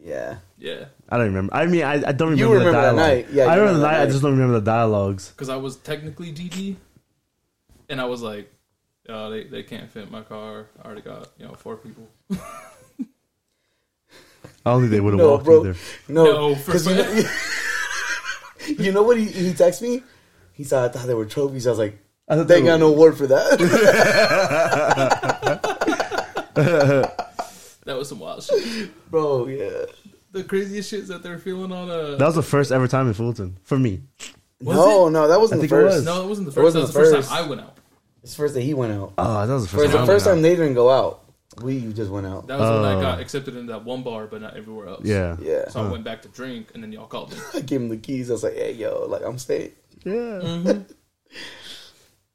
S3: Yeah.
S4: Yeah,
S2: I don't remember. I mean, I, I don't remember.
S3: You remember
S2: the
S3: that
S2: dialogue.
S3: night. Yeah, you
S2: I remember
S3: remember
S2: the
S3: that
S2: night. I
S3: night.
S2: just don't remember the dialogues.
S4: because I was technically DD, and I was like, "Oh, they they can't fit my car. I already got you know four people."
S2: I don't think they would have
S3: No,
S2: walked
S3: bro.
S2: either.
S3: No.
S4: No, for-
S3: Because (laughs) you, you know what he, he texted me? He said, I thought they were trophies. I was like,
S2: I thought they
S3: they ain't got
S2: were-
S3: no word
S2: (laughs)
S3: for that. (laughs)
S4: That was some wild shit.
S3: bro, yeah.
S4: The craziest shit is that they're feeling on uh, a.
S2: That was the first ever time in Fulton for me.
S3: no, no, that wasn't
S2: I
S3: the
S2: think it
S3: first.
S2: was.
S4: no, that wasn't the
S3: It
S4: first.
S3: wasn't
S4: that
S3: the
S4: was the
S3: first.
S4: first. time I went out.
S3: It's the first that he went out.
S2: Oh, that was the
S3: It
S2: first. time.
S3: was the
S2: I
S3: first
S2: went
S3: time
S2: out.
S3: they didn't go out. We just went out.
S4: That was when I
S2: Oh.
S4: got accepted into that one bar, but not everywhere else.
S2: Yeah.
S3: yeah.
S4: So I went back to drink, and then y'all called me. (laughs)
S3: I gave him the keys. I was like, hey, yo, like, I'm staying.
S2: Yeah.
S4: Mm-hmm.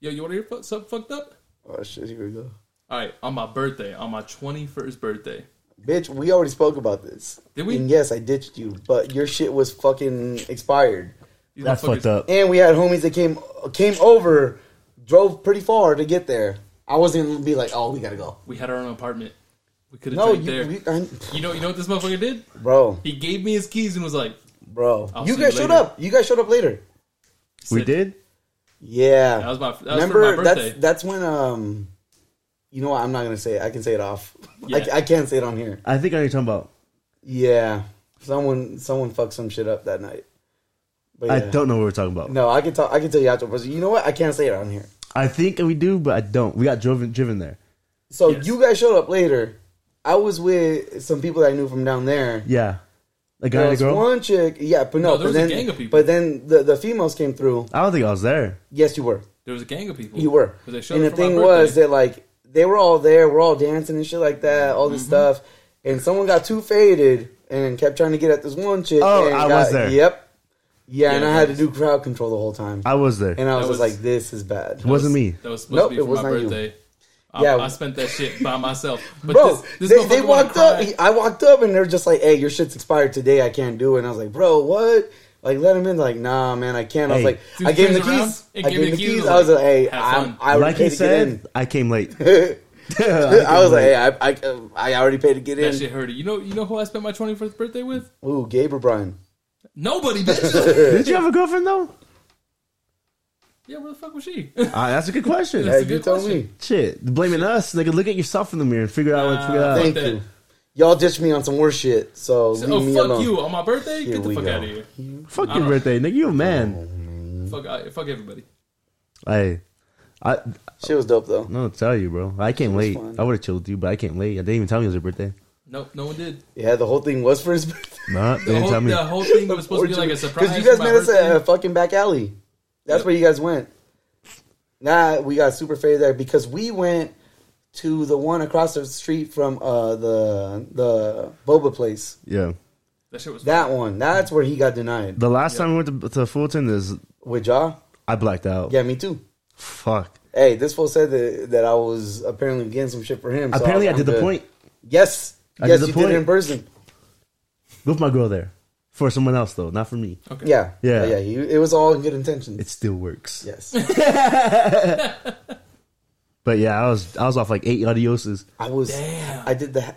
S4: Yo, you want to hear fu- something fucked up?
S3: Oh, shit, here we go.
S4: All right, on my birthday, on my twenty-first birthday,
S3: Bitch, we already spoke about this.
S4: Did we?
S3: And yes, I ditched you, but your shit was fucking expired.
S4: these
S2: That's
S4: motherfuckers-
S2: fucked up.
S3: And we had homies that came came over, drove pretty far to get there. I wasn't gonna be like, oh, we gotta go.
S4: We had our own apartment. We could have
S3: No,
S4: drank
S3: you,
S4: there.
S3: you- I-
S4: You know, you know what this motherfucker did?
S3: bro,
S4: He gave me his keys and was like,
S3: bro,
S4: I'll
S3: you
S4: see you
S3: guys showed
S4: later.
S3: up. You guys showed up later.
S2: We
S4: said-
S2: did.
S3: Yeah,
S4: That was my- that was for
S3: remember
S4: my
S3: that's
S4: birthday.
S3: that's when um, you know what? I'm not gonna say it. I can say it off. (laughs)
S4: Yeah.
S3: I, I can't say it on here.
S2: I think I know you're talking about.
S3: Yeah, someone someone fucked some shit up that night. But
S2: I
S3: yeah.
S2: don't know what we're talking about.
S3: No, I can talk. I can tell you afterwards. You know what? I can't say it on here.
S2: I think we do, but I don't. We got driven driven there.
S3: So
S4: Yes.
S3: you guys showed up later. I was with some people that I knew from down there.
S2: Yeah. A guy
S3: There
S2: and a
S3: was
S2: girl.
S3: one chick, yeah, but no,
S4: No, there
S3: but
S4: was a
S3: then,
S4: gang of people.
S3: but then the, the females came through.
S2: I don't think I was there.
S3: Yes, you were,
S4: there was a gang of people.
S3: you were.
S4: But they showed
S3: and the
S4: up for my
S3: thing
S4: birthday.
S3: was that like they were all there, we're all dancing and shit like that, all
S4: Mm-hmm.
S3: this stuff. And someone got too faded and kept trying to get at this one chick.
S2: Oh,
S3: and
S2: I
S3: got-
S2: was there.
S3: Yep, yeah, and
S4: Yeah,
S3: I had to
S4: nice.
S3: do crowd control the whole time.
S2: I was there.
S3: and I was,
S4: That
S3: just
S4: was-
S3: like, this is bad.
S2: It wasn't me.
S4: That was supposed
S3: Nope,
S4: to
S3: it
S4: be for
S3: was
S4: my
S3: not you.
S4: birthday. I,
S3: Yeah.
S4: I spent that shit by myself. But
S3: Bro,
S4: this, this
S3: they, they
S4: motherfucker wanna
S3: walked up.
S4: cry.
S3: he- I walked up, and they're just like, "Hey, your shit's expired today. I can't do it." And I was like, "Bro, what?" Like, let him in. They're like, nah, man, I can't. I was
S2: Hey.
S3: like,
S4: Dude,
S3: I gave him the
S4: turns around
S3: keys.
S4: and
S3: I
S4: gave
S3: gave him the keys. I
S4: like,
S3: was like, "Hey,
S4: have
S3: I'm,
S4: fun."
S3: I already
S2: like
S3: paid
S2: he
S3: to
S2: said, I came late.
S3: get in." I was like, "Hey, I, I, I already paid to get
S4: that
S3: in."
S4: shit hurt. You know, you know who I spent my twenty first birthday with?
S3: Ooh, Gabe or Brian? (laughs)
S4: Nobody, bitch.
S2: Did you have a girlfriend though?
S4: yeah, where the fuck was she? (laughs)
S2: Uh, that's a good question.
S4: That's
S3: Hey,
S4: a
S3: you
S4: good
S3: tell
S4: question.
S3: me.
S2: Shit, blaming us. Nigga, look at yourself in the mirror and figure out what. Figure
S4: Nah,
S2: out.
S4: fuck
S3: Thank
S4: that.
S3: you. Y'all ditched me on some worse shit, so leave
S4: oh
S3: me
S4: fuck
S3: alone.
S4: you! On my birthday,
S3: Here
S4: get the
S3: we
S4: fuck
S3: go.
S4: out of here.
S2: Fuck your birthday, nigga. You a man.
S4: Fuck, out- fuck everybody.
S2: Hey, I
S3: Shit was dope though.
S2: no tell you, bro. I came late.
S3: fun.
S2: I would have chilled you, but I came late. I didn't even tell me it was your birthday.
S4: Nope, no one did.
S3: Yeah, the whole thing was for his (laughs) birthday.
S2: Nah, they
S4: The
S2: didn't
S4: whole,
S2: tell me.
S4: the whole thing was supposed
S3: (laughs)
S4: to be like a surprise.
S3: Because you guys
S4: for my
S3: met us
S4: birthday.
S3: at a fucking back alley. That's
S4: Yep.
S3: where you guys went. Nah, we got super faded there because we went to the one across the street from uh, the the boba place.
S2: Yeah.
S4: That shit was.
S3: That one. That's where he got denied.
S2: The last time we went to, to Fulton is
S3: With Ja?
S2: I blacked out.
S3: Yeah, me too.
S2: Fuck.
S3: Hey, this fool said that, that I was apparently getting some shit for him. so
S2: Apparently, I
S3: was like,
S2: did the
S3: I'm good.
S2: point
S3: Yes.
S2: I
S3: yes,
S2: did the
S3: you
S2: point.
S3: did it in person.
S2: with my girl there for someone else though, not for me.
S4: okay.
S3: Yeah.
S2: Yeah.
S3: Yeah. you- it was all in good intentions.
S2: It still works.
S3: yes.
S2: But yeah, I was I was off like eight audioses.
S3: I was.
S4: (laughs) Damn.
S3: I did the.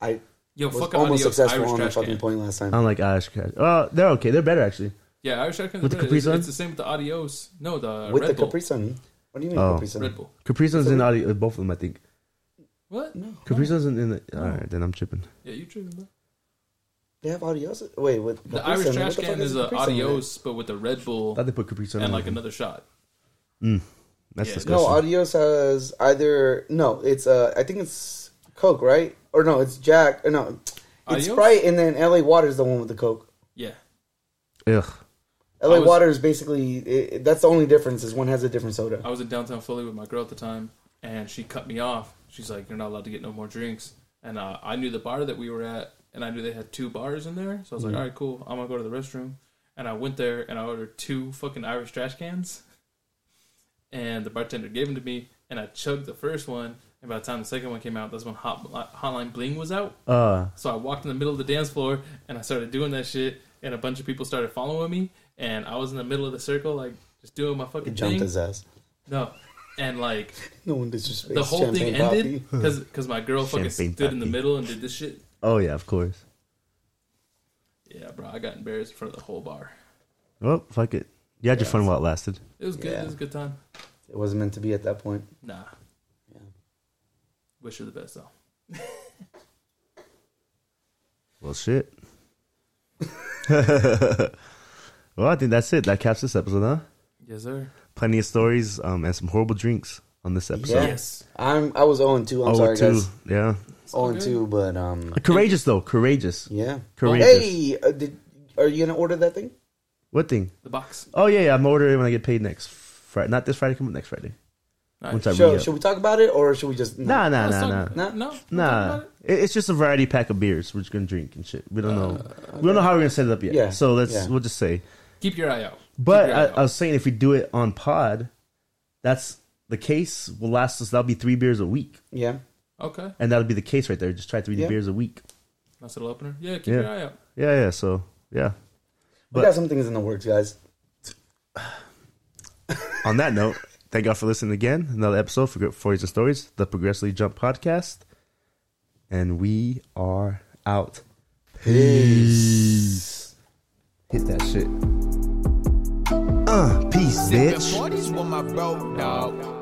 S3: I
S4: Yo,
S3: was almost
S4: fuck almost
S3: successful
S4: Irish
S3: on the
S4: trash
S3: fucking
S4: can.
S3: point last time.
S2: I'm like Irish cash. Oh, they're okay. They're better actually.
S4: Yeah, Irish trash can.
S2: With the Capri
S4: it's,
S2: Sun?
S4: it's the same with the Adios. No, the
S3: With
S4: Red
S3: the
S4: Bull.
S3: Capri Sun. What do you mean
S2: Oh.
S3: Capri Sun?
S4: Red Bull.
S2: Capri Sun's in audio. Both of them, I think.
S4: What? No.
S2: Capri Sun's in, in the.
S4: Oh.
S2: All right, then I'm tripping.
S4: Yeah, you tripping, bro.
S3: They have audios. Wait, with
S4: The
S3: Capri
S4: Irish
S3: Sun,
S4: trash
S3: what the fuck
S4: can is
S3: a
S4: a
S3: Capri Sun in it?
S4: Adios, but with the Red Bull
S2: I thought they put Capri Sun
S4: and
S2: in
S4: like
S2: them.
S4: another shot.
S2: That's
S4: yeah,
S3: No,
S2: disgusting.
S3: audios has either no. It's uh, I think it's Coke, right? Or no, it's Jack. Or no, it's
S4: Adios?
S3: Sprite, and then LA Water is the one with the Coke.
S4: Yeah.
S2: Ugh.
S3: LA
S4: I was-
S3: Water is basically it, it- that's the only difference is one has a different soda.
S4: I was in downtown Philly with my girl at the time, and she cut me off. She's like, "You're not allowed to get no more drinks." And uh, I knew the bar that we were at, and I knew they had two bars in there. So I was like, "All right, cool. I'm gonna go to the restroom." And I went there, and I ordered two fucking Irish trash cans. (laughs) And the bartender gave them to me, and I chugged the first one. And by the time the second one came out, that's when Hot, Hotline Bling was out.
S2: Uh,
S4: So I walked in the middle of the dance floor and I started doing that shit, and a bunch of people started following me, and I was in the middle of the circle, like just doing my fucking
S3: Jumped
S4: thing.
S3: his ass.
S4: No, and like
S3: No one disrespects
S4: the whole thing
S3: champagne
S4: ended
S3: poppy.
S4: because because my girl fucking
S2: Champagne
S4: stood in the
S2: poppy.
S4: middle and did this shit.
S2: oh yeah, of course.
S4: Yeah, bro, I got embarrassed in front of the whole bar.
S2: Well, Oh, fuck it. You had your fun while it lasted.
S4: It was good.
S3: Yeah.
S4: It was a good time.
S3: It wasn't meant to be at that point.
S4: Nah.
S3: Yeah.
S4: Wish her the best though.
S2: Well, shit. (laughs) well, I think that's it. That caps this episode, huh?
S4: Yes, sir.
S2: Plenty of stories um, and some horrible drinks on this episode. Oh,
S3: Yeah.
S4: Yes.
S3: I'm I was 0 and 2. I'm sorry,
S2: two.
S3: guys.
S2: Yeah.
S3: 0 and 2, but um,
S2: Courageous though. Courageous.
S3: yeah.
S2: Courageous.
S3: Hey, uh, did, are you gonna order that thing?
S2: What thing?
S4: The box.
S2: Oh yeah, yeah. I'm ordering when I get paid next Friday. Not this Friday. Come up next Friday.
S4: Nice.
S2: Once I
S3: Show,
S2: re-up.
S3: should we talk about it or should we just
S2: Nah, nah,
S4: Let's
S2: nah, nah.
S4: talk-
S3: nah.
S4: No. we'll talk
S2: Nah,
S4: about it.
S2: It- it's just a variety pack of beers. We're just gonna drink and shit. We don't know. We don't know how we're gonna set it up yet.
S3: Uh, Yeah,
S2: So let's
S3: yeah.
S2: we'll just say.
S4: Keep your eye out.
S2: But
S4: Keep your
S2: I,
S4: eye out.
S2: I was saying if we do it on pod, that's the case will last us. That'll be three beers a week,
S3: Yeah.
S4: okay.
S2: and that'll be the case right there. Just try three
S3: Yeah.
S2: beers a week.
S4: Nice little opener. Yeah. Keep
S2: Yeah.
S4: your eye out.
S2: Yeah, yeah. So yeah.
S3: we
S2: But-
S3: got some things in the works, guys.
S2: on that note, thank y'all for listening again. Another episode for Grip 40s and Stories, the Progressively Jump Podcast. And we are out. Peace. Hit that shit. Uh, peace,
S1: Sipping
S2: bitch.
S1: 40s with my bro, dog.